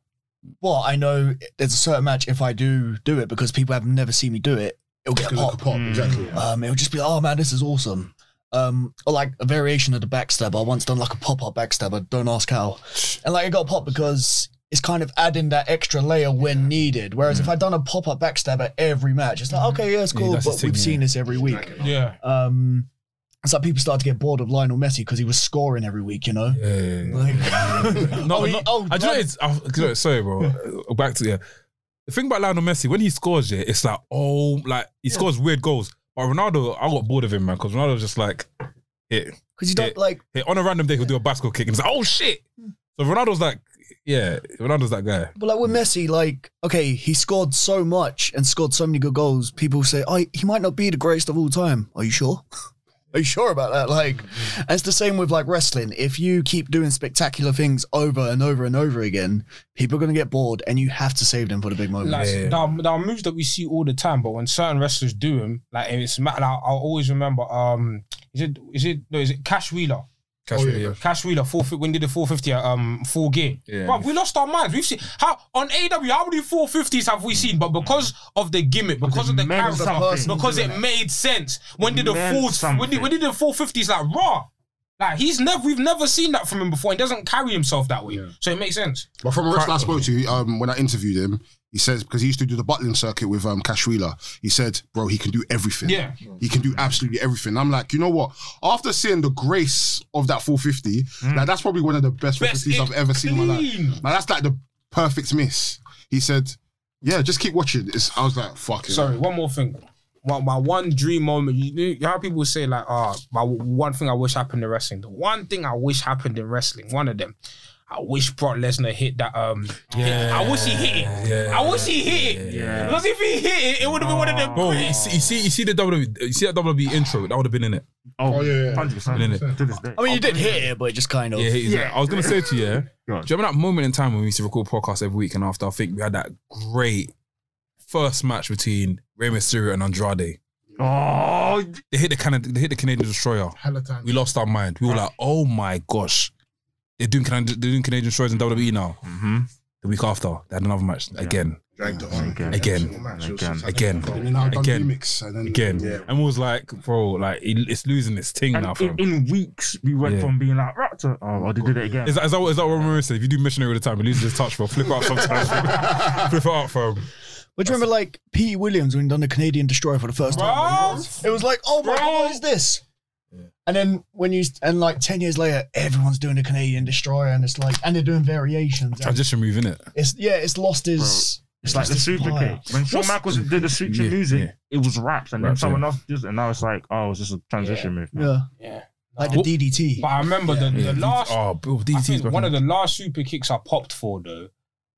S5: But I know there's a certain match if I do do it because people have never seen me do it, it'll get
S2: Because of
S5: popped.
S2: the pop,
S1: Mm.
S2: exactly.
S5: Um, it'll just be like, oh man, this is awesome. Um, or like a variation of the backstabber. I once done like a pop up backstabber. Don't ask how. And like it got popped because it's kind of adding that extra layer when needed. Whereas if I'd done a pop up backstabber every match, it's like okay, yeah, it's
S3: Mm. Yeah,
S5: cool,
S3: that's the
S5: but
S3: thing,
S5: we've
S3: yeah.
S5: seen this every week.
S6: Yeah.
S5: Um, it's like people started to get bored of Lionel Messi because he was scoring every week, you know. Like,
S3: No,
S5: oh, he-
S3: <laughs> no,
S5: oh,
S3: I do know it's, I, do you know, sorry, bro. Uh, Back to yeah. The thing about Lionel Messi when he scores, yeah, it's like oh, like he scores weird goals. But Ronaldo, I got bored of him, man, because Ronaldo's just like hit,
S5: because you don't
S3: Yeah.
S5: like
S3: hit on a random day he'll do a bicycle kick and it's like oh shit. So Ronaldo's like, yeah, Ronaldo's that guy.
S5: But like with Messi, like okay, he scored so much and scored so many good goals. People say, "Oh, he might not be the greatest of all time." Are you sure? <laughs> Are you sure about that? Like, and it's the same with like wrestling. If you keep doing spectacular things over and over and over again, people are gonna get bored, and you have to save them for the big moment.
S6: Like there are there are moves that we see all the time, but when certain wrestlers do them, like and it's ma- like, I'll always remember. Um, is it is it no? Is it Cash Wheeler?
S3: Cash
S2: yeah,
S3: really, yeah.
S6: Cash Wheeler, four fifty. When he did the four fifty at um four gear?
S3: Yeah.
S6: But we lost our minds. We've seen how on AW how many four fifties have we seen? But because of the gimmick, because of the
S1: meant
S6: character,
S1: something.
S6: because it made sense. When did the
S1: Meant
S6: four? When did,
S1: something.
S6: when did the four fifties like raw? Like he's never we've never seen that from him before. He doesn't carry himself that way, so it makes sense.
S7: But from a wrestler I spoke to, um, when I interviewed him, he says because he used to do the butling circuit with um, Cash Wheeler. He said, "Bro, he can do everything.
S6: Yeah.
S7: he can do absolutely everything." I'm like, you know what? After seeing the grace of that 450, like that's probably one of the best,
S6: Best
S7: 450s I've
S6: in-
S7: ever seen in my
S6: clean.
S7: life. Like that's like the perfect miss. He said, "Yeah, just keep watching." It's, I was like, "Fuck it."
S6: Sorry, one more thing. One, my one dream moment. You, know- you know how people say like, ah, my w- one thing I wish happened in wrestling. The one thing I wish happened in wrestling. One of them. I wish Brock Lesnar hit that. Um, yeah. I wish he hit it.
S3: Yeah.
S6: I wish he hit it.
S1: Yeah.
S6: Because if he hit it, it would have been one of them.
S3: Bro, you see, you see, you see the WWE, you see that WWE intro. That would have been in it.
S1: oh,
S4: Oh, yeah, yeah.
S1: 100% to this day.
S5: I mean, you did hit it, but it just kind of.
S3: Yeah, he's
S1: Yeah.
S3: I was gonna say to you, yeah, do you
S1: Go on.
S3: remember that moment in time when we used to record podcasts every week, and after I think we had that great first match between Rey Mysterio and Andrade.
S1: Oh,
S3: They hit the Canada, they hit the Canadian destroyer.
S4: Hella time.
S3: We lost our mind. We were like, oh my gosh, they're doing Canadian, they're doing Canadian destroyers in WWE now.
S1: mm-hmm.
S3: The week after, they had another match again,
S2: Dragged it on.
S1: Again.
S3: Again.
S1: Again.
S3: again,
S7: And then I've done
S3: Again.
S7: remix, and then
S3: again,
S2: Yeah.
S3: and we was like, bro, like it- it's losing its thing now,
S1: and
S3: fam.
S1: in, in weeks we went
S3: Yeah.
S1: from being like right to oh, well, they did it again.
S3: Is that, is, that, what- is that what Maria said? If you do missionary all the time, it loses its touch, bro. Flip it out
S6: <laughs>
S3: sometimes. fam. Flip it out, fam.
S5: But do you remember like Pete Williams when he done the Canadian Destroyer for the first time?
S6: Bro.
S5: It was like, oh
S6: Bro.
S5: my god, what is this? And then when you and like ten years later, everyone's doing the Canadian Destroyer, and it's like, and they're doing variations. and
S3: Transition move, innit?
S5: It's yeah, it's lost his.
S1: It's like the
S5: lost his
S1: super
S5: fire.
S1: kick. When Shawn
S3: What's-
S1: Michaels did the switch
S3: Yeah,
S1: in music, it
S3: yeah.
S1: was raps, and
S3: Raps,
S1: then someone else does it, and now it's like, oh, it's just a transition move. now.
S5: Yeah,
S6: Yeah.
S5: like the DDT.
S6: But I remember the, the last
S3: oh, bro,
S6: I
S3: DDT's
S6: think
S3: back
S6: one
S3: in-
S6: of the last super kicks I popped for though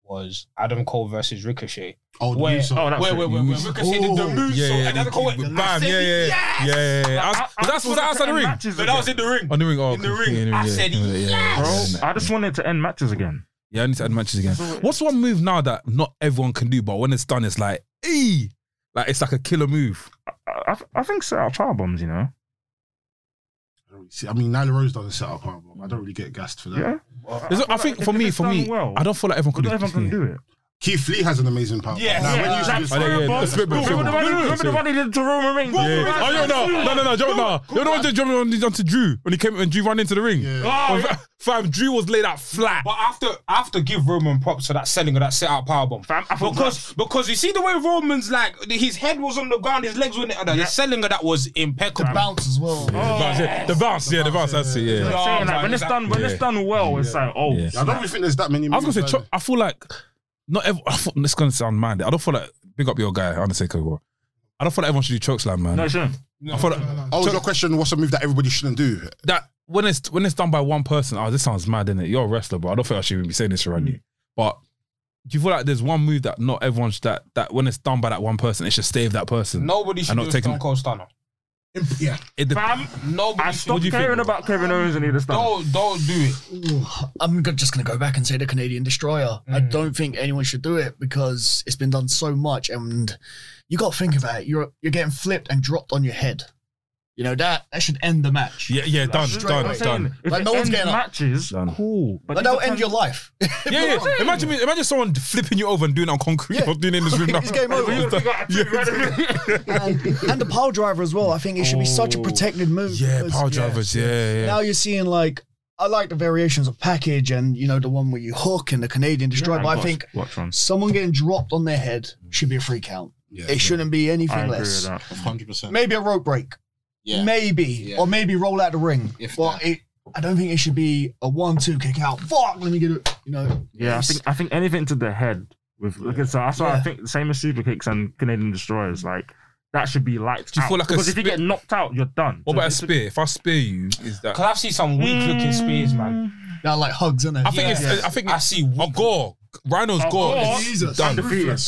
S6: was Adam Cole versus Ricochet.
S2: Oh, the
S6: where,
S2: moonsault.
S1: Oh, that was
S6: where,
S1: it.
S6: where, where, where Ricochet did the moonsault
S3: yeah, yeah,
S6: and Adam Cole went,
S3: bam, yeah, yeah, yeah, yeah, yeah.
S1: I- I
S3: I was, was that,
S1: just
S3: was
S1: wanted
S3: that outside
S1: to
S3: the
S1: end
S3: ring?
S1: matches
S6: But
S1: again.
S6: that was in the ring.
S3: On the ring, oh,
S6: In the
S3: okay,
S6: ring.
S3: yeah,
S6: I
S3: yeah,
S6: said,
S3: yeah, yeah, yeah,
S1: Bro,
S3: yeah,
S1: I just wanted to end matches again.
S3: Yeah, I need to add matches again. What's one move now that not everyone can do, but when it's done, it's like, ee, like it's like a killer move.
S1: I, I, I think set out power bombs, you know.
S2: I don't really see- I mean, Nyla Rose doesn't set up her, but I don't really get gassed for that.
S1: Yeah,
S3: There's- I,
S1: feel
S3: think
S1: like
S3: for
S1: if
S3: me,
S1: it's
S3: for
S1: done
S3: me,
S1: well,
S3: I don't feel like everyone can
S1: But
S3: do.
S1: everyone can do it.
S7: Keith Lee has an amazing power.
S6: Yes.
S7: Like, when you used to
S1: Like,
S7: just-
S3: Oh, yeah, yeah,
S1: power
S3: yeah,
S1: bombs.
S3: spit bomb,
S1: Remember
S3: spit
S1: the
S3: bomb.
S1: one- remember the one they did to Roman Reigns?
S3: Yeah. yeah. Oh, yo, no, no, no, no, Joe, no. You're the one that jumped on, on to Drew when he came when Drew ran into the ring.
S6: Oh,
S3: Oh, Fam, Drew was laid out flat.
S6: But I have to, I have to give Roman props to that selling of that set out powerbomb.
S1: Fam, I thought
S6: Because because you see the way Roman's like his head was on the ground, his legs were in the other. The selling of that was impeccable.
S5: bounce as well.
S3: The bounce, yeah, the bounce, yeah, the bounce, that's it, yeah.
S1: I'm saying, like, when it's done, when
S3: Yeah.
S1: it's done well, it's like, oh,
S3: Yeah.
S7: I don't really think there's that many.
S3: I was gonna say,
S7: moves,
S3: Chuck, I feel like not every. I thought this is gonna sound mad. I don't feel like big up your guy, Undertaker. Bro. I don't feel like everyone should do chokeslam, man.
S1: No, it shouldn't.
S3: I feel like
S7: Oh,
S3: So-
S7: your question: What's a move that everybody shouldn't do?
S3: that when it's when it's done by one person, oh, this sounds mad, innit? You're a wrestler, bro. I don't think I should even be saying this around
S5: Hmm.
S3: you. But do you feel like there's one move that not everyone's that that when it's done by that one person, it should stay with that person?
S6: Nobody
S3: I'm
S6: should
S3: not
S6: do a
S3: taking
S6: Stone
S3: it.
S6: Cold Stunner.
S4: Imp- yeah.
S3: It dep-
S1: Fam, I
S6: Nobody should.
S3: What
S1: stopped
S3: do you think,
S1: caring
S3: bro?
S1: about Kevin Owens and either stuff.
S6: Don't, don't do it.
S5: I'm go- just going to go back and say the Canadian Destroyer. I
S1: Mm.
S5: don't think anyone should do it because it's been done so much, and you got to think about it. You're you're getting flipped and dropped on your head. You know that that should end the match.
S3: yeah, yeah, done,
S1: I'm
S3: done, done,
S1: saying, If
S5: Like,
S1: it
S5: no one's
S1: ends
S5: getting up.
S1: matches,
S3: Done.
S1: cool.
S5: But
S1: these
S5: that'll
S1: are
S5: end
S1: times- <laughs>
S5: your life. <laughs>
S3: Yeah, yeah. Imagine me, imagine someone flipping you over and doing it on <laughs> concrete
S5: Yeah.
S3: or doing it in this
S5: <laughs>
S3: room now.
S5: It's game over.
S1: You
S3: It's done. <laughs>
S1: got- you got-
S5: and, and the power driver as well. I think it should be such a protected move.
S3: Oh, Yeah,
S5: because-
S3: power drivers. Yeah, yeah.
S5: Now you're seeing like I like the variations of package and you know the one where you hook and the Canadian Destroyer.
S1: Yeah,
S5: but I
S1: watch-
S5: think
S1: watch on.
S5: someone getting dropped on their head should be a free count. it shouldn't be
S1: I
S5: anything
S1: agree with
S5: less.
S1: that.
S11: Hundred percent.
S5: Maybe a rope break.
S11: Yeah.
S5: Maybe.
S11: Yeah.
S5: Or maybe roll out the ring.
S11: If
S5: but
S11: that.
S5: it I don't think it should be a one-two kick out. Fuck, let me get it. You know.
S1: Yeah, I
S5: it's-
S1: think I think anything to the head with like so that's why I
S5: Yeah.
S1: think the same as super kicks and Canadian destroyers, like that should be lights
S3: Do you
S1: out.
S3: feel like a
S1: because if you
S3: spit-
S1: get knocked out, you're done.
S3: What
S1: So
S3: about a
S1: it's-
S3: spear? If I spear you, is that?
S6: Cause I've seen some weak looking spears, man.
S1: Mm.
S5: Now like hugs, isn't it?
S3: I think it's. I think
S6: I
S3: it's
S6: see
S3: a gore. Rhino's
S1: Oh,
S3: gore.
S1: gore.
S3: is
S5: Jesus.
S3: Done.
S1: Undefeated.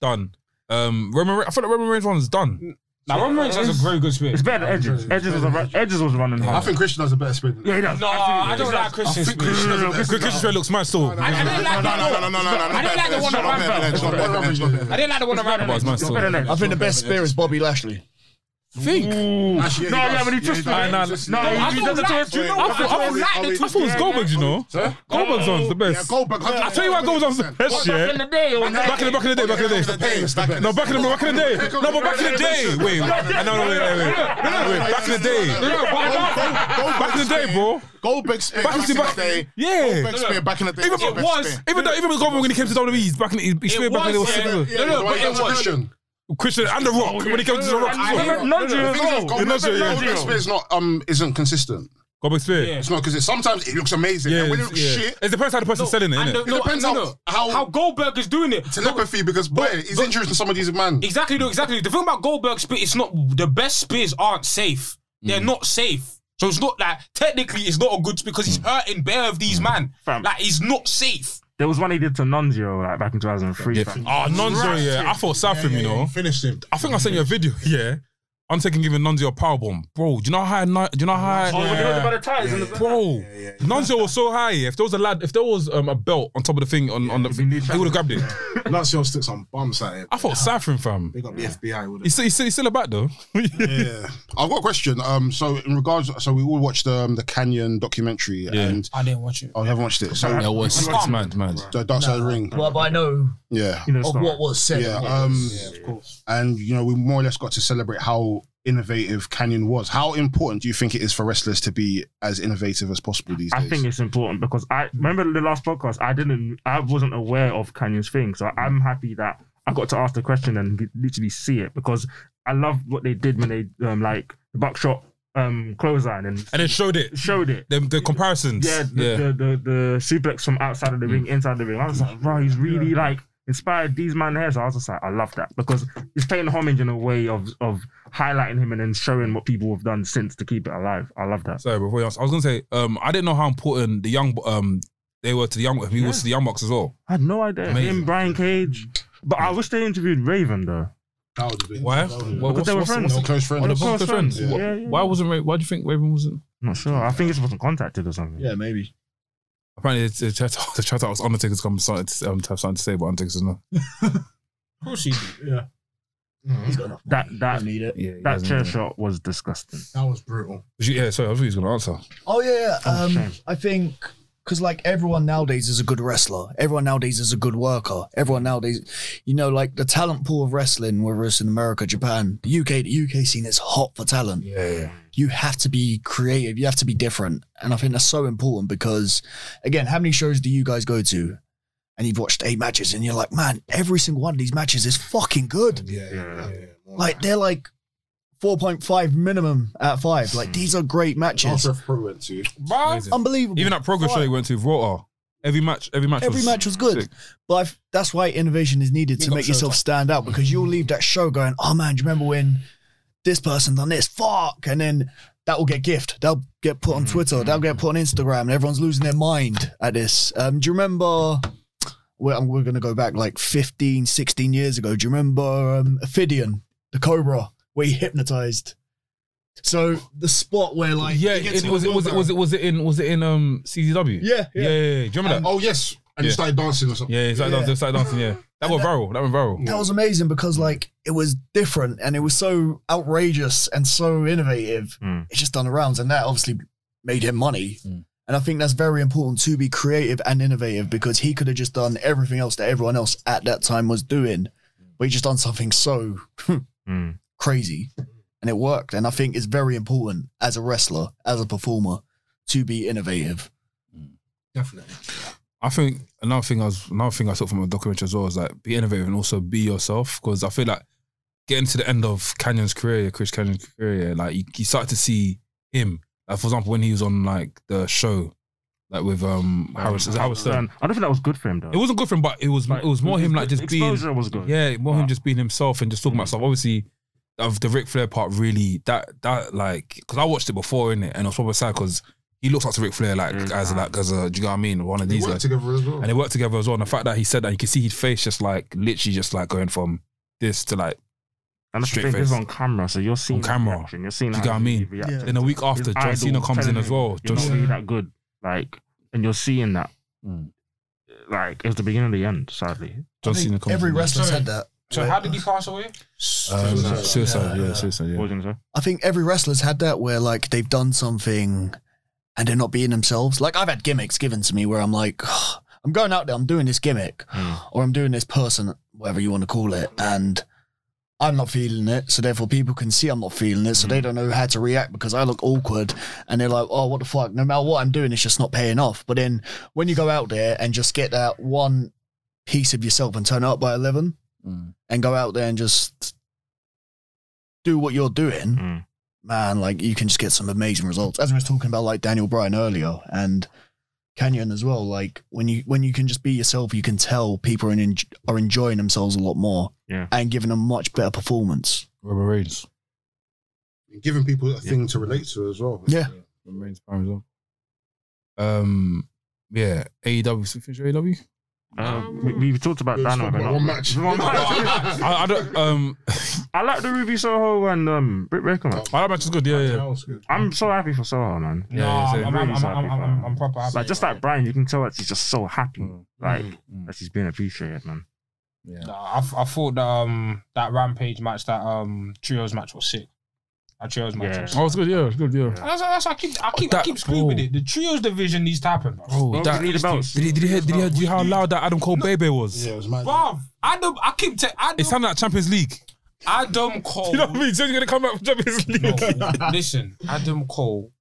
S3: Done. Um, Roman. Re- I feel like Roman Reigns one's
S5: <laughs>
S3: done.
S6: Now Roman Reigns has a very good spear.
S1: It's better than Edges. Edges was a run, Edges was running hard.
S7: I think Christian has a better spin.
S1: yeah, he does.
S6: No, I don't like Christian spears.
S1: Absolutely.
S3: Christian Square looks mad still.
S6: I didn't like
S7: No, no, no,
S6: the
S7: no, no, no, no.
S6: I didn't like the one
S7: Not
S6: that
S7: better than
S6: ran
S7: Edge, not
S6: back.
S7: better than Edge, not better than
S6: I
S7: Edge.
S6: didn't like the one around
S3: But it's mad
S1: It's
S3: still.
S1: better than
S5: I
S1: Edge.
S5: think the best spear is Bobby Lashley.
S3: Think.
S1: No,
S7: Actually, yeah, he
S1: yeah,
S7: does.
S1: when he
S7: Yeah,
S1: twisted
S7: does.
S1: it.
S3: nah,
S1: No,
S6: I
S1: he- he
S6: don't
S1: does it to
S6: like-
S1: his
S6: do you know
S1: I
S6: what?
S1: thought-
S6: I don't like the
S3: I thought it was Goldberg's, you know. Goldberg's one's the
S7: Yeah,
S3: best.
S7: Goldberg.
S3: I tell you why Goldberg's one's the
S1: Back
S3: best. Yeah.
S1: in the day, or now-
S3: Back in the back in the day, back in the day. No, back in the back in the day. No, but back in the day. Wait, wait. no, no, wait, wait, wait. Wait, back in the day. Back in the day, bro.
S7: Goldberg spin
S3: Back in the day. Yeah.
S7: Goldberg spin back in the day.
S3: Even
S7: Goldberg
S3: it was,
S7: spin.
S3: even though, even Goldberg when he came to WWE, he's back in, he, he swear back in the
S6: was, yeah.
S3: was
S7: Yeah,
S6: no,
S7: the
S6: but
S7: one he
S6: it
S7: does to
S6: was-
S7: Christian.
S3: Christian and the Rock when he came to the Rock.
S1: I
S3: as well.
S1: remember Nunji as
S7: Thing is,
S1: well.
S7: Goldberg's
S3: Nunji, yeah.
S7: spin is not um isn't consistent.
S3: Goldberg Spear.
S6: Yeah.
S7: It's not because sometimes it looks amazing
S3: Yeah,
S7: and when it
S3: it's-
S7: looks
S3: yeah.
S7: shit,
S3: It depends how the person's selling it,
S6: And
S3: innit?
S6: the- no,
S7: depends how-
S6: no, no.
S7: how-
S6: how Goldberg is doing it.
S7: telepathy because boy, he's
S6: but-
S7: injuring somebody's man.
S6: Exactly, no, exactly. The thing about Goldberg's spit, it's not the best spears aren't safe. They're not safe. So it's not like technically it's not a good because he's hurting bare of these man.
S1: Fam.
S6: Like he's not safe.
S1: There was one he did to Nunzio like back in 2003. fam.
S3: Oh, Nonzo, yeah. I felt sad for him, you know.
S4: Finished him.
S3: I think I sent you a video, yeah. I'm taking giving Nonzo a power bomb. Bro, do you know how high Nun- do you know how high
S1: Oh, when they went about the tires in the
S3: Bro, Nunzio was so high. If there was a lad, if there was um, a belt on top of the thing on, on the,
S1: we need
S3: he would have grabbed it.
S4: Lazio sticks some bums at him.
S3: I thought sad for him, fam.
S4: They got the FBI with it.
S3: He's, still- he's, still- he's still a bat though.
S7: Yeah, I've got a question. Um, so in regards, so we all watched um, the Canyon documentary, and
S6: I didn't watch it.
S7: oh, you haven't watched it. So
S3: That was
S6: It's
S3: mad, mad.
S7: the Dark Side of the Ring,
S5: Well, but I know
S7: yeah,
S1: You know,
S5: of
S1: stuff.
S5: what was said.
S7: yeah. Um, and you know, we more or less got to celebrate how innovative Canyon was. How important do you think it is for wrestlers to be as innovative as possible these
S1: I
S7: days?
S1: think it's important because I remember the last podcast. I didn't, I wasn't aware of Canyon's thing, so I'm happy that I got to ask the question and be- literally see it because I love what they did when they um, like the buckshot um, clothesline and
S3: And it showed it.
S1: showed it.
S3: The, the comparisons.
S1: Yeah, the,
S3: yeah.
S1: The, the, the suplex from outside of the ring, inside the ring. I was like, bro, he's really like inspired these man here. So I was just like, I love that because he's paying homage in a way of of highlighting him and then showing what people have done since to keep it alive. I love that.
S3: Sorry, before you answer, I was gonna say, um, I didn't know how important the young, um, they were to the young, he was to the young bucks as well.
S1: I had no idea.
S3: Amazing.
S1: Him, Brian Cage. But I wish they interviewed Raven though.
S4: That would have been.
S3: Why?
S1: Because they were friends.
S7: no close friends.
S3: Oh, the
S1: They were
S3: close friends.
S1: friends.
S3: Wha-
S1: Yeah, yeah.
S3: Why wasn't? Ra- Why do you think Raven wasn't?
S1: Not sure. I think it wasn't contacted or something.
S5: yeah, maybe.
S3: Apparently, the, the chat the chat was Undertaker's come started to, um, to have something to say, but Undertaker's not.
S6: Of course he did.
S5: He's got enough.
S1: That that
S5: Don't need it.
S3: Yeah, he
S1: that
S3: hasn't
S1: chair
S3: done it.
S1: shot was disgusting.
S4: That was brutal.
S3: Was you- Yeah, sorry, I thought he was gonna answer.
S5: Oh yeah, yeah.
S1: Oh,
S5: um,
S1: shame.
S5: I think because like everyone nowadays is a good wrestler. Everyone nowadays is a good worker. Everyone nowadays, you know, like the talent pool of wrestling, whether it's in America, Japan, the UK, the UK scene is hot for talent.
S3: Yeah, yeah.
S5: You have to be creative. You have to be different, and I think that's so important because, again, how many shows do you guys go to? And you've watched eight matches, and you're like, man, every single one of these matches is fucking good.
S4: Yeah, yeah, yeah.
S5: Like they're like. 4.5 minimum at five. Like, these are great matches.
S4: After Pro went to.
S6: Bro,
S3: Amazing.
S5: Unbelievable.
S3: Even that progress show he went to, Raw. Every match, every match,
S5: Every
S3: was
S5: match was good,
S3: sick.
S5: but I've, that's why innovation is needed to
S4: got
S5: make
S4: shows
S5: yourself stand out because you'll leave that show going, "Oh man, do you remember when this person done this? Fuck!" And then that will get gift. They'll get put on Twitter. They'll get put on Instagram. And everyone's losing their mind at this. Um, do you remember? We're, we're going to go back like 15, 16 years ago. Do you remember um, Ophidian, the Cobra, where he hypnotized? So the spot where like
S3: Yeah,
S4: He gets
S3: it
S4: in
S3: was
S4: the
S3: it was it was it was it in was it in um CZW?
S5: Yeah, yeah.
S3: yeah. yeah, yeah. Do you remember that?
S7: Oh yes, and
S3: Yeah.
S7: he started dancing or something.
S3: Yeah, yeah, started
S5: Yeah.
S3: dancing, started dancing. Yeah, that went viral. That went viral.
S5: that was amazing because like it was different and it was so outrageous and so innovative.
S1: Mm.
S5: It's just done the rounds, and that obviously made him money.
S3: Mm.
S5: And I think that's very important to be creative and innovative because he could have just done everything else that everyone else at that time was doing, but he just done something so
S1: Mm.
S5: crazy, and it worked. And I think it's very important as a wrestler, as a performer, to be innovative.
S4: Definitely.
S3: I think another thing I was another thing I saw from a documentary as well is like be innovative and also be yourself because I feel like getting to the end of Canyon's career, Chris Canyon's career, like you, you started to see him. Like for example, when he was on like the show, like with um Harris, is it Howard Stern.
S1: I don't think that was good for him though.
S3: It wasn't good for him, but it was
S1: Like,
S3: it was more him
S1: his
S3: like just being
S1: exposure was good.
S3: Yeah, more
S1: Wow.
S3: him just being himself and just talking about stuff. Obviously, of the Ric Flair part, really that that like because I watched it before in it, and I was probably sad because he looks up to Ric Flair like
S1: Mm.
S3: as like as a do you know what I mean one of
S7: They
S3: these
S7: worked
S3: guys,
S7: together as well.
S3: and they worked together as well. And the fact that he said that you can see his face just like literally just like going from this to like
S1: and that's the
S3: straight
S1: thing. This is
S3: face.
S1: on camera, so you're seeing the
S3: camera.
S1: reaction, You're seeing.
S3: Do you
S1: how
S3: get what I
S1: he
S3: mean?
S1: reacts.
S5: Yeah.
S3: then a week after
S1: His
S3: John
S1: idol
S3: Cena comes in
S1: telling
S3: as
S1: him,
S3: well.
S1: You're
S3: John
S1: not really that good, like, and you're seeing that.
S3: Mm.
S1: Like it was the beginning of the end, sadly.
S3: John
S5: I think
S3: Cena comes
S5: Every
S3: in.
S5: wrestler
S6: Sorry.
S5: said that.
S6: So how did he pass away?
S3: Um,
S4: Suicide.
S3: suicide, yeah, suicide,
S1: What
S3: yeah.
S1: was you gonna say?
S5: I think every wrestler's had that where like they've done something and they're not being themselves. Like I've had gimmicks given to me where I'm like, <sighs> I'm going out there, I'm doing this gimmick,
S1: Mm.
S5: or I'm doing this person, whatever you want to call it, and I'm not feeling it. So therefore, people can see I'm not feeling it, so they don't know how to react because I look awkward, and they're like, oh, what the fuck? No matter what I'm doing, it's just not paying off. But then when you go out there and just get that one piece of yourself and turn it up by eleven,
S3: Mm.
S5: and go out there and just do what you're doing,
S1: Mm.
S5: man, like you can just get some amazing results. As we was talking about like Daniel Bryan earlier and Canyon as well, like when you when you can just be yourself, you can tell people are, en- are enjoying themselves a lot more
S1: Yeah.
S5: and giving a much better performance.
S3: Robert Reigns.
S7: Giving people a thing to relate to as well.
S5: Yeah.
S3: Robert Reigns, Prime as well. Um, yeah, E AEW. so Finish AEW.
S1: Uh, we, we talked about
S7: Yeah, just
S1: Dano.
S7: talk
S1: but
S7: about
S1: not-
S7: one match.
S1: One match. <laughs>
S3: I, I don't. Um,
S1: I like the Ruby Soho and um, Britt Baker match.
S6: Oh.
S3: I match is good. Yeah, yeah.
S4: That was good.
S1: I'm so happy for Soho, man.
S3: Yeah, yeah,
S6: no,
S3: so
S6: I'm,
S1: really
S6: I'm, I'm,
S1: sorry,
S6: I'm,
S1: people.
S6: I'm, I'm proper happy.
S1: Like just like Brian, you can tell that he's just so happy,
S3: Mm.
S1: like
S3: Mm.
S1: that he's being appreciated, man.
S3: Yeah.
S6: Nah, I, I thought that, um that rampage match, that um trios match was sick. That trios match.
S1: Yeah.
S6: Was sick.
S3: Oh, it's good. Yeah, it's good. Yeah.
S6: That's, that's why I keep I keep I
S3: That-
S6: keep screaming with
S3: bro.
S6: it. The trios division needs to happen, bro.
S3: Bro,
S1: Well,
S3: Oh, that,
S1: we need the belts.
S3: did, you, did, you hear, did, you hear, did you hear how loud that Adam Cole baby was?
S7: Yeah, it was mad. <laughs>
S6: Bruv, Adam, I keep telling
S3: It
S6: Adam,
S3: sounded like Champions League. <laughs>
S6: Adam Cole.
S3: You know what I mean? So he's gonna come out from Champions League. <laughs>
S6: No, listen, Adam Cole,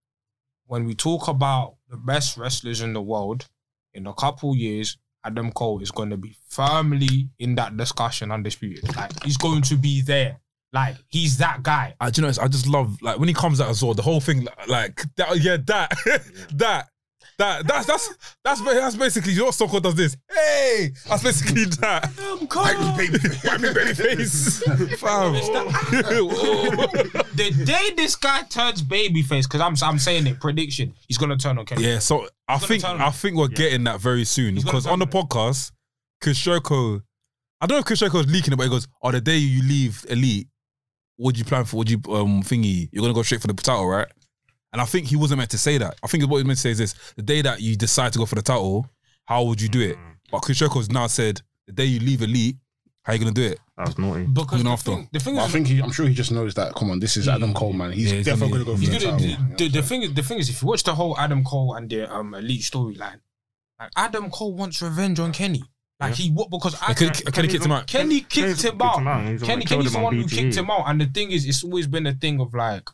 S6: when we talk about the best wrestlers in the world, in a couple years, Adam Cole is going to be firmly in that discussion, undisputed. Like, he's going to be there. Like, he's that guy.
S3: I, do you know, I just love like when he comes out as well. The whole thing, like that, yeah, that, <laughs> that, that, that's that's that's ba- that's basically your Soko does this. Hey, that's basically <laughs> that.
S6: Adam Cole!
S3: Wipe me baby
S2: <laughs>
S3: face, <laughs>
S6: <laughs>
S3: fam.
S6: the day this guy turns babyface, because I'm I'm saying it, prediction, he's gonna turn on Kenny.
S3: Yeah, so I
S6: gonna
S3: think
S6: tell him.
S3: I think we're getting that very soon
S6: He's gonna
S3: because
S6: tell
S3: on the
S6: him.
S3: podcast, Kushoko, I don't know if Kushoko is leaking it, but he goes, "Oh, the day you leave Elite, what do you plan for? What do you um thingy? You're gonna go straight for the title, right?" And I think he wasn't meant to say that. I think what he meant to say is this: the day that you decide to go for the title, how would you do it?
S1: Mm,
S2: Mm-hmm.
S3: But Kushoko's now said, "The day you leave Elite, how you gonna do it?"
S1: That was naughty.
S6: Because
S3: Even
S6: the
S3: after.
S6: thing, the thing
S7: But I
S6: is,
S7: think he, I'm sure he just knows that. Come on, this is Adam Cole, man. He's
S3: Yeah, he's
S7: definitely
S3: gonna
S7: going to go
S3: be-
S7: for
S6: He's
S7: the
S6: good.
S7: title.
S6: The, the, the thing is, the thing is, if you watch the whole Adam Cole and the um, elite storyline, like Adam Cole wants revenge on Kenny. Like he what because I,
S3: And Kenny, Kenny kicked him out.
S6: Kenny
S1: Kenny's
S6: kicked him out.
S1: and he's the one
S6: Kenny
S1: that killed
S6: Kenny's
S1: him on E
S6: the one who
S1: BTE.
S6: kicked him out, and the thing is, it's always been a thing of like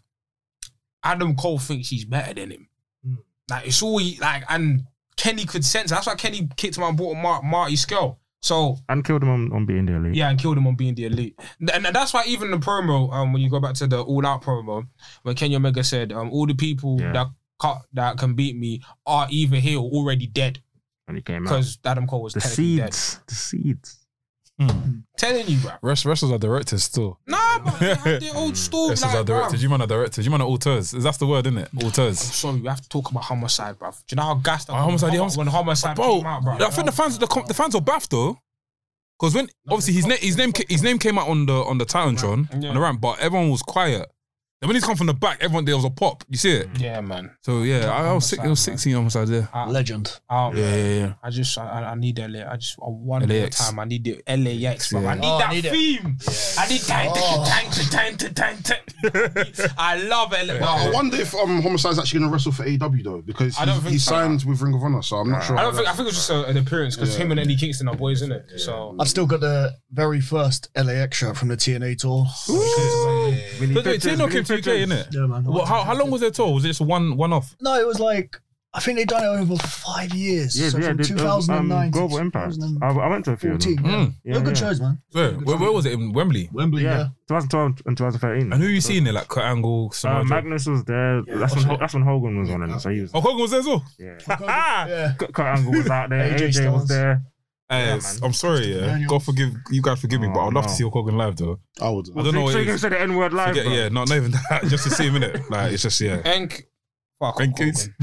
S6: Adam Cole thinks he's better than him.
S1: Hmm.
S6: Like it's always like, and Kenny could sense. That's why Kenny kicked him out and bought Mar- Marty Skell. So
S1: and killed him on, on being the elite.
S6: yeah, and killed him on being the elite. And that's why even the promo, um, when you go back to the all out promo, when Kenny Omega said, um, all the people
S1: Yeah.
S6: that cut that can beat me are either here or already dead.
S1: when he came out.
S6: because Adam Cole was
S1: The
S6: technically dead.
S1: seeds, the seeds.
S6: Telling you, bro.
S2: Rest, wrestlers are directors still.
S6: Nah, but they have their
S1: Mm.
S6: old story.
S2: Wrestlers
S6: like,
S2: are directors. You man are directors. You man are auteurs. That's the word, isn't it?
S6: bruv.
S2: Auteurs.
S6: Sorry, we have to talk about homicide, bruv. Do you know how gassed I
S2: Oh,
S6: was
S2: Homicide,
S6: when
S2: yeah,
S6: Homo- when homicide
S2: Bro,
S6: came out, bro?
S2: I think the fans, the, com- the fans were baffed though, because when obviously his name, his name, ca- his name came out on the on the Titantron
S6: Yeah.
S2: on the ramp, but eh, everyone was quiet. And when he's come from the back, everyone there was a pop. You see it?
S6: Yeah, man.
S2: So yeah, I, I was sick. It was sixteen almost out there.
S5: Legend.
S6: Um,
S2: Yeah, yeah, yeah.
S6: I just, I, I- I need LA. I just, I one more
S2: LAX.
S6: time. I need the LAX, bro. I need
S5: Oh, I
S6: that
S5: need it.
S6: theme. Oh, I need time to time to time to time <laughs> to. I love LA.
S7: I
S6: bro.
S7: wonder if um, Homicide's actually going to wrestle for AEW though, because
S6: I don't
S7: he's-
S6: think
S7: he
S6: so.
S7: signed with Ring of Honor, so I'm not sure.
S6: I don't think. I think it was just a, an appearance because him and Eddie Kingston are boys, innit? it? So.
S5: I've still got the very first LAX shirt from the TNA tour.
S1: Really
S2: But they
S1: pictures,
S2: Tino
S1: really
S2: came to UK,
S3: E,
S1: pictures.
S2: innit?
S5: Yeah, man.
S2: Well, how, how long was their tour? Was it just one one off?
S5: No, it was like I think they'd done it over five years.
S1: Yeah,
S5: so
S1: yeah.
S5: from
S1: the- um, um,
S5: 2009 to
S1: Global Impact. I,
S5: 2014.
S1: I went to a few of them.
S5: Yeah.
S2: Mm.
S5: They were good shows, man.
S2: Where, where, where was it in Wembley?
S5: Wembley,
S1: Yeah.
S5: yeah.
S1: 2012 and 2013.
S2: And who you seeing there? Like Kurt Angle, Samoa
S1: Uh,
S6: um,
S2: Joe?
S1: Magnus was there. that's, when, Ho- that's when Hogan was on it. So he was.
S2: Oh, Hogan was there as well.
S1: Yeah.
S5: <laughs> yeah.
S1: Cut Cut Angle was out there.
S5: AJ
S1: AJ, was
S5: Styles.
S1: there.
S2: Hey,
S1: man.
S2: eh, I'm sorry, yeah.
S5: Daniels.
S2: God forgive you guys forgive me,
S1: Oh,
S2: but I'd love
S1: no.
S2: to see Hulk Hogan live though.
S7: I would.
S2: I don't know what
S1: So
S2: it
S1: you can
S2: is.
S1: say the N word live.
S2: Forget-
S1: bro. <laughs>
S2: yeah, not, not even <laughs> that. Just to see him in it. Like it's just yeah.
S6: Enk. Fuck.
S2: Thank you. <laughs>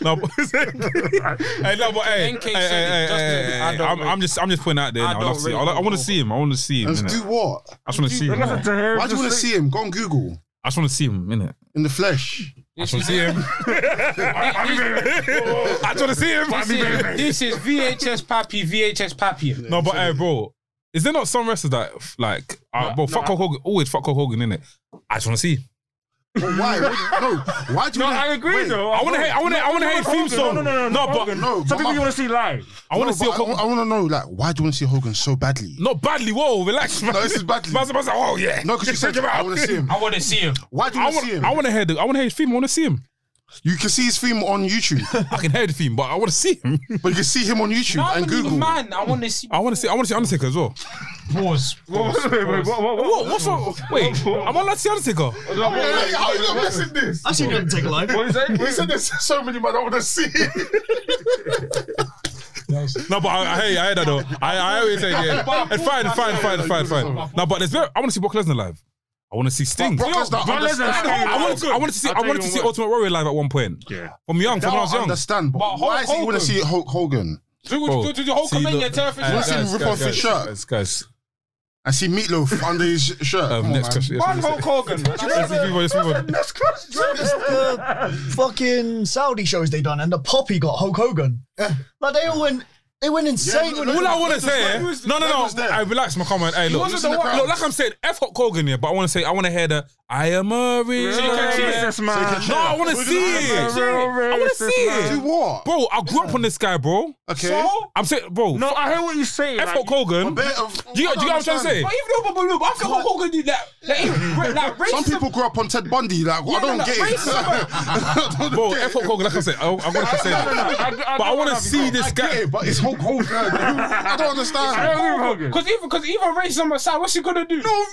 S2: No, but hey, no, but hey,
S6: NK said it, just to-
S2: hey, hey, hey, hey, hey,
S6: I don't
S2: I'm,
S6: rate-
S2: I'm just, I'm just putting it out there.
S6: I
S2: Now. I,
S6: don't
S2: love to see,
S6: rate
S2: I, I want
S6: Hulk
S2: to see him. I want to see him.
S7: Let's
S2: innit?
S7: do what?
S2: I just want to see him.
S1: Listen
S2: innit?
S1: to him.
S7: Why do you want to
S1: just
S7: see him? Go on Google
S2: I just want to see
S6: <laughs>
S2: him. Innit?
S7: in the flesh.
S2: I just want to see him. <laughs> I just want to see him.
S6: This is, this is VHS Pappy, VHS Pappy.
S2: No, but hey, bro, is there not some wrestlers that like, uh, bro, fuck Hulk Hogan, always fuck Hulk Hogan, innit? I just want to see. Him.
S7: Well, why? no, why do you?
S1: No,
S7: wanna-
S1: I agree
S7: Wait,
S1: though.
S2: I want to hear, I want to, I want to hear his theme song.
S1: No, no, no, no.
S2: but
S1: Hogan,
S7: no,
S1: Some people
S7: but-
S1: you want to see
S7: <laughs>
S1: live.
S2: I want
S7: No,
S2: to see
S7: but I,
S2: Hulk
S7: I
S2: Hogan.
S7: want to know, like, why do you want to see Hogan so badly?
S2: Not badly. Whoa, relax, man.
S7: No,
S2: <laughs>
S7: this is badly.
S2: Man's- man's like, oh yeah.
S7: No, because you said I want to see
S2: <laughs>
S7: him.
S6: I want to see him.
S7: Why do you
S2: I
S7: want to see
S2: want,
S7: him?
S2: I want to hear the, I want to hear his theme. I want to see him.
S7: You can see his theme on YouTube,
S2: I can hear the theme, but I want to see him.
S7: but you can see him on YouTube
S6: Not
S7: and
S6: many
S7: Google.
S6: man. I want to see.
S2: I want to see, I want to see Undertaker as well.
S6: Pause.
S1: Wait,
S6: Pause.
S1: wait, wait, what- what- what-
S2: What? What's wrong? Wait, I'm allowed to see Undertaker.
S7: Wait, wait, How are you not missing this?
S5: I've seen him take a live.
S1: What is that?
S7: We said there's so many man I want to see.
S2: <laughs> No, but I, I, hear, I hear that though. I, I always say yeah. It's fine, fine, fine, fine, fine. No, but there's very, I want to see Brock Lesnar live. I want to see Sting.
S7: Brock
S2: Yo,
S7: Lesnar
S1: Brock
S7: understand.
S1: Lesnar-
S2: I wanted to, I wanted to see,
S1: I'll
S2: I
S1: tell
S2: wanted to
S1: you
S2: see
S1: what.
S2: Ultimate Warrior live at one point.
S1: Yeah.
S2: From young,
S7: That
S2: from when I was
S7: I
S2: young.
S7: understand, but,
S6: But Hulk
S7: why is he want
S6: Hogan-
S7: to see Hulk Hogan?
S6: Do
S2: Bro,
S6: do- do the Hulkamania
S2: Hey,
S6: terrifying.
S7: Let's see him
S2: guys,
S7: rip
S2: guys,
S7: off his
S2: guys,
S7: shirt.
S2: Guys, guys.
S7: I see Meatloaf <laughs> under his shirt.
S2: Um,
S7: Come on,
S2: next
S7: man.
S2: question. Yes,
S6: Man,
S2: yes, yes.
S6: Hulk Hogan. man.
S2: Let's move on, let's move on.
S5: It's the fucking Saudi shows they done, and the poppy got Hulk Hogan. Like they all went, they went insane. when
S2: All I want to say,
S7: Who was-
S2: no, no,
S7: who
S2: no.
S7: was there?
S2: I relax my comment. Hey, look,
S7: wasn't the one-
S2: look, like I'm saying, F Hulk Hogan here, but I want to say, I want to hear the I am a real. man.
S1: Jesus, man.
S2: No, I want to see
S1: I'm a
S2: it,
S1: real
S2: I wanna
S1: racist,
S2: see it.
S1: man.
S7: Do what?
S2: bro. I grew up on this guy, bro.
S7: Okay.
S2: I'm saying, bro,
S1: No, I hear what you're saying.
S2: F
S1: like,
S2: Hulk Hogan.
S7: Bit of-
S2: Do you,
S7: I
S2: do you get
S7: don't
S2: what I'm trying to say?
S7: understand.
S6: But even though, but look, after Hulk Hogan did that, like, even- like racism.
S7: Some people grew up on Ted Bundy. Like, I don't
S6: no,
S7: get it. <laughs>
S6: racism,
S7: I don't
S2: Bro,
S7: get
S2: F
S7: it.
S2: Hulk Hogan, like I said, I, I want to say
S1: No, no, no,
S2: that.
S1: I- I
S2: But I
S1: don't
S2: want to
S1: wanna be
S2: see
S1: wrong.
S2: this
S7: Get
S2: guy.
S7: it, but it's Hulk Hogan. <laughs> I don't
S2: <laughs>
S1: I
S7: understand.
S1: agree with Hogan.
S6: Because even, because even racism aside, what's he gonna do? No,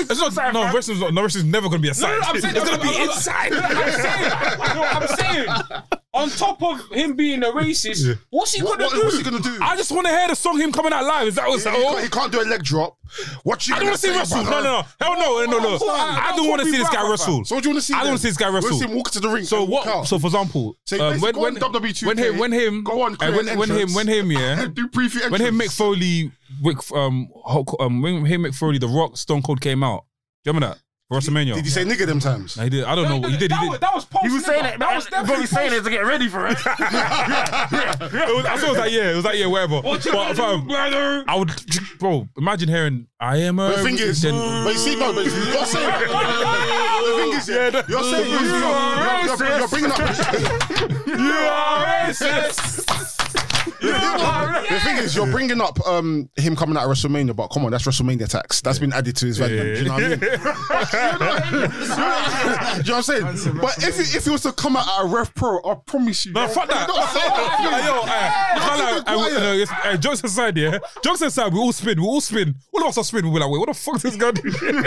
S2: It's not, no, wrestling's not, no, wrestling's never going to be a
S6: no,
S2: side.
S6: no, I'm saying
S2: it's going to
S6: I'm-
S2: be
S6: I'm-
S2: inside.
S6: I'm saying, no, I'm saying, on top of him being a racist, what's he
S7: What,
S6: gonna
S7: what,
S6: do?
S7: what's he gonna do?
S2: I just want to hear the song him coming out live. Is that what's
S7: he, can't, he can't do a leg drop. What you
S2: I don't
S7: gonna
S2: want to see
S7: say
S2: wrestle.
S7: about
S2: No, no,
S7: her?
S2: no. Hell no, no, no.
S6: Hold on,
S2: I
S6: that
S2: don't want
S6: could be
S2: to see this guy
S6: rapper.
S2: wrestle.
S7: So what do you want to see?
S2: I don't
S7: then?
S2: wanna see this guy
S7: You wanna
S2: wrestle.
S7: see him walk to the ring.
S2: So
S7: and walk
S2: what?
S7: out?
S2: So for example,
S7: So
S2: um,
S7: basically
S2: when
S7: go
S2: when
S7: on WWE2K,
S2: when him when him
S7: go on,
S2: uh,
S7: create
S2: when,
S7: an
S2: when him
S7: entrance.
S2: when him yeah
S7: <laughs> do preview entrance.
S2: when him Mick Foley Rick, um, Hulk, um when him Mick Foley the Rock Stone Cold came out. Do you remember that for WrestleMania?
S7: Did he say nigga them times?
S2: No, he did. I don't know. He did. He
S6: That
S2: did.
S6: was, that was post.
S1: He was saying
S6: nigga.
S1: it.
S6: That was definitely
S1: probably saying
S6: post.
S1: it to get ready for
S2: <laughs>
S1: it.
S2: It was, I saw it was like yeah. It was like yeah. Whatever.
S6: What you gonna
S2: But,
S6: do,
S2: fam,
S6: brother?
S2: I would, bro. Imagine hearing I am a.
S7: But the thing is,
S2: Um, then-
S7: but you see, no, but you're saying. The thing is, yeah,
S2: that-
S7: you're saying
S2: You
S7: you're,
S1: are
S7: you're, you're, you're bringing up.
S1: You are racist.
S7: the thing is, you're bringing up um, him coming out of WrestleMania, but come on, that's WrestleMania tax. That's been added to his value. Do you know what I mean? <laughs> Do you know what I'm saying? But if he, if he was to come out at a Ref Pro, I promise you.
S2: No, fuck that.
S7: You know what I'm saying?
S2: Hey, yo, hey, you can't lie.
S7: Keep it
S2: Hey, we-
S7: quiet.
S2: no, it's- eh, hey,
S7: <laughs>
S2: jokes aside, yeah. Jokes aside, we all spin. We all spin. All of us are spin. We're like, wait, what the fuck is this guy doing?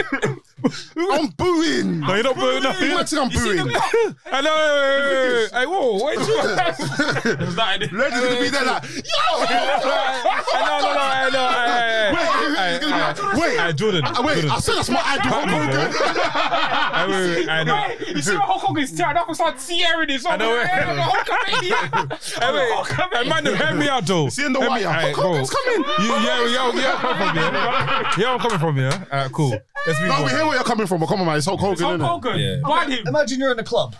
S7: I'm booing.
S2: No, you're not booing nothing.
S7: Imagine I'm booing.
S2: Eh, Hello. Hey, eh, whoa, wait.
S6: There's nothing in it.
S7: Legends gonna be there like,
S2: Hey, Eh, no, no, no, hey, no, eh, hey, hey, hey.
S7: Wait,
S2: Hey,
S7: wait.
S2: hey, eh, Jordan.
S7: yo, Ah, wait,
S2: Jordan.
S7: I said that's my idol. I'm booing.
S2: Hey, Eh, wait, wait, I know.
S6: Right, you see what Hulk Hogan's tearing up and start tearing his I
S2: know it.
S6: Hulk Hogan, yeah.
S2: Hey, wait. Hey, man, help me out, though.
S7: See in the wire.
S2: Hey,
S7: Hulk
S2: bro.
S7: Hogan's coming.
S2: You, yeah, yeah, yeah, I'm coming from here. Yeah, I'm coming from here. All right, cool. Let's move
S7: No,
S2: on.
S7: we hear where you're coming from, but come on, man, it's Hulk Hogan,
S6: Hulk
S7: innit?
S6: Hogan,
S2: Yeah.
S6: ban him.
S5: Imagine you're in a club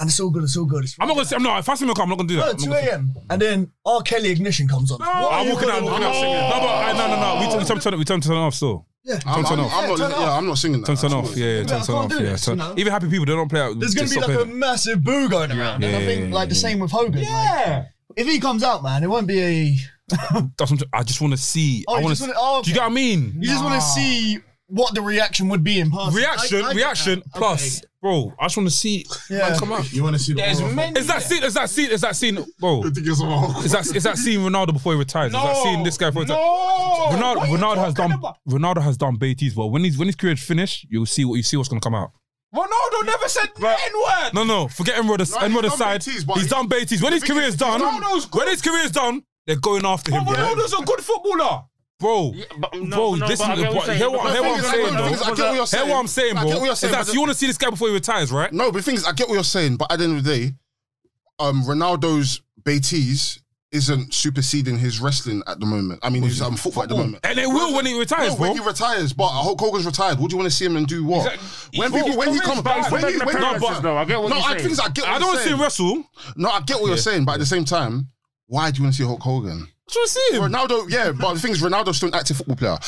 S5: and it's all good, it's all good. It's
S2: I'm not gonna say. I'm not. If I see him, I'm not gonna do
S5: Oh,
S2: that. I'm
S5: 2
S2: not gonna-
S5: a.m. And then R. Kelly ignition comes on. What are
S2: I'm
S5: you
S2: walking out. I'm
S5: gonna
S2: walking
S5: do?
S2: out singing. No, but I, no, no, no. We turn, we turn, turn, we turn, turn off still.
S5: Yeah.
S7: I'm,
S2: Turn
S7: I'm,
S2: off.
S7: I'm not,
S5: Turn off.
S7: yeah, I'm not singing that.
S2: Turn, turn
S7: I'm
S2: off.
S7: not-
S2: Yeah, yeah, turn,
S5: I
S2: turn off.
S5: can't do
S2: Yeah.
S5: this,
S2: Turn,
S5: you know?
S2: Even happy people, they don't play out.
S5: There's going to
S2: just
S5: be
S2: stop
S5: like a
S2: playing.
S5: massive boo going around. and I
S2: Yeah,
S5: think,
S2: yeah,
S5: like, the
S2: yeah.
S5: same with Hogan. Yeah. if he comes out, man, it won't be a.
S2: <laughs> That's what I'm- I just want to see.
S5: Oh,
S2: I
S5: you
S2: want
S5: just
S2: to.
S5: wanna- oh,
S2: Do you get what I mean?
S5: You just want to see what the reaction would be in person.
S2: Reaction,
S5: I- I get
S2: reaction
S5: that.
S2: plus, bro. I just want to see.
S5: Okay. Yeah.
S2: Come on.
S3: You want to see the
S6: There's
S3: aura?
S6: many.
S2: Is that scene? Is that scene? Is that scene, bro?
S3: I think it's all-
S2: Is that is that scene Ronaldo before he retires? is that scene this guy before he retires?
S6: No.
S2: Ronaldo,
S6: What are you
S2: Ronaldo has
S6: talking
S2: done.
S6: about?
S2: Ronaldo has done BTS well. When his when his career's finished, you'll see what you see what's gonna come out.
S6: Ronaldo never said
S2: Right.
S6: the N-word.
S2: No, no, forget Enrod
S7: No,
S2: Enrod
S7: he's done
S2: aside.
S7: BTs, but
S2: he's
S7: he-
S2: done BTS. When his
S7: thing
S2: career
S7: is,
S2: is done,
S6: Ronaldo's good.
S2: when his career is done, they're going after him,
S6: But
S2: bro.
S6: Ronaldo's a good footballer.
S2: Bro,
S1: But, no,
S2: bro,
S1: no,
S2: listen,
S1: but I get you're
S2: but hear
S1: saying,
S2: what-
S1: but
S2: hear
S1: the
S2: what
S1: thing
S2: I'm
S1: is,
S2: saying,
S1: I
S2: though.
S1: know
S7: I
S1: what
S7: get
S1: was
S7: what you're
S1: that-
S2: hear what I'm saying,
S7: I
S2: bro.
S7: get what you're
S2: Is
S7: saying,
S2: that
S7: but
S2: you want to see this guy before he retires, right?
S7: No, but the thing is, I get what you're saying, but at the end of the day, um, Ronaldo's Betis isn't superseding his wrestling at the moment. I mean, his um, football, at the moment.
S2: And they will when he retires,
S7: No, when
S2: bro.
S7: he retires, but Hulk Hogan's retired. What do you want to see him and do? What? When
S6: He's-
S7: people, when he
S6: he's
S7: comes
S6: back.
S7: back, when he,
S1: Back
S7: when
S1: to
S7: he,
S1: appearances, though. I get what
S7: no,
S1: you're
S7: I
S1: saying.
S7: think I get. What
S2: I don't
S7: you're
S2: want to see
S7: saying.
S2: him wrestle.
S7: No, I get what you're saying, but at the same time, why do you want to see Hulk Hogan?
S2: I just want to see him.
S7: Ronaldo, yeah, but the thing is, Ronaldo's still an active football player.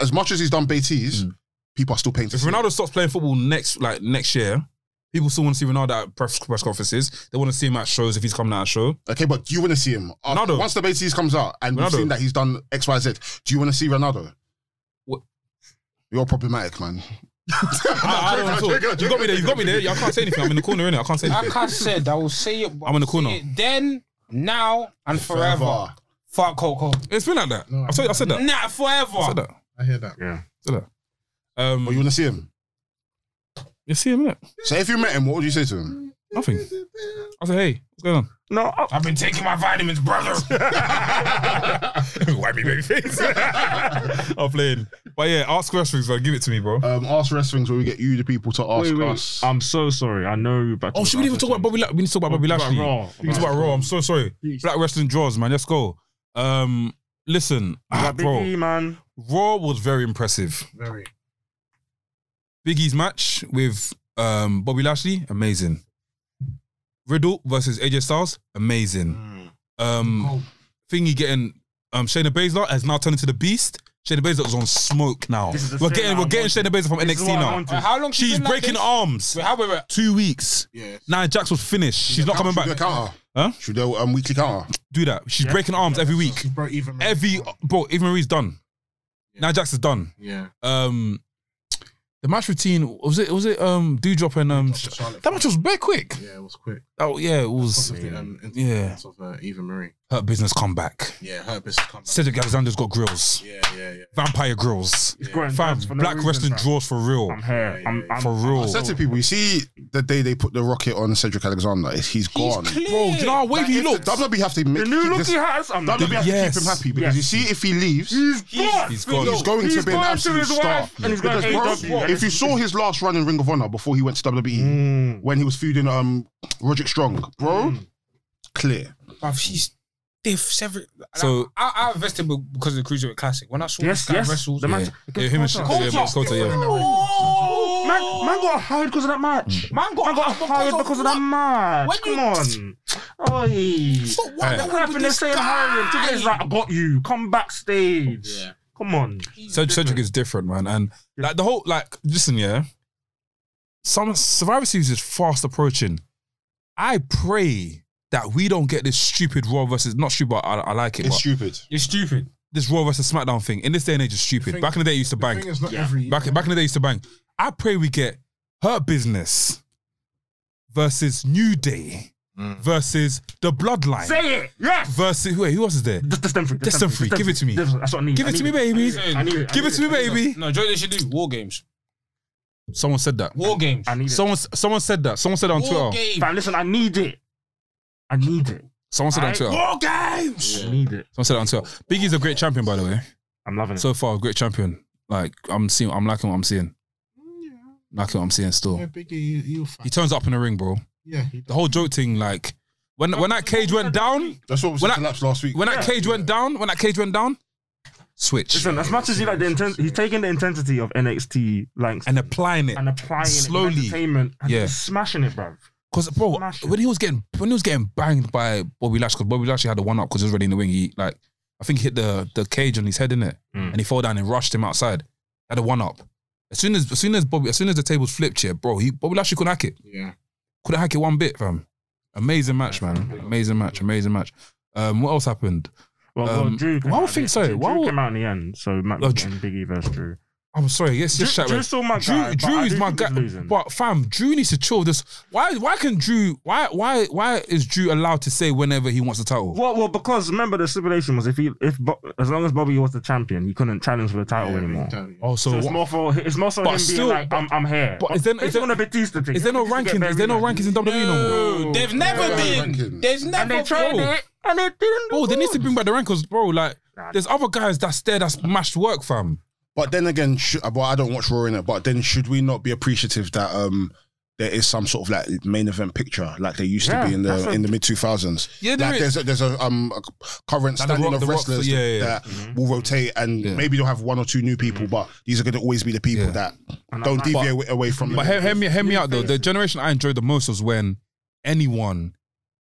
S7: As much as he's done BTS, people are still paying. to
S2: Mm. If
S7: see him.
S2: Ronaldo stops playing football next, like next year, people still want to see Ronaldo at press, press conferences. They want to see him at shows if he's coming out at a show.
S7: Okay, but do you want to see him? After-
S2: Ronaldo.
S7: Once the BTS comes out and we've
S2: Ronaldo.
S7: seen that he's done X, Y, Z, do you want to see Ronaldo?
S2: What-
S7: You're problematic, man.
S2: I, I don't know. ah, You got me there. You got me there. I can't say anything. I'm in the corner, innit? I can't say
S6: Like
S2: anything.
S6: I said, I will say it. but
S2: I'm in the
S6: I'll
S2: corner.
S6: say it Then, now, and forever. Fuck Coco.
S2: It's been like that. I, said, I said that.
S6: Nah, forever.
S2: I said that.
S3: I hear that.
S2: I said that. Um,
S7: But you want to see him?
S2: you see him, innit?
S7: So if you met him, what would you say to him?
S2: Nothing. I said, hey, what's going on?
S1: No, I-
S6: I've been taking my vitamins, brother.
S2: Wipe me, baby face. I'm playing. But yeah, ask questions, bro. Give it to me, bro.
S7: Um, ask wrestling's where we get you, the people, to ask
S1: wait, wait.
S7: us.
S2: Um,
S1: I'm so sorry. I know you about.
S2: Oh, should we even talk about Bobby? La- we need to talk about Bobby
S1: About
S2: Lashley.
S1: Raw.
S2: We need to talk about Raw. I'm so sorry. Black wrestling draws, man. Let's go. Um, listen, ah, bro.
S1: Biggie, man.
S2: Raw was very impressive.
S3: Very.
S2: Biggie's match with um, Bobby Lashley, amazing. Riddle versus AJ Styles, amazing.
S1: Mm.
S2: Um, Thingy getting um, Shayna Baszler has now turned into the Beast. Shayna Baszler is on smoke now.
S1: This is the
S2: We're
S1: shit
S2: getting
S1: that I
S2: we're getting
S1: wanted.
S2: Shayna Baszler from
S1: This is
S2: NXT
S1: what I
S2: now.
S1: wanted.
S6: Wait, how long? she
S2: She's
S6: been like
S2: breaking
S6: this?
S2: arms.
S6: Wait, how, wait, wait.
S2: Two weeks.
S3: Yeah.
S2: Nia Jax was finished. She's not coming
S7: Should we
S2: back.
S7: do a counter?
S2: Huh?
S7: Should we do a um, weekly counter?
S2: Do that. She's breaking arms every week.
S3: Bro, even
S2: Every bro, Eva Marie's done. Nia Jax is done.
S3: Yeah.
S2: Um, the match routine was it was it um Dewdrop and um
S3: Dewdrop and Charlotte.
S2: that match was very quick.
S3: Yeah, it was quick.
S2: Oh yeah, it was.
S3: Possibly um,
S2: Yeah.
S3: interference of uh, Eva Marie.
S2: Her business comeback.
S3: Yeah, her business comeback.
S2: Cedric Alexander's got grills.
S3: Yeah, yeah, yeah.
S2: Vampire grills.
S1: He's growing
S2: Fam,
S1: guns for no
S2: black
S1: reason,
S2: wrestling
S1: fam.
S2: draws for real.
S1: I'm here. I'm, I'm
S2: For real.
S7: I said to people, you see the day they put the rocket on Cedric Alexander, it's- he's gone.
S6: He's clear.
S2: Bro, do you know how
S7: Like,
S2: wavy he
S7: if the
S2: looked?
S7: WWE have to make
S1: The new look
S7: this-
S1: he has. I'm not.
S7: WWE have
S2: Yes.
S7: to keep him happy because
S1: Yes.
S7: you see, if he leaves,
S6: He's-
S1: gone.
S2: He's gone.
S7: He's going
S1: He's
S7: to be an
S1: going to
S7: absolute
S1: his
S7: star.
S1: wife and he's going
S7: Because,
S1: to
S7: bro,
S1: AEW.
S7: if you saw his last run in Ring of Honor before he went to WWE,
S1: Mm.
S7: when he was feuding um Roderick Strong, bro, clear.
S6: Bruv, she's stiff. Several.
S2: So-
S6: So I, I invested be- because of the Cruiserweight Classic. When I saw
S1: Yes,
S6: this guy
S1: yes.
S6: wrestle,
S1: The
S2: Yeah.
S1: match.
S2: Yeah, him and
S1: Dakota.
S2: yeah, yeah, Dakota, yeah.
S6: Oh,
S1: Man, man got hired because of that match.
S6: man got,
S1: Man got hired because of that match.
S6: When
S1: Come on. Oi.
S6: But what
S2: Alright.
S6: happened
S1: What happened?
S6: with
S1: They
S6: this
S1: say I'm hiring.
S6: guy?
S1: Today's like, I got you. Come backstage.
S6: Yeah.
S1: Come on.
S2: Ced- Cedric is different, man. And like the whole like listen, yeah. Some Survivor Series is fast approaching. I pray that we don't get this stupid Raw versus not stupid, but I, I like it.
S7: It's
S2: but
S7: stupid.
S6: You're stupid.
S2: this Raw versus SmackDown thing in this day and age is stupid.
S3: thing-
S2: back in the day, it used to
S3: The
S2: bang.
S3: thing is, not every.
S2: Back back in the day, it used to bang. I pray we get her business versus New Day versus the Bloodline
S1: Say Mm. it. Yes.
S2: versus wait who else is there?
S1: Just, just them free.
S2: Just them free. Give it to me.
S1: That's what I need.
S2: Give
S1: I
S2: it to
S1: need
S2: me, baby.
S1: I need it. I
S2: Give
S1: need
S2: it to me, baby.
S6: No, Joe, they should do war games.
S3: Someone said that.
S6: War games.
S1: I need it.
S3: Someone someone said that. Someone said that on
S6: War
S3: Twitter.
S6: games.
S1: Fam, listen, I need it. I need it.
S3: Someone said that on
S1: Aight.
S3: Twitter.
S7: War games.
S1: I need it.
S3: Someone said that on Twitter. Biggie's a great champion, by the way.
S1: I'm loving it.
S3: So far, a great champion. Like I'm seeing, I'm liking what I'm seeing. Liking what I'm seeing still.
S2: Yeah, Biggie, you, you'll
S3: He
S2: fight.
S3: turns up in the ring, bro.
S2: Yeah, he
S3: The whole joke thing, like when when that cage went down,
S7: That's what was
S3: When I-
S7: collapsed last week.
S3: when that cage went down, when that cage went down, switch
S1: Listen, as much as you like the intensity, he's taking the intensity of NXT length and,
S3: and applying it.
S1: applying it
S3: slowly.
S1: in entertainment and
S3: Yeah. Oh,
S1: just smashing it, bruv.
S3: Cause bro,
S1: Smash it.
S3: when he was getting when he was getting banged by Bobby Lash, because Bobby Lash had the one up because he was already in the wing. He like I think he hit the the cage on his head in it,
S1: Mm.
S3: and he fell down and rushed him outside. Had a one up. As soon as as soon as Bobby as soon as the tables flipped here, bro, he Bobby Lashley couldn't hack it.
S2: Yeah.
S3: couldn't hack it one bit, fam. Amazing match, man. Amazing match. Amazing match. Um, what else happened?
S1: Well,
S3: Um,
S1: well Drew. came
S3: why would
S1: out
S3: think
S1: of it.
S3: so?
S1: Drew,
S3: Why
S1: Drew
S3: would-
S1: came out in the end, so Matt
S3: Oh, Drew-
S1: and Biggie versus Drew.
S3: I'm sorry. Yes,
S1: Drew,
S3: yes, Shaq.
S1: Drew's
S3: man.
S1: still my
S3: Drew,
S1: guy.
S3: Drew
S1: but I
S3: is
S1: do
S3: my
S1: think
S3: guy,
S1: he's losing.
S3: but fam, Drew needs to chill. This why? Why can Drew? Why? Why? Why is Drew allowed to say whenever he wants the title?
S1: Well, well, because remember the stipulation was if he, if Bo- as long as Bobby was the champion, he couldn't challenge for the title anymore.
S3: Oh,
S1: So
S3: so
S1: it's
S3: what-
S1: more for it's more so
S3: But
S1: him
S3: still-
S1: being like, I'm, I'm here.
S3: but is there-
S1: Based
S3: is there-
S1: on the Batista thing,
S3: is there no
S1: Batista get
S3: rankings? Is there no
S1: buried,
S3: rankings in WWE no more?
S6: No, they've never been.
S7: rankings.
S6: There's
S1: And
S6: never
S1: they tried
S6: been.
S1: it, Eh, and it didn't.
S3: Bro, they need Oh, to bring back the rankings, bro. Like,
S1: Nah.
S3: there's other guys that's there that's mashed work, fam.
S7: But then again, sh- well, I don't watch Raw in it. But then, should we not be appreciative that um there is some sort of like main event picture like they used
S1: Yeah,
S7: to be in
S1: that's
S7: the
S1: a-
S7: in the mid two thousands?
S3: Yeah, there
S7: like
S3: is.
S7: there's a, there's a um a current
S3: Like the
S7: standing
S3: Rock-
S7: of
S3: the Rock-
S7: wrestlers
S3: yeah, yeah, Mm. yeah.
S7: that
S1: Mm-hmm.
S7: will rotate, and
S3: Yeah.
S7: maybe they'll have one or two new people, but these are going to always be the people
S3: Yeah.
S7: that
S1: And I
S7: don't
S1: like-
S7: deviate away- away from.
S3: But
S7: the-
S3: hear, hear me, hear me out though. The generation I enjoyed the most was when anyone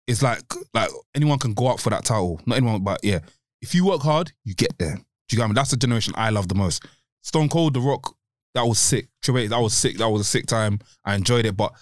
S3: is like, like anyone can go out for that title. Not anyone, but yeah, if you work hard, you get there. Do you get what I mean? That's the generation I love the most. Stone Cold, The Rock, that was sick. Triple H, that was sick. That was a sick time. I enjoyed it, but.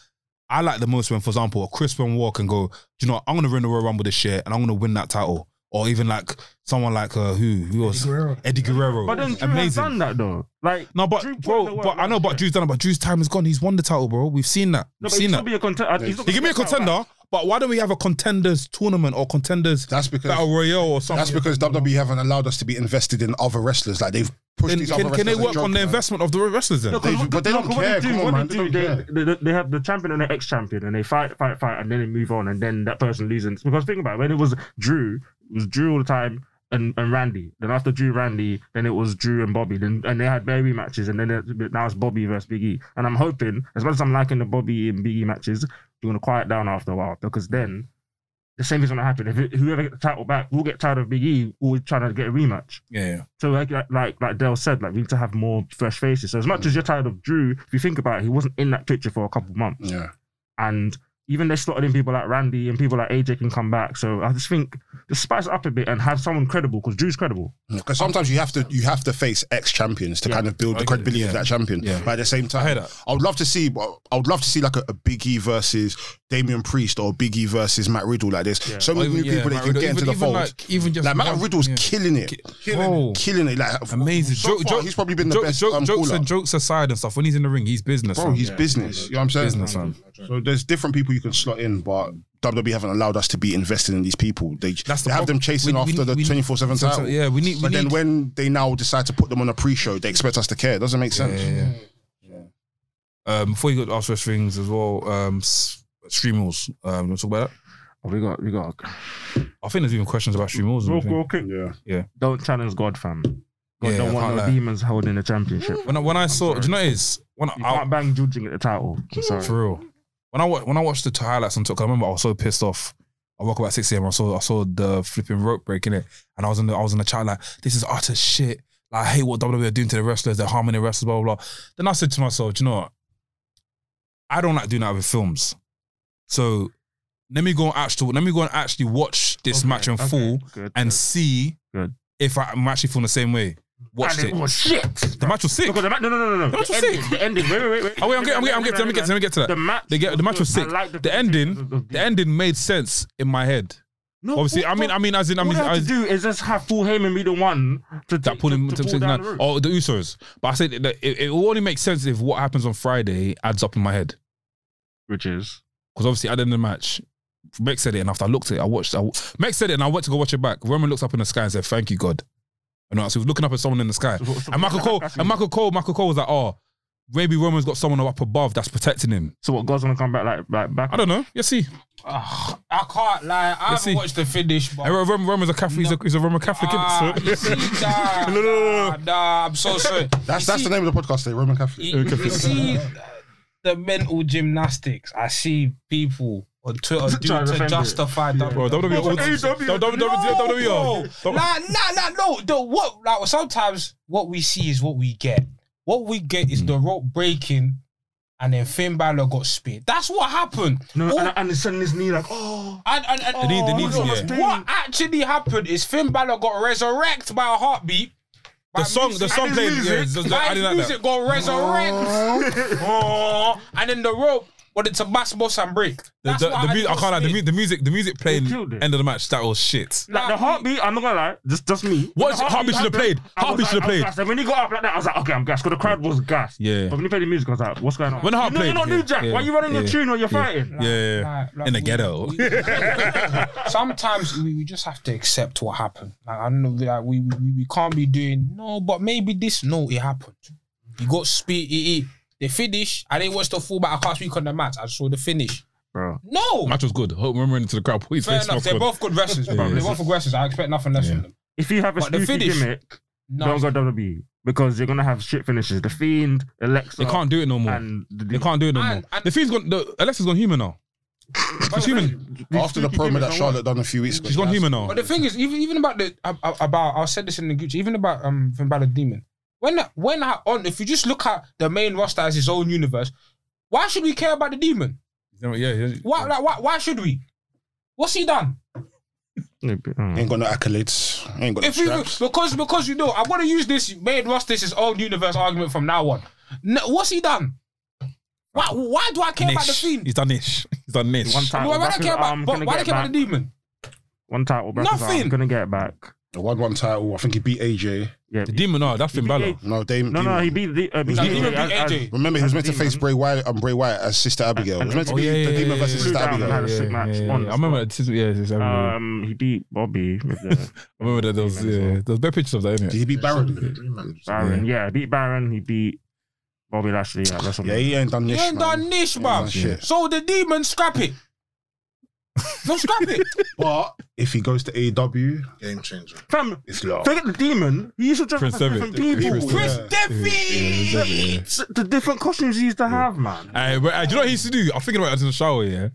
S3: I like the most when, for example, a Chris Benoit can go, do you know, what? I'm going to win the Royal Rumble this year and I'm going to win that title. Or even like someone like uh, who? Who was?
S2: Guerrero.
S3: Eddie Guerrero.
S1: But then Drew has
S3: Amazing.
S1: done that though. Like
S3: No, but
S1: Drew put in the
S3: bro,
S1: work
S3: but I know,
S1: last
S3: but
S1: year.
S3: Drew's done it. But Drew's time is gone. He's won the title, bro. We've seen that.
S1: No,
S3: We've
S1: but he
S3: seen
S1: should
S3: that.
S1: be a contender.
S3: You give me a contender, but why don't we have a contenders tournament or contenders
S7: That's because
S3: battle royale or something?
S7: that's because WWE haven't allowed us to be invested in other wrestlers. Like they've pushed
S3: Then
S7: these
S3: can,
S7: other
S3: can they
S7: wrestlers
S3: work
S7: as
S3: on the
S7: jobbers, man.
S3: investment of the wrestlers then?
S1: No, 'cause
S7: They-
S1: what-
S7: but they
S1: no,
S7: don't
S1: 'cause what
S7: care.
S1: do,
S7: Come on,
S1: what
S7: man,
S1: They,
S7: they
S1: do,
S7: don't
S1: they, they, they have the champion and the ex-champion, and they fight, fight, fight, and then they move on, and then that person loses. Because think about it, when it was Drew, it was Drew all the time, and, and Randy. Then after Drew, Randy, then it was Drew and Bobby. Then and they had very matches, and then it, now it's Bobby versus Big E. And I'm hoping, as much as I'm liking the Bobby and Big E matches, they're gonna quiet down after a while because then. The same thing's gonna happen. If it, whoever gets the title back, will get tired of Big E always trying to get a rematch.
S3: Yeah, yeah.
S1: So like like- like like Dale said, like we need to have more fresh faces. So as much
S3: Mm.
S1: as you're tired of Drew, if you think about it, he wasn't in that picture for a couple months.
S7: Yeah.
S1: And even they slotted in people like Randy and people like AJ can come back. So I just think just spice it up a bit and have someone credible because Drew's credible.
S7: Because sometimes you have to you have to face ex champions to
S1: Yeah.
S7: kind of build
S3: I
S7: the
S3: get it,
S7: credibility
S3: yeah.
S7: of that champion.
S3: Yeah.
S7: But at the same time,
S3: hear that.
S7: I would love to see. I would love to see like a, a Big E versus Damian Priest or Big E versus Matt Riddle like this. So many
S3: Or even-
S7: new people
S3: yeah,
S7: that
S3: Matt
S7: can
S3: Riddle.
S7: get into
S3: Even-
S7: the
S3: even
S7: fold. Like,
S3: Like, even just
S7: Matt Riddle's
S3: yeah.
S7: killing it,
S3: Bro,
S7: killing it. Like
S3: amazing.
S7: So far, he's probably been the
S3: joke-
S7: best.
S3: joke-
S7: um,
S3: jokes
S7: caller.
S3: and jokes aside and stuff. When he's in the ring, he's business.
S7: bro,
S3: fam.
S7: he's business. You know what I'm saying?
S3: business, fam.
S7: So there's different people you can slot in, but WWE haven't allowed us to be invested in these people. They,
S3: That's the
S7: they have them
S3: problem.
S7: chasing
S3: We- we-
S7: after the
S3: we-
S7: 24/7
S3: so- so-
S7: title.
S3: yeah, we need- we
S7: But then
S3: need-
S7: when they now decide to put them on a pre-show, they expect us to care. It doesn't make sense.
S3: Um, before you go to ask us things as well, um, s- stream rules. Um, you want to talk about that?
S1: Oh, we got we got
S3: I think there's even questions about stream rules. and
S1: real,
S3: everything.
S1: real quick.
S7: Yeah.
S1: Don't challenge God, fam. God
S3: Yeah,
S1: don't
S3: I
S1: want
S3: can't
S1: no
S3: lie.
S1: demons holding the championship.
S3: When I, when I saw, do you know what it is? When
S1: You
S3: I,
S1: can't bang judging at the title. I'm sorry.
S3: For real. When I wa- when I watched the highlights on TikTok, I remember I was so pissed off. I woke up at six a.m. I saw I saw the flipping rope break in it, and I was in the I was in the chat like, this is utter shit. Like, I hate what WWE are doing to the wrestlers. They're harming the wrestlers, blah blah. blah. Then I said to myself, Do you know what? I don't like doing that with films. So let me go and actually let me go and actually watch this
S1: Okay,
S3: match in
S1: okay,
S3: full
S1: good,
S3: and
S1: good.
S3: see
S1: Good.
S3: if I, am actually feeling the same way. Watched
S1: and it
S3: it.
S1: was shit.
S3: The match was sick.
S1: Because the ma- no, no, no, no, no.
S3: match
S1: The
S3: was
S1: ending,
S3: sick.
S1: the ending. Wait, wait, wait. wait.
S3: Oh wait, I'm getting, I'm getting, I'm getting, let me get, let me get to that. <laughs>
S1: The match.
S3: They get the match was
S1: good. I
S3: sick.
S1: like
S3: the ending,
S1: presentation of
S3: the ending made sense in my head.
S1: No,
S3: Obviously,
S1: all-
S3: I mean, I mean, as in, I
S1: all
S3: mean,
S1: they have
S3: as,
S1: to do is just have Paul Heyman be the one to
S3: that pulled him to, to,
S1: down
S3: nine.
S1: the route.
S3: Oh, the Usos. But I said that it, it will only make sense if what happens on Friday adds up in my head.
S1: which is
S3: Because obviously, at the end of the match, Meg said it, and after I looked at it, I watched. I, w- Meg said it, and I went to go watch it back. Roman looks up in the sky and said, "Thank you, God." You know, so he was looking up at someone in the sky,
S1: So what- so
S3: and Michael
S6: <laughs>
S1: what-
S3: Cole, and Michael Cole, Michael Cole was like, "Oh,
S2: Maybe Roman's got someone up above that's protecting him.
S1: So what? God's gonna come back like like back.
S2: I don't know. You see,
S6: Ugh, I can't lie. I haven't
S2: see.
S6: watched the finish, but.
S2: And Ro- Ro- Roman's a Catholic. He's, a, he's a Roman Catholic.
S6: Ah,
S2: innit?
S6: you
S3: <laughs>
S2: So-
S6: see, nah,
S2: No, no, no,
S6: nah, nah, I'm so sorry.
S7: That's that's the name of the podcast today, Roman Catholic.
S6: You,
S1: <laughs>
S6: you see the mental gymnastics. I see people on Twitter
S1: <laughs>
S6: do
S1: Trying to
S6: to,
S1: defend it.
S6: justify that.
S2: Bro, E WWE all the-
S1: AEW.
S2: No,
S1: E,
S2: WWE all-
S6: Nah,
S2: Don't-
S6: nah, nah, no. The, what, like, sometimes what we see is what we get. What we get
S1: Hmm.
S6: is the rope breaking and then Finn Balor got speared. That's what happened.
S1: No,
S6: All-
S1: and, and he's sending his knee like, oh,
S6: and, and, and,
S2: They need- they need
S6: oh,
S2: to-
S6: what-
S1: yeah.
S6: What actually happened is Finn Balor got resurrected by a heartbeat.
S2: The song, the song played. Yeah, the- the-
S6: Live
S2: I didn't like
S6: music
S2: that.
S6: got resurrect. Oh, <laughs> and then the rope wanted to bash boss and break.
S2: The,
S6: That's
S2: the,
S6: what
S2: the
S6: had
S2: mu- I
S6: got
S2: can't lie. The,
S6: split.
S2: mu- the music, the music playing
S1: killed it.
S2: end of the match. That was shit.
S1: like the heartbeat. I'm not gonna lie, just just me.
S2: What?
S1: The
S2: Heartbeat should've
S1: happened,
S2: played.
S1: I was
S2: Heartbeat
S1: like-
S2: should've
S1: I was
S2: played.
S1: gassed. And when he got up like that, I was like, okay, I'm gassed. Because the crowd was gassed.
S2: Yeah.
S1: But when he played the music, I was like, what's going on?
S2: When the heart
S1: you know, you're
S2: played,
S1: not new
S2: yeah,
S1: Jack.
S2: yeah,
S1: Why are you running your
S2: yeah.
S1: tune when you're fighting?
S2: Yeah,
S6: Like- like
S2: in the
S6: we-
S2: ghetto.
S6: we- <laughs> sometimes we, we just have to accept what happened. Like I know, like we, we we can't be doing no, but maybe this. No, it happened. You got speed. It, it, the finish. I didn't watch the full, but I can't speak on the match. I saw the finish.
S1: Bro.
S6: No,
S2: match was good. Hope remembering to the crowd. Please,
S6: fair
S2: face
S6: enough.
S2: off,
S6: They're
S2: good.
S6: both good wrestlers, bro.
S2: Yeah.
S6: They're both aggressive. I expect nothing less
S2: Yeah.
S6: from them.
S1: If you have a
S6: But the
S1: spooky
S6: finish-
S1: gimmick,
S6: No,
S1: don't go WWE E, because you're gonna have shit finishes. The Fiend, Alexa,
S2: They can't do it no more.
S1: and the,
S2: They can't do it no
S6: And-
S2: more.
S6: and-
S2: The fiend's gone. The, Alexa's gone human now. She's human.
S7: <laughs> After the promo that Charlotte done a few weeks ago,
S2: She's gone human now.
S6: But the thing is, even even about the ab- ab- about I said this in the Gucci, even about um Finn Balor Demon. When when I, on if you just look at the main roster as his own universe, why should we care about the demon?
S2: Yeah, yeah.
S6: Why like why, why should we? What's he done?
S1: uh,
S7: ain't got no accolades, ain't got no
S6: If you
S7: straps.
S6: because because you know I want to use this main roster as his own universe argument from now on. No, what's he done? Why why do I care about the
S2: Nish.
S6: fiend?
S2: He's done nish. He's done nish.
S1: One time,
S6: Why, why do I
S1: Brackens,
S6: care about?
S1: I'm
S6: but
S1: gonna
S6: why do I
S1: get
S6: care about
S1: back.
S6: the demon?
S1: One title, Brackens, I'm
S6: Nothing.
S1: gonna get it back.
S7: The one one title. I think he beat AJ.
S1: Yeah.
S2: The demon, no, that's Finn Balor.
S7: No, Dame.
S1: No, no, he beat the. Uh, beat
S6: The
S1: AJ
S6: demon beat
S1: as- as-
S6: AJ.
S7: Remember, he was meant to
S1: Demon.
S7: face Bray Wyatt and Bray Wyatt as Sister Abigail. It was meant to
S2: Oh,
S7: be
S2: yeah, yeah,
S7: the Demon
S2: yeah,
S7: versus
S2: yeah,
S7: Sister
S1: yeah,
S7: Abigail.
S1: yeah. had a sick match on the
S2: I remember. This is, yeah, this is,
S3: Uh,
S2: I
S1: Um, he beat Bobby. With the
S2: remember that there was
S1: Demon as
S2: yeah,
S1: well.
S2: there was better pictures of that,
S7: Did
S2: innit?
S7: he beat Baron?
S1: Baron. Yeah. he beat Baron. He beat Bobby Lashley at WrestleMania.
S7: Yeah, he ain't done
S6: You
S7: this.
S6: ain't done nish, man.
S7: done shit.
S6: So the demon scrap it. No, scrap it.
S7: But if he goes to E AEW,
S12: Game changer.
S1: Fam,
S7: it's love.
S1: forget the demon. He used to dress
S2: Prince
S1: as different people.
S7: Prince
S6: Chris
S7: Yeah.
S6: Devi.
S1: S- The different costumes he used to have, man.
S2: Aye, but, aye, do you know what he used to do? I'm thinking about it in the shower. Yeah,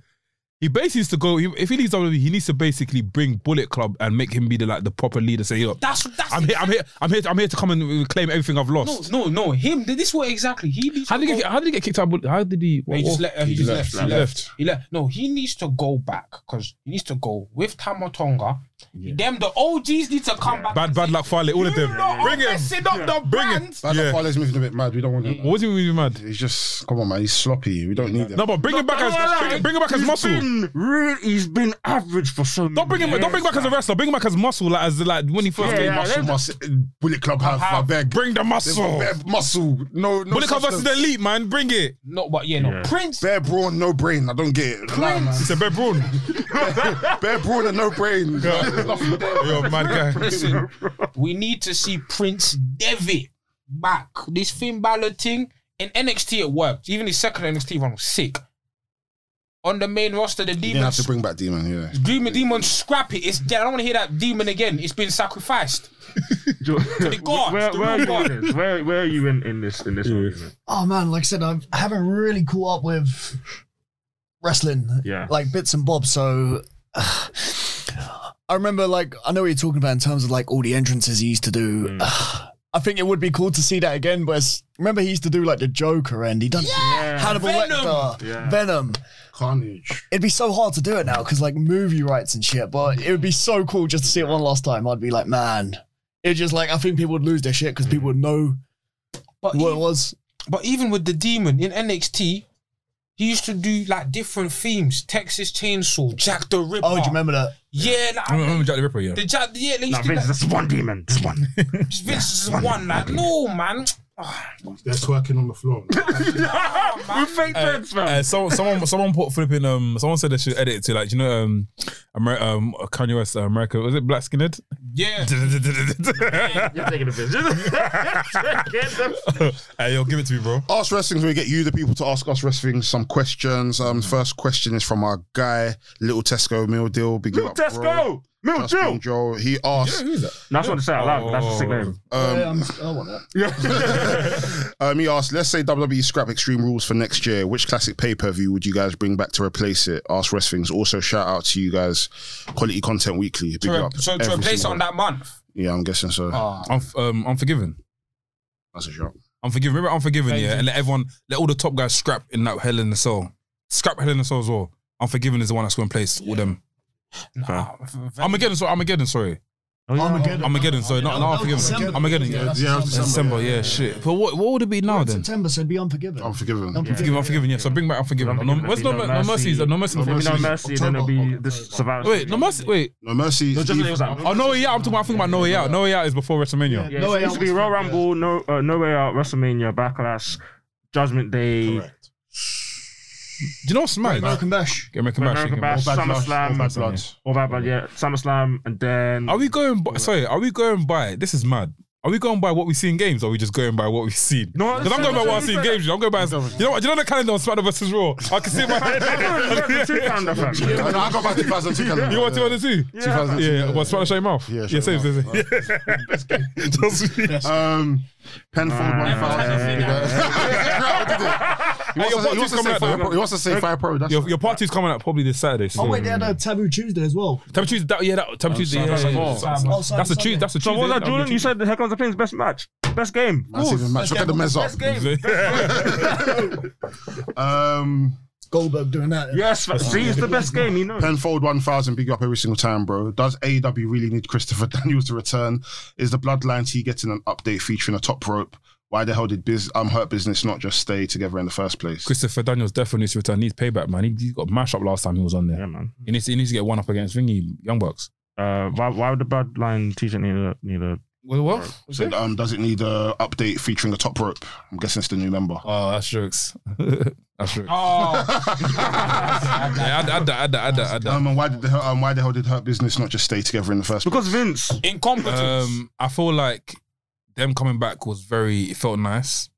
S2: he basically used to go. He, if he leaves WWE, he needs to basically bring Bullet Club and make him be the like the proper leader. Say, look,
S6: That's that's.
S2: I'm here, I'm here, I'm here, I'm here to come and claim everything I've lost.
S6: No, no, no. Him. This what exactly he needs.
S2: How
S6: to
S2: did he
S6: go-
S2: get? How did he get kicked out? Bullet- How did he?
S6: No, he
S2: what-
S6: just
S2: what-
S6: left. uh, He just left. He left.
S2: left.
S6: He left. No, he needs to go back because he needs to go with Tamatonga. Them the OGs need to come back.
S2: Bad, bad luck, Farley. All of them. Bring him.
S6: Messing up the
S2: Bring him.
S6: brands.
S7: Bad
S2: Yeah.
S7: Farley's moving a bit mad. We don't want him.
S2: What was he really mad?
S7: He's just come on, man. He's sloppy. We don't need him.
S2: No, but bring him back as bring, bring him back as muscle.
S1: Been real, he's been average for so many
S2: Don't bring him.
S1: years,
S2: Don't bring him back as a wrestler. Bring him back as muscle. Like as like when he first
S1: Yeah,
S2: came.
S1: yeah,
S7: muscle, muscle. Bullet Club have, I beg.
S2: Bring the muscle.
S7: Bare muscle. No, no.
S2: Bullet Club versus the
S7: substance.
S2: elite, man. Bring it.
S6: No, but yeah, no.
S1: Yeah.
S6: Prince.
S7: Bare brawn, no brain. I don't get it. Lie, man.
S2: It's a bare brawn.
S7: Bare brawn and no brain. There's nothing there.
S2: You're a mad guy.
S6: <laughs>
S7: <laughs>
S6: Listen, we need to see Prince Devi back. This Finn Balor thing in NXT it worked. Even his second NXT run was sick. On the main roster, the
S7: You didn't
S6: demon,
S7: have to bring back Demon, yeah.
S6: demon, demon, scrap it. It's dead. I don't want to hear that demon again. It's been sacrificed.
S1: <laughs> the
S6: gods,
S1: Where,
S6: the
S1: where are
S6: real
S1: you in this? Where, where are you in, in this in this argument?
S5: Oh man, like I said, I've, I haven't really caught up with wrestling,
S1: Yeah.
S5: like bits and bobs. So <sighs> I remember, like, I know what you're talking about in terms of like all the entrances he used to do. <sighs> I think it would be cool to see that again. But it's- remember, he used to do like the Joker, and he done
S1: Yeah.
S5: Hannibal
S6: Venom.
S5: Lecter,
S1: Yeah.
S5: Venom.
S7: Carnage.
S5: It'd be so hard to do it now because like movie rights and shit. But it would be so cool just to see it one last time. I'd be like, man, it's just like I think people would lose their shit because people would know
S6: But
S5: what it
S6: even,
S5: was.
S6: but even with the demon in NXT, he used to do like different themes: Texas Chainsaw, Jack the Ripper.
S5: Oh, do you remember that?
S6: Yeah,
S2: I
S3: Mm.
S6: like,
S2: remember Jack the Ripper, yeah.
S6: the Jack. Yeah, they
S1: Nah,
S6: used to do
S1: Vince,
S6: like,
S1: this is one demon. This one.
S6: Vince is one. Like, no, man. Ah,
S12: They're twerking on the
S7: <laughs>
S12: floor.
S1: we fake Vince, man.
S2: Uh, so, someone, someone put
S1: <laughs>
S2: flipping. Um, someone said they should edit it to like, do you know, um, Amer- um, Kanye West, uh, America. Was it Black Skinhead?
S6: Yeah.
S1: You're taking the
S2: <laughs>
S1: piss.
S13: Hey, yo, give it to me, bro.
S2: Ask Wrestling's where we get you, the people, to ask us Wrestling some questions.
S7: Mm.
S2: Um, First question is from our guy, Little Tesco Meal Deal. Big
S1: Milk
S2: up, bro.
S1: Tesco. Milk
S2: Just Been
S1: Jill.
S2: Joe. He asked,
S1: No, I just want to say it out loud. That's a sick name.
S2: um,
S5: Yeah, I'm, I want that.
S2: um, he asked, let's say WWE scrap Extreme Rules for next year. Which classic pay per view would you guys bring back to replace it? Ask Wrestling's. Also, shout out to you guys, quality content weekly. Big
S6: To,
S2: up.
S6: so to
S2: Every
S6: replace it
S2: single-
S6: on that month.
S2: Yeah, I'm guessing so.
S5: Oh. Ah.
S3: Unf- um, Unforgiven.
S2: That's a shout.
S3: Unforgiven. Remember Unforgiven, yeah? And let everyone, let all the top guys scrap in that Hell in the Soul. Scrap Hell in the Soul as well. Unforgiven is the one that's going to place all them.
S6: Nah,
S3: Armageddon, sorry. Armageddon, sorry.
S5: Armageddon.
S3: Armageddon, sorry. Not, not Unforgiven. Armageddon, yeah.
S5: yeah,
S7: that's
S5: December.
S3: December, yeah, shit. But what, what would it be now then?
S5: September, so it'd be unforgiven.
S7: Unforgiven.
S3: Forgive, Unforgiven, yeah. So bring back Unforgiven. No,
S1: Unforgiven,
S3: what's no,
S1: No
S3: no, no mercy?
S1: Mercy.
S3: No mercy.
S1: Maybe no
S7: Mercy.
S1: mercy, then it'll be this survivor.
S3: Wait, no mercy. Wait.
S7: No mercy.
S1: No, just
S7: Steve.
S1: it was like
S3: Oh, no way out. I'm talking about, I'm thinking about No Way Out. No Way Out is before WrestleMania.
S1: Yeah,
S5: No
S1: no
S5: Way
S1: it used to be
S5: Out was-
S1: Royal Rumble, no, uh, no way out, WrestleMania, Backlash, Judgment Day,
S3: Do you know what's mad?
S5: American Bash.
S3: American Bash.
S1: American
S3: yeah.
S1: Bash,
S7: Or Bad Blood,
S1: SummerSlam,
S7: or Bad Blood.
S1: or Bad Blood, yeah, SummerSlam, and then
S3: Are we going? By, sorry, are we going by? This is mad. Are we going by what we see in games, or are we just going by what we've seen?
S1: No,
S3: because I'm
S1: that's-
S3: going by what I
S1: that's-
S3: see
S1: <laughs>
S3: in games. You know, I'm going by. You know what? You know the calendar on SmackDown versus Raw. I can see it in my head.
S1: yeah,
S7: No, no, I got back to 2002 calendar.
S3: You want two hundred two?
S1: yeah.
S3: Yeah, well, Smack Shut Him Off.
S7: Yeah, shut
S3: yeah,
S7: him
S3: same, same, same. Just-
S7: Um, Penfold
S1: Uh,
S7: 1000. He
S3: Hey,
S7: wants
S3: your
S7: to say- he wants
S3: part two's
S7: to
S3: coming
S7: say
S3: out.
S7: Fire Pro-
S3: though.
S7: He wants to say Fire Pro. That's
S3: Your, your part two's coming out probably this Saturday. So.
S5: Oh wait, they had a Taboo Tuesday as well.
S3: Taboo Tuesday, that, yeah, that, Taboo Tuesday, yeah, yeah, yeah.
S5: Oh,
S3: That's a
S5: Sunday.
S3: Tuesday. That's a
S1: So
S3: Tuesday.
S1: what was that,
S3: that'll be a
S1: Jordan? You
S3: Tuesday.
S1: said the Here Comes the Pins best match, best game.
S7: that's even match. Look at the mess up. Um,
S5: Goldberg doing that.
S1: Yes, but see, it's the best game. You know.
S7: Penfold 1000, big up every single time, bro. Does AEW really need Christopher <laughs> Daniels to return? Is the Bloodline T getting an update featuring a top rope? Why the hell did biz- um, Hurt Business not just stay together in the first place?
S3: Christopher Daniels definitely needs to return. Needs payback, man. He, he got mashed up last time he was on there.
S1: Yeah, man.
S3: He needs, he needs to get one up against Vingy Young Bucks.
S1: Uh, why, why would the Bloodline T-shirt need a need a?
S3: Well, what?
S7: So, um, does it need a update featuring a top rope? I'm guessing it's the new member.
S3: Oh, that's jokes. <laughs> that's jokes.
S6: Oh,
S3: Yeah, add, add that, add that, add that, add that.
S7: Um, and why did the hell, um, why the hell did Hurt Business not just stay together in the first?
S1: Because Vince.
S6: incompetence.
S3: Um, I feel like them coming back was very. It felt nice.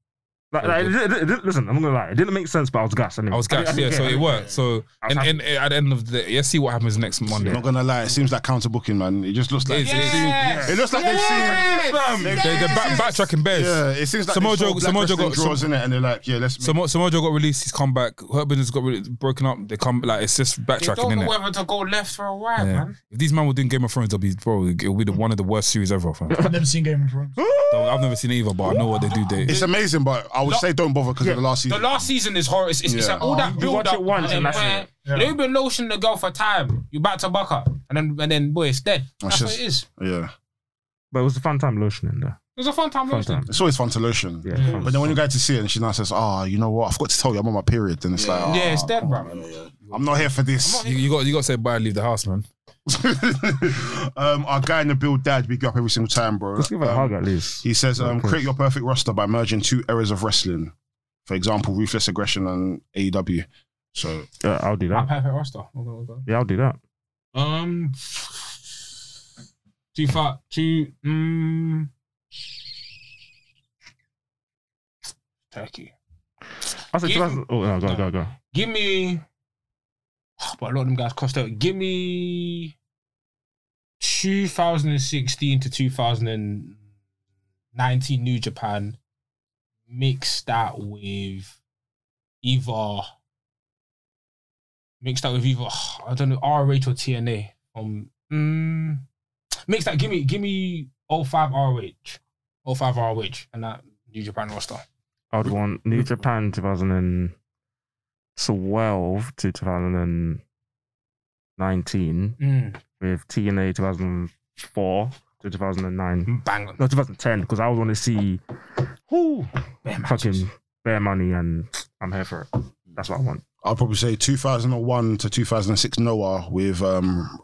S1: Like, like, it, it, it, listen, I'm not gonna lie. It didn't make sense, but I was gassed. Anyway.
S3: I was gassed, yeah. So it worked. So
S1: I-
S3: and,
S1: I-
S3: and, at the end of the day, let's see what happens next Monday.
S7: I'm not gonna lie, it seems like counter booking, man. It just looks like
S3: It is, it is.
S6: yes.
S7: it looks like they've seen.
S1: Fam.
S3: They, they're back, backtracking bears.
S7: Yeah, it seems like
S3: Samoa
S7: Samojo,
S3: Joe-
S7: Black
S3: Samoa Joe
S7: Samojo
S3: got-
S7: got draws in it, and they're like, yeah, let's.
S3: So Mo- Samoa Joe got released. He's come back. Hurt Business got re- broken up. They come like it's just
S6: They
S3: backtracking
S6: don't know
S3: in it.
S6: whether to go left or right, man.
S3: If these men were doing Game of Thrones, they'll be bro. It'll be the, one of the worst series ever. <laughs> Fam.
S5: I've never seen Game of Thrones.
S3: I've never seen it either, but I know what they do. They
S7: it's amazing, but I would say don't bother because of the last
S6: The
S7: season.
S6: last season is horrible. It's, it's, it's
S7: Yeah.
S6: like all that
S1: You
S6: build
S1: watch
S6: up
S1: it once and
S6: then
S1: that's
S6: where-
S1: it.
S6: You know, you've been lotioning the girl for time. You back to buck up, and then and then boy, it's dead. That's
S7: That's
S6: what it is.
S7: yeah,
S1: But it was a fun time lotioning though.
S6: It was a fun time.
S1: Fun
S6: wasn't it?
S1: time.
S7: it's always fun to lotion.
S1: Yeah. fun.
S7: But then when you go to see it, and she now says, "Ah, you know what? I forgot to tell you, I'm on my period." Then it's like,
S6: Yeah,
S7: "Ah,
S6: it's dead, bro.
S7: I'm not here for this.
S3: you, you got you got to say bye, and leave the house, man.
S7: <laughs> um, our guy in the build, Dad, big up every single time, bro.
S1: Let's give it a
S7: Um,
S1: hug at least.
S7: He says, um,
S1: Okay.
S7: create your perfect roster by merging two eras of wrestling. For example, Ruthless Aggression and E AEW. So
S1: Uh, I'll do
S6: My
S1: that.
S6: perfect roster. Oh, We'll go, we'll go.
S1: Yeah, I'll do that.
S6: Um, too far. Too. Mm, Turkey.
S1: I said,
S6: Give-
S1: 2000 oh no, go go go.
S6: Give me. oh, But a lot of them guys crossed out. Give me. 2016 to 2019 New Japan. Mix that with either. Mix that with either I don't know RH or TNA. Um, mm, mix that. Give me give me 05 RH, 05 RH, and that New Japan roster.
S1: I'd want New Japan 2012 to 2019
S6: Mm,
S1: with TNA 2004 to 2009.
S6: bang on.
S1: No, 2010 because I would want to see who
S6: Bare matches.
S1: fucking bare money and I'm here for it. That's what I want.
S7: I'll probably say 2001 to 2006 Noah with um,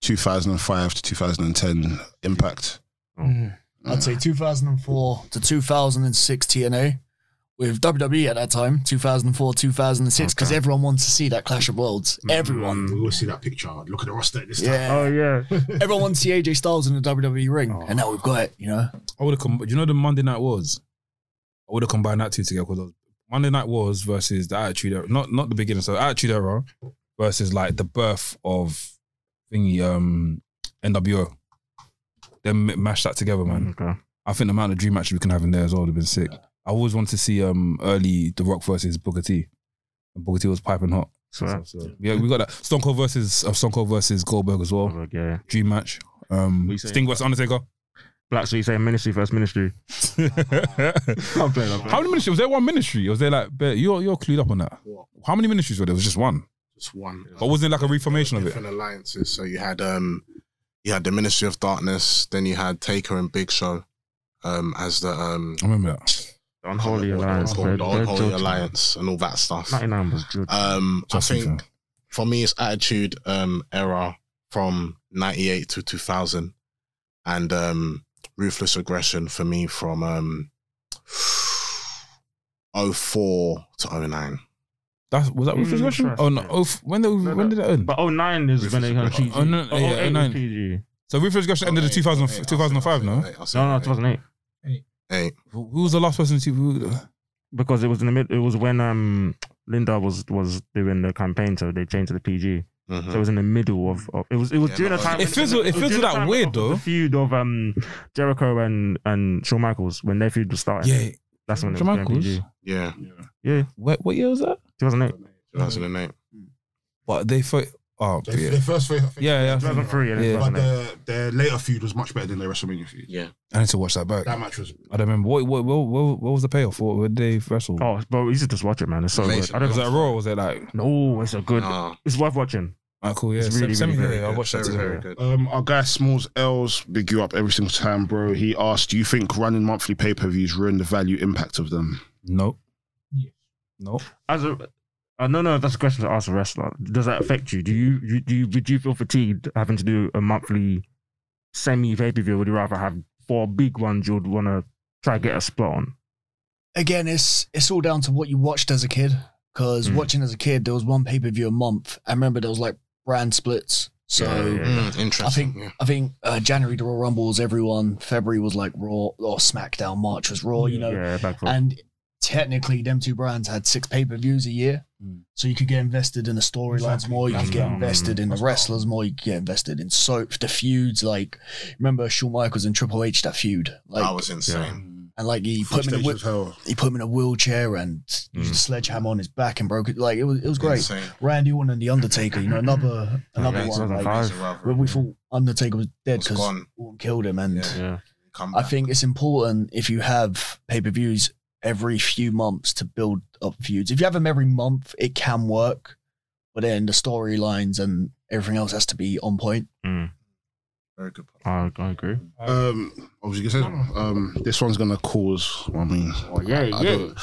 S7: 2005 to 2010 Impact.
S6: Mm.
S5: I'd say 2004 to 2006 TNA. with WWE at that time, 2004, 2006, because everyone wants to see that Clash of Worlds.
S3: Mm.
S5: Everyone.
S7: We will see that picture. Look at the roster at this time.
S5: Yeah.
S1: Oh yeah,
S5: Everyone wants to see AJ Styles in the WWE E ring,
S3: Oh.
S5: and now we've got it, you know?
S3: I would have come. You know the Monday Night Wars. I would have combined that two together because Monday Night Wars versus the Attitude Era, not not the beginning, so Attitude Era versus like the birth of thingy um NWO. Then m- mash that together, man.
S1: okay.
S3: I think the amount of dream matches we can have in there as well would have been sick. I always wanted to see um early The Rock versus Booker T. And Booker T was piping hot.
S1: So,
S3: So, so, yeah, we got that Stone Cold versus uh, Stone Cold versus Goldberg as well.
S1: okay.
S3: Dream match. Um,
S1: What you saying?
S3: Sting versus
S1: <laughs>
S3: Undertaker.
S1: Black, so you saying ministry first ministry? I'm playing. I'm
S3: <laughs> How
S1: playing.
S3: many ministries? Was there one ministry? Or was there like bare- you're you're clued up on that? How many ministries were there? It was just one.
S11: Just one.
S3: But wasn't it like a reformation of it?
S11: different alliances. So you had um, you had the Ministry of Darkness. Then you had Taker and Big Show, um, as the um,
S3: I remember that.
S1: Unholy
S11: what- what
S1: alliance.
S11: it's called,
S1: Third-
S11: the
S1: third
S11: Unholy
S1: judge-
S11: Alliance, and all that stuff.
S1: 99 was good.
S11: Um, I
S3: Justin
S11: think for me, it's attitude um, era from '98 to 2000, and um, ruthless aggression for me from um, <sighs> 04 to 09.
S3: That's was that ruthless
S1: Mm,
S3: aggression?
S1: interesting.
S3: Oh no! Oh, f- when they, when
S1: no.
S3: did it end?
S1: But 09 is when they kind of PG.
S3: Oh, no, yeah,
S1: 08
S3: 09.
S1: was PG.
S3: so ruthless aggression ended in
S1: Oh,
S3: 2000, 2005. No,
S1: No, no, 2008
S3: who who was the last person to? Who,
S1: because it was in the mid. It was when um Linda was was doing the campaign, so they changed to the PG. So it was in the middle of, of it was it was
S11: Yeah,
S1: during the
S11: no,
S1: time.
S11: it
S1: was
S3: feels-
S1: during
S3: it
S1: the
S3: feels
S1: time
S3: that
S1: of
S3: weird,
S1: the
S3: though.
S1: feud of um Jericho and and Shawn Michaels when their feud was starting.
S3: yeah,
S1: that's when it
S3: Shawn
S1: was during
S3: Michaels?
S1: PG.
S11: <laughs> Yeah,
S1: Yeah,
S3: what what year was that?
S1: 2008,
S11: 2008.
S3: But they fought. Oh
S7: Their,
S3: yeah,
S7: their first feud, I think,
S3: yeah, yeah. I think-
S1: 2003, yeah,
S3: Yeah.
S7: but
S1: 2008.
S7: their, their later feud was much better than their WrestleMania feud.
S11: Yeah.
S3: I need to watch that back.
S7: That match was
S3: I don't remember what what what, what, what was the payoff? What what did they wrestle?
S1: Oh, bro, you should just watch it, man. It's so good. I don't
S3: was
S1: know.
S3: that Raw? or Was it like?
S1: No, it's a good.
S11: Nah,
S1: It's worth watching.
S3: Ah, cool. Yeah,
S1: It's really,
S3: send,
S1: really
S3: me
S1: very
S3: that. I
S1: good.
S3: watched that.
S11: very,
S3: today.
S11: very good.
S7: Um, our guy Smalls L's big you up every single time, bro. He asked, "Do you think running monthly pay per views ruin the value impact of them?"
S3: Nope. Nope.
S1: As a, I don't know if that's a question to ask a wrestler. Does that affect you? Do you you- do you do you feel fatigued having to do a monthly semi pay per view? Would you rather have four big ones you'd want to try to get a spot on?
S5: Again, it's it's all down to what you watched as a kid. Because
S1: Mm.
S5: watching as a kid, there was one pay per view a month. I remember there was like brand splits. So
S11: Mm,
S5: I
S11: interesting.
S5: think
S11: yeah.
S5: I think uh, January the Royal Rumble was everyone. February was like Raw or SmackDown. March was Raw. You know,
S1: Yeah, back for
S5: and technically, them two brands had six pay per views a year, so you could get invested in the storylines more. You could get
S1: Mm.
S5: invested in the wrestlers more. You could get invested in soaps, the feuds. Like remember Shawn Michaels and Triple H that feud. Like
S11: that was insane.
S5: and like he put him in a wheel-
S7: hell.
S5: he put him in a wheelchair and used a sledgehammer on his back and broke it. Like it was it was great.
S11: Insane.
S5: Randy Orton and the Undertaker. You know another another
S11: Amazing,
S5: one. Like,
S11: amazing rivalry.
S5: where we thought Undertaker was dead
S11: Was
S5: because
S11: gone.
S5: Orton killed him and.
S11: Yeah.
S1: yeah.
S11: Come
S5: I
S11: back.
S5: think it's important if you have pay per views every few months to build up feuds. If you have them every month, it can work, but then the storylines and everything else has to be on point.
S11: Very good. point.
S1: I, I agree.
S7: Um, obviously, you said, um, this one's gonna cause. I mean,
S1: Oh, yeah,
S7: I don't,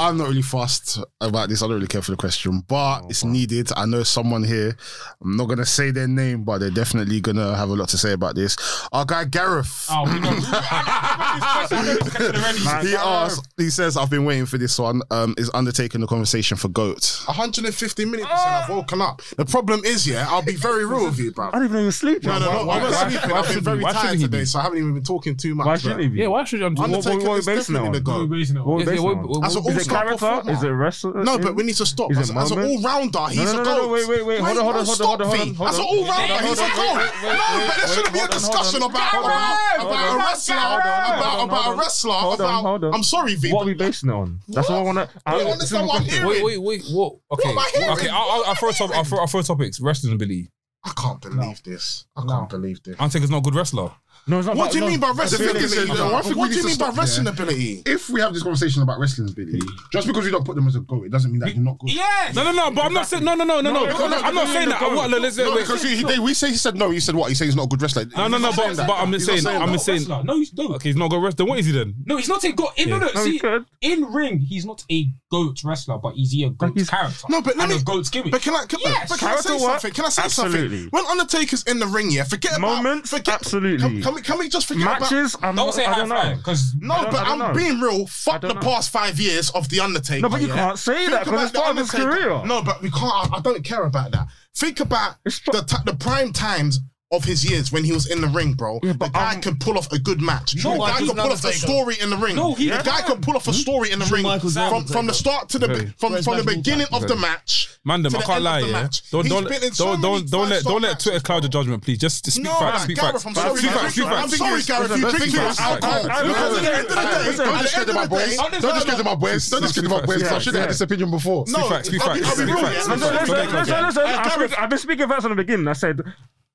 S7: I'm not really fast about this. I don't really care for the question, but
S1: Oh,
S7: it's needed. I know someone here. I'm not gonna say their name, but they're definitely gonna have a lot to say about this. Our guy Gareth.
S6: Oh, we know-
S7: <laughs>
S6: I <laughs> know this question- I know this question already.
S7: he asks. He says, "I've been waiting for this one. Um, is undertaking the conversation for goat."
S11: 150 minutes and I've woken up.
S7: The problem is, yeah, I'll be very real with you, bro.
S1: <laughs> I don't even know you're sleeping.
S7: No, no, no. I wasn't sleeping. I've been very
S3: why should
S7: tired
S3: he
S7: today,
S3: be?
S7: so I haven't even been talking too much.
S1: Why
S7: bruh.
S1: shouldn't he be?
S3: Yeah, why should I do?
S1: what-
S7: Undertaker
S1: what are we
S7: is
S1: basing it
S7: definitely the
S1: on?
S6: Who are
S7: goat.
S6: we basing it on?
S1: What
S3: Yeah,
S1: based
S3: what-
S1: on?
S3: what-
S7: That's an
S3: what-
S1: Is it
S7: all-star
S1: character?
S7: performer.
S1: Is it wrestler?
S7: No, but we need to stop.
S1: Is
S7: As,
S1: it
S7: as an
S1: moment?
S7: all-rounder, he's
S1: no, no,
S7: a goat.
S1: no, no, wait, wait, wait, hold on, hold on, hold on, hold on, hold on,
S7: Stop, That's an
S1: hold on.
S7: all-rounder, he's a
S1: Wait, wait, wait,
S7: goat. No,
S1: wait,
S7: but there
S1: wait,
S7: shouldn't be a
S1: hold on, hold on.
S7: discussion about
S6: Hold
S7: about
S6: on,
S7: about a
S6: hold on,
S7: wrestler,
S6: hold on,
S7: about
S1: hold
S7: about
S1: on.
S7: a wrestler,
S1: Hold on, hold
S7: about.
S1: on.
S7: I'm sorry, V.
S1: What are
S7: but
S1: we basing it on? That's what I want to.
S7: I don't understand what I'm
S3: Wait,
S7: hearing.
S3: wait, wait. What? Okay,
S7: am I hearing?
S3: okay. I'll, I'll, I'll throw top, I'll, throw, I'll throw topics. Wrestling ability.
S7: I can't believe this. I can't believe this.
S3: Undertaker's not a good wrestler.
S1: No, it's not
S7: What
S1: about-
S7: do you
S1: no.
S7: mean by
S1: That's
S7: wrestling
S1: really-
S7: ability? though? I think we need
S11: What do you
S7: to
S11: mean by
S7: stop
S11: wrestling
S7: there.
S11: ability?
S7: If we have this conversation about wrestling ability, just because we don't put them as a goat, it doesn't mean that you're not good.
S6: Yes.
S3: No, no, no. But I'm not saying. No, no, no, no, no. I'm not saying that. I want. Let's
S7: No,
S3: wait.
S7: because he, he, they, we say he said no. You said what? He said he's not a good wrestler.
S3: No, no, no. But, but I'm
S7: He's not
S3: saying.
S7: saying
S3: I'm
S7: that.
S3: saying.
S6: Wrestler. No, he's no.
S3: Okay, he's not a good wrestler. What is he then?
S6: No, he's not a goat. In, no, no,
S1: No,
S6: see,
S1: he's good.
S6: in ring, he's not a goat wrestler, but is he a goat
S1: he's-
S6: character?
S7: No, but let
S6: and
S7: me-
S6: a goat's gimmick.
S7: But can I? Can,
S6: Yes.
S7: but can I say
S1: Character work?
S7: something? Can I say
S1: Absolutely. Absolutely.
S11: When Undertaker's in the ring, yeah, forget
S1: Moments?
S11: about forget.
S1: Absolutely.
S11: Can, can we can we just forget about?
S1: Matches? I'm
S6: Don't
S1: not,
S6: say
S1: I
S6: high
S1: don't
S6: five
S1: know.
S6: because
S1: I
S11: No,
S1: don't-
S11: but
S1: I don't
S11: I'm
S1: know.
S11: being real. Fuck
S1: don't
S11: the
S1: know.
S11: past five years of the Undertaker.
S1: No, but you
S11: yeah?
S1: can't say that because it's
S11: about
S1: part of his
S11: The Undertaker.
S1: career.
S11: No, but we can't. I, I don't care about that. Think about
S1: It's
S11: the ti- the prime times of his years when he was in the ring, bro.
S1: but
S11: the guy
S1: I'm-
S11: can pull off a good match.
S14: Shawn
S11: the guy
S14: Michaels
S11: can pull off a
S14: Undertaker.
S11: story in the ring.
S6: No, he
S11: the
S6: can.
S11: guy can pull
S1: Hmm?
S11: off a story in the
S14: Shawn
S11: ring
S14: Michaels
S11: from,
S14: Undertaker.
S11: from the start to the
S2: Very.
S11: from,
S14: Where's
S11: from the
S14: Michael
S11: beginning of the
S2: Very.
S11: match.
S2: Man, them,
S11: to
S2: I
S11: the
S2: can't
S11: end of
S2: lie.
S11: the
S2: Yeah.
S11: match.
S2: Don't
S11: He's
S2: don't
S11: been in
S2: don't
S11: so
S2: don't don't,
S11: many
S2: let
S11: fights, so
S2: don't let
S11: much.
S2: Twitter cloud your judgment, please. Just, just speak
S11: No,
S2: facts.
S11: like,
S2: Speak
S11: Gareth,
S2: facts.
S11: I'm
S2: Speak
S11: sorry,
S2: facts,
S11: Gareth,
S2: speak
S11: I'm
S2: facts.
S11: sorry, Gareth, you
S2: Speak facts,
S11: think it's
S2: speak facts.
S11: alcohol.
S1: I- I-
S11: Because at the end of the
S1: Listen,
S11: day- at the
S1: listen,
S11: end
S7: discredit
S11: of
S7: my
S11: the
S7: boys.
S11: day-
S6: Oh,
S7: Don't
S6: no, no,
S7: discredit
S6: no.
S7: my boys. Don't discredit my boys.
S2: Yeah,
S7: I should have
S1: yeah.
S7: had this opinion before.
S11: No,
S2: Speak facts, speak
S11: I'll be-
S2: facts,
S11: I'll be
S2: speak
S11: real,
S2: facts.
S11: yeah.
S1: No, no,
S2: Don't
S1: listen,
S2: let go,
S1: listen,
S2: Gareth.
S1: listen.
S7: Hey,
S1: I've
S7: Gareth.
S1: been- I've been speaking facts from the beginning. I said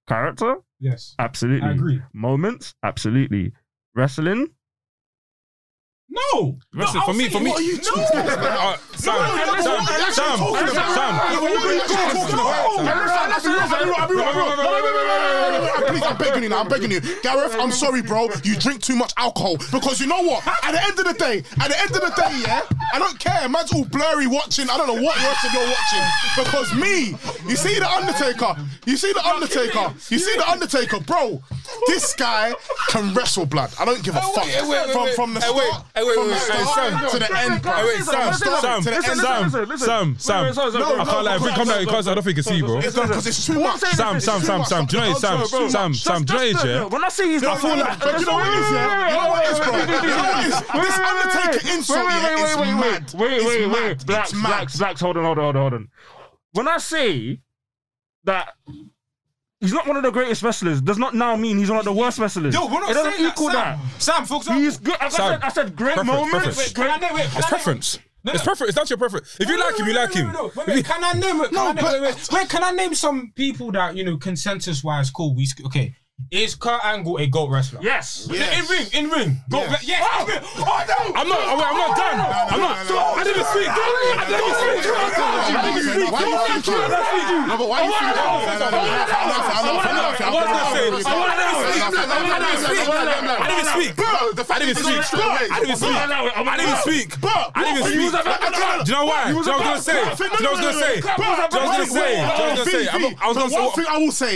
S1: character,
S6: Yes.
S1: absolutely.
S6: I agree.
S1: Moments, absolutely. Wrestling,
S6: No.
S2: Listen, for me, for me,
S6: No.
S2: Uh, Sam,
S1: no, no,
S2: Sam,
S1: what are you
S2: Sam,
S1: actually talking about?
S2: Sam,
S1: What are you actually talking about?
S2: Sam.
S11: Please, I'm begging you now. I'm begging you, Gareth. I'm sorry, bro. You drink too much alcohol because you know what? At the end of the day, at the end of the day, yeah, I don't care. Man's all blurry watching. I don't know what wrestling you're watching because me. You see the Undertaker. You see the Undertaker. You see the Undertaker, bro. This guy can wrestle blood. I don't give a fuck.
S2: wait, wait, wait,
S11: From
S2: wait.
S11: from the
S2: Hey, wait,
S11: start,
S2: hey, wait,
S11: from the
S2: wait, hey, Sam.
S11: start to the end, bro.
S2: Hey, wait, Sam,
S11: Stop.
S2: Sam,
S11: To the
S2: Sam,
S11: end.
S2: Sam,
S1: listen, listen.
S2: Sam,
S1: Wait, wait,
S2: Sam.
S1: sorry, sorry,
S2: I
S1: sorry,
S2: can't lie.
S1: sorry,
S2: If we come down,
S1: sorry,
S2: you guys, I don't think you can see, bro.
S11: It's not because it's too
S1: All I'm
S11: much.
S1: saying is
S2: Sam,
S1: this,
S2: Sam,
S1: it's
S2: Sam,
S1: too
S2: Sam.
S1: much.
S2: Do you know what, Sam,
S1: Bro, bro,
S2: Sam,
S1: just-
S2: Sam,
S1: just-
S2: Drake,
S1: no,
S2: yeah?
S1: no, When I see his,
S11: I feel like, but you know what it is, yeah? You know what it is, bro? You know what it is? This Undertaker insult, yeah, is
S1: Wait,
S11: mad.
S1: wait,
S11: It's
S1: wait,
S11: mad.
S1: wait.
S11: It's
S1: Blacks,
S11: mad.
S1: blacks, blacks. Hold on, hold on, hold on, hold on. When I say that he's not one of the greatest wrestlers, does not now mean he's one of the worst wrestlers.
S6: Yo, we're not
S1: it doesn't
S6: saying
S1: equal
S6: that.
S1: that.
S6: Sam, Sam for example.
S1: He's good. I
S2: Sam,
S1: said, I said great
S2: preference,
S1: moments.
S2: preference.
S1: Great.
S6: Can I name it? Can
S2: It's
S6: I name-
S2: preference.
S6: No,
S2: It's
S6: no.
S2: preference. It's not your preference. If you like him, you like him.
S6: No, no, no, no, no. Can I name it? Can I name, wait, wait, wait, can I name some people that you know consensus wise? Cool. We okay. Is Kurt Angle a goat wrestler?
S1: Yes.
S6: In ring, in ring. Goat yes. yes oh, in ring. oh no!
S2: I'm not. I'm not- I'm not done. I'm not. I didn't speak. I didn't speak. I didn't speak.
S11: Why
S2: I
S11: you
S2: didn't
S11: think
S2: speak. I didn't speak.
S11: you- No, but why you
S2: I
S11: think-
S2: wanna know. I wanna know.
S11: No, no, no, no, enough, enough, enough,
S2: I wanna
S11: enough,
S2: know.
S11: enough,
S2: I wanna know.
S11: enough, enough,
S2: I wanna speak.
S11: enough, enough, enough, enough, enough,
S2: I didn't speak.
S11: Bro, the fact
S2: I didn't
S11: that you
S2: speak.
S11: said it straight
S2: I didn't
S11: away.
S2: speak. I didn't speak.
S11: Bro,
S2: I didn't
S11: you
S2: even speak.
S11: was a rapper.
S2: Do you know why? Do you know what I was gonna say?
S11: Bro,
S2: Do you know what I was gonna say? Do you
S11: bro,
S2: know what I was gonna say? Do you know what I was gonna say? I'm- I was
S11: But
S2: gonna say.
S11: one thing I will say,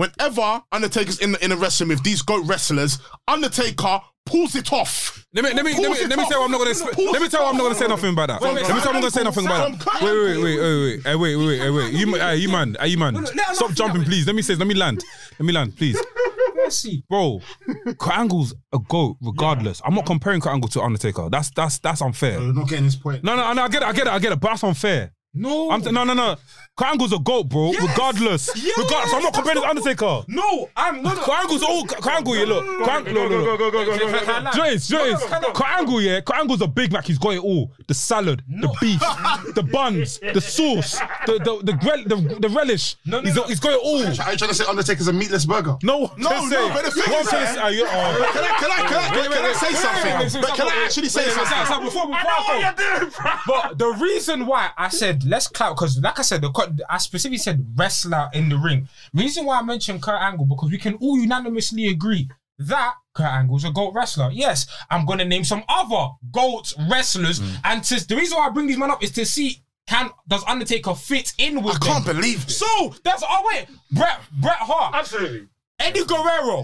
S11: whenever Undertaker's in the in a wrestling with these goat wrestlers, Undertaker pulls it off.
S2: Let me let me let
S11: Pulls
S2: me
S11: it
S2: let me tell you I'm not gonna
S11: off.
S2: sp-
S11: Pulls
S2: let me
S11: it
S2: tell you I'm not gonna
S11: off.
S2: say nothing about that. Let
S11: Wait,
S2: me
S11: wait,
S2: tell you I'm not gonna say
S11: Kurt
S2: nothing about
S11: Angle,
S2: that.
S11: Kurt
S2: Wait wait wait wait wait wait Hey, wait wait wait hey, wait you ma- hey, you man hey, you man
S6: no, let her
S2: stop
S6: laugh,
S2: jumping
S6: let her-
S2: please let me say let me land let me land please
S6: Mercy.
S2: bro, Kurt Angle's a goat regardless. I'm not comparing Kurt Angle to Undertaker. That's that's that's unfair.
S7: You're not getting this point.
S2: No, no, no, I get it, I get it, I get it, but that's unfair.
S6: No.
S2: I'm t- no, no, no. Kurt Angle's a goat, bro.
S6: Yes.
S2: Regardless,
S6: Yes,
S2: regardless, I'm not
S6: that's
S2: comparing it to
S6: the
S2: Undertaker.
S6: no, I'm not.
S2: Kurt Angle's all Kurt Angle, yeah, look. Kurt Angle, no, no, no.
S1: go, go,
S6: Can I- can I-
S2: Joyce, Joyce,
S6: No, no, no.
S2: Kurt Angle, yeah, Kurt Angle's a Big Mac. He's got it all: the salad, the beef, the buns, the sauce, the the the, rel- the, the relish.
S6: No, no,
S2: he's,
S6: no.
S2: he's got it all.
S7: Are you trying to say Undertaker's a meatless burger?
S2: No,
S11: No,
S2: just
S11: no,
S2: say-
S11: but the thing
S2: what
S11: is,
S2: I'm saying
S11: yeah,
S2: is, are you- oh.
S11: Can I, can I, can I, can I say something? But can I actually say something?
S6: Sam, before, before
S1: I know
S6: I
S1: what
S6: go.
S1: you're doing, bro.
S6: But the reason why I said let's clout because, like I said, the co- I specifically said wrestler in the ring. Reason why I mentioned Kurt Angle because we can all unanimously agree that Kurt Angle's a goat wrestler. Yes, I'm gonna name some other goat wrestlers,
S11: Mm.
S6: and to, the reason why I bring these men up is to see can does Undertaker fit in with
S11: I can't
S6: them.
S11: believe this.
S6: so that's oh wait, Bret Bret Hart,
S1: Absolutely.
S6: Eddie Guerrero,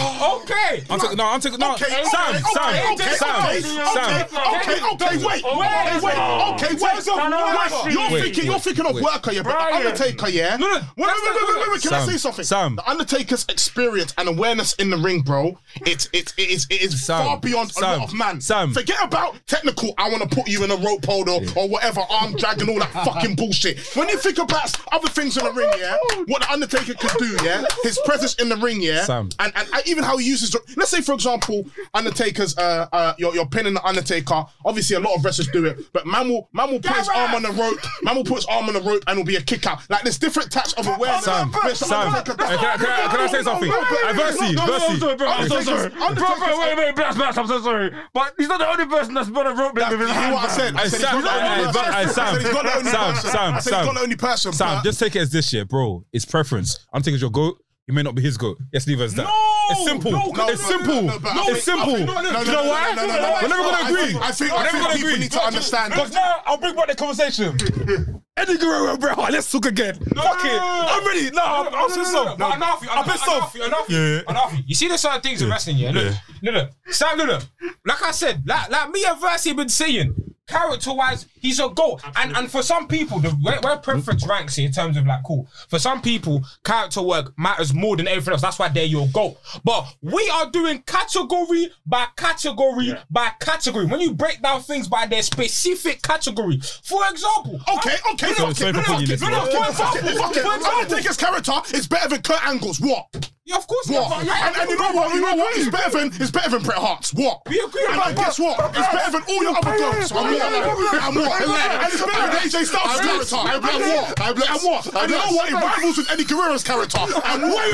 S6: okay,
S2: I'm taking no, I'm taking no.
S11: Okay,
S2: Sam,
S11: okay,
S2: Sam,
S11: okay, okay,
S2: Sam,
S11: okay,
S2: Sam.
S11: Okay, okay, okay, wait, okay, wait, okay, wait. wait. You're
S2: Wait,
S11: thinking, you're
S2: wait,
S11: thinking of
S2: wait.
S11: worker, yeah, but the
S1: Brian.
S11: Undertaker, yeah.
S6: no,
S11: wait, wait,
S6: that's
S11: wait,
S6: not-
S11: wait, wait, wait, Can I
S2: Sam,
S11: say something?
S2: Sam.
S11: the Undertaker's experience and awareness in the ring, bro, it it it is it is
S2: Sam,
S11: far beyond a
S2: Sam,
S11: lot of man.
S2: Sam.
S11: forget about technical. I want to put you in a rope hold or, or whatever, arm drag and all that fucking bullshit. When you think about other things in the ring, yeah, what the Undertaker could do, yeah, his presence in the ring, yeah,
S2: Sam.
S11: and, and and even how he uses. Let's say, for example, Undertaker's uh, uh you're, you're pinning the Undertaker. Obviously, a lot of wrestlers do it, but man will man will put his arm on the rope. Man will put his arm on the rope and it'll be a kick out. Like there's different types of awareness.
S2: Sam,
S11: Where's the
S2: Sam,
S11: Undertaker?
S2: hey, can, I- can, I- can I say something? Hey, Versi,
S1: No, no, I'm
S2: Versi.
S1: sorry, bro. I'm so
S11: Undertaker's-
S1: sorry. Bro, bro, wait, wait, blast, blast. I'm so sorry. But he's not the only person that's been a rope with
S11: You
S1: his
S11: hear
S1: hand.
S11: what I said? I
S2: Hey,
S11: said
S2: Sam,
S11: he's not the only
S2: hey,
S11: person.
S2: hey,
S11: I
S2: Sam,
S11: said he's not the only
S2: Sam,
S11: person.
S2: Sam,
S11: I said
S2: Sam.
S11: he's not the only person.
S2: Sam,
S11: but-
S2: just take it as this year, bro. It's preference. I'm taking your goat. He may not be his goat. Yes, leave it as that.
S3: It's simple.
S11: no, no,
S3: it's
S11: no,
S3: simple.
S11: no, no, but I think-
S3: it's simple.
S11: I
S3: You
S11: think- no, no, no,
S3: know
S11: no,
S3: why?
S11: no, no, no, no,
S3: We're never
S11: no,
S3: gonna
S11: I
S3: agree.
S11: think- I think- I
S3: We're
S11: think
S3: never gonna
S11: people
S3: agree.
S11: need to understand-
S3: Because now I'll bring back the conversation. Eddie Guerrero, bro, let's talk again. Fuck it. I'm ready. No,
S11: Oh,
S3: I'm, I'm pissed off.
S6: No, enough,
S3: I'm pissed off.
S6: enough, enough,
S3: Yeah.
S6: enough. You see the certain things in wrestling, yeah? Look, look, look, Sam, look, look. Like I said, like, like me and Versi been saying, character-wise, he's a goat. And and for some people, the where, where preference
S11: Mm-hmm.
S6: ranks in terms of like, cool. For some people, character work matters more than everything else. That's why they're your goat. But we are doing category by category by category. When you break down things by their specific category, for example,
S11: Okay, okay,
S3: So
S11: fuck
S3: sorry
S11: it.
S3: for
S11: Fuck
S3: putting you this
S11: it, fuck
S3: way.
S11: it, fuck it, fuck it. Undertaker's character is better than Kurt Angle's. What?
S6: Oh, yeah, of course,
S11: What?
S6: not.
S11: And, and you know what? You know what? It's better than it's better than Bret Hart's. What?
S6: We agree
S11: And
S6: on
S11: like,
S6: that.
S11: guess what? It's better than all your other dogs. And what? And what? And it's better than AJ Styles' character. And what? And what? And you know what? It rivals with Eddie Guerrero's character. And what?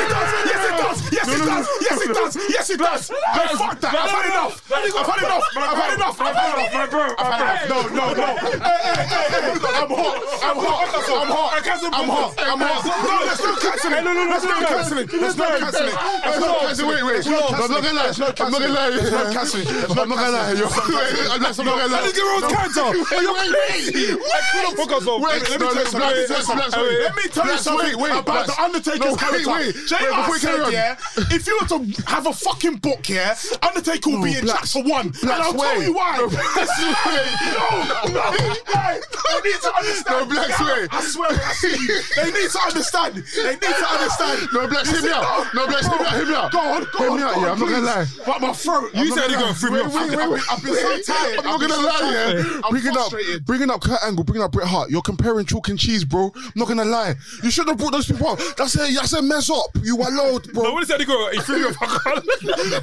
S11: Yes, it does. Yes, it does. Yes, it does. Yes, it does. Yes, it does. No, fuck that. I've had enough. I've had enough. I've had enough. I've had enough.
S1: My bro,
S11: I've had enough. No, no, no. Hey, hey, hey, hey. I'm hot. I'm hot. I'm hot. I'm hot. I'm hot. No, there's no cancelling. There's no cancelling. There's no cancelling. There's no cancelling. Wait, wait. I'm not gonna lie. There's no cancelling. There's no cancelling. I'm not gonna lie. There's no cancelling. I'm not gonna lie.
S3: Eddie Guerrero's character.
S11: Wait, wait, wait.
S3: Wait, focus on.
S11: Wait, let me tell you something. Let me tell you something. Let me tell you something about the Undertaker's character. Wait, before we carry on, yeah, if you were to have a fucking book, yeah, Undertaker will be in chat for one, and I'll tell you why. <laughs> No, no, guys, they need to understand. No, Blacks way. I swear,
S2: <laughs>
S11: I see you. They need to understand. They need to understand. No, Blacks, hear me out. No, Blacks, hear me out. Hear me out. Go on, go on.
S7: me out,
S11: go
S7: yeah,
S11: on,
S7: I'm not gonna
S11: please. But my throat.
S3: You said
S11: you're
S3: you're gonna free me
S11: Wait,
S3: off.
S11: wait, wait, wait. I've
S2: <laughs>
S11: been so tired.
S7: I'm not
S11: I've been
S7: gonna
S11: so
S7: lie,
S11: tired.
S7: yeah.
S11: I'm
S7: bringing up,
S11: frustrated.
S7: bringing up Kurt Angle, bringing up Bret Hart. You're comparing chalk and cheese, bro. I'm not gonna lie. You should have brought those people up. That's a that's a mess up. You were loud,
S3: No,
S7: bro.
S3: what is Eddie Guerrero? He threw me off.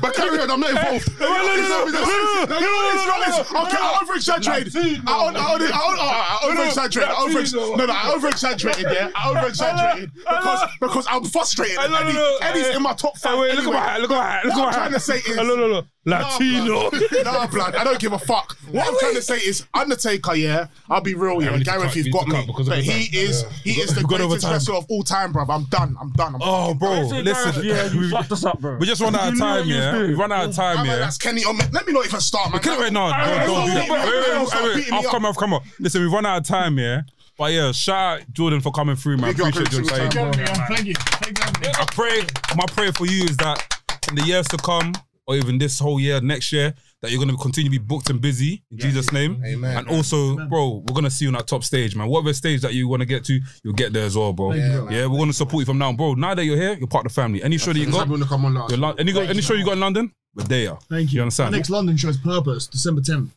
S7: but carry on, I'm not involved.
S3: No, no, no, no, no, no, no,
S11: It's not this.
S3: no, no,
S11: Okay, I over exaggerated. I over I over exaggerated. I over no no I over exaggerated. Yeah, I over exaggerated because because I'm frustrated.
S3: no, no,
S11: Eddie-
S3: no.
S11: Eddie's in my top
S3: Hey,
S11: five.
S3: wait, look at
S11: anyway.
S3: my hat, look at my hat, look at
S11: What
S3: my
S11: I'm
S3: hat.
S11: trying to say is-
S3: Hello, no, no.
S11: <laughs>
S3: Latino.
S11: nah, blood. I don't give a fuck. What I'm trying to say is Undertaker. Yeah, I'll be real. Yeah,
S3: need to
S11: Gareth,
S3: cut,
S11: you've
S3: need
S11: got
S3: to cut
S11: me.
S3: because of
S11: But
S3: the
S11: he
S3: time.
S11: is he is the
S3: We've gone over
S11: greatest
S3: time.
S11: wrestler of all time, bruv. I'm done. I'm done. I'm
S3: Oh, bro, listen.
S1: yeah, you fucked us up, bro.
S3: We just run out of time, yeah. We run out of time,
S11: Man,
S3: yeah.
S11: that's Kenny. Omega. Let me not even start, man.
S3: Kill it right now.
S11: Alright,
S3: don't, don't
S11: alright,
S3: do that.
S11: alright,
S3: Wait, wait,
S11: alright,
S3: wait,
S11: stop
S3: wait,
S11: beating
S3: wait.
S11: me
S3: I've
S11: up.
S3: come, I've come up. Listen, we run out of time, yeah. But yeah, shout out Jordan for coming through, man.
S11: you up,
S3: Appreciate Jordan. Thank
S11: appreciate
S3: you.
S5: Thank you. Thank you.
S3: I pray, my prayer for you is that in the years to come, or even this whole year, next year, that you're gonna continue to be booked and busy in Jesus' name.
S11: Amen.
S3: And also, bro, we're gonna see you on that top stage, man. Whatever stage that you wanna get to, you'll get there as well, bro. Yeah, we're gonna support you from now, on. bro. Now that you're here, you're part of the family. Any show that you got,
S7: Everyone come on last.
S3: you're Lon- any, go- any show you got in London, we're there.
S5: Thank you.
S3: You
S5: Our
S3: understand?
S5: next London show is Purpose, December 10th.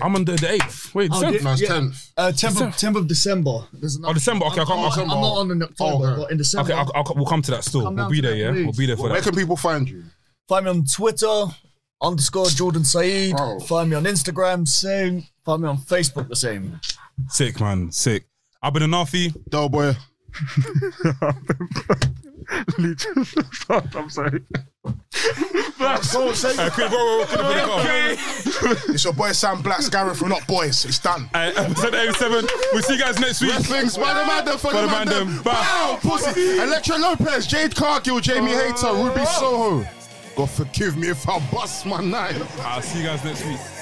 S3: I'm on the, the eighth. Wait,
S5: Oh,
S3: seventh?
S5: did-
S7: That's
S5: yeah.
S7: tenth.
S5: Uh, 10th, of, 10th of December. There's another-
S3: Oh, December. Okay, I
S5: I'm,
S3: can't. I
S5: not-
S3: can't
S5: I'm not on in October,
S7: Okay.
S5: but in December.
S3: okay, I'll, I'll, we'll come to that still.
S5: Come
S3: we'll
S5: down
S3: be
S5: to
S3: there,
S5: that,
S3: yeah.
S5: please.
S3: We'll be there for
S7: Where
S3: that.
S7: can people find you?
S5: Find me on Twitter, underscore Jordan Saeed.
S7: Oh.
S5: Find me on Instagram, same. Find me on Facebook, the same.
S3: Sick, man. Sick. I've been Anafi.
S7: Del boy.
S1: I'm sorry.
S3: Uh, Chris, whoa, whoa, whoa, Chris, put it on.
S11: It's your boy Sam Black's Gareth. We're not boys. It's done.
S3: Uh, episode 87. We'll see you guys next week.
S7: Things Spider Man them,
S3: Spider-Man
S7: Spider Man
S3: them.
S7: them.
S3: Bow.
S7: Bow, pussy. Electra Lopez, Jade Cargill, Jamie Oh. Hayter, Ruby Soho. God forgive me if I bust my knife.
S3: I'll see you guys next week.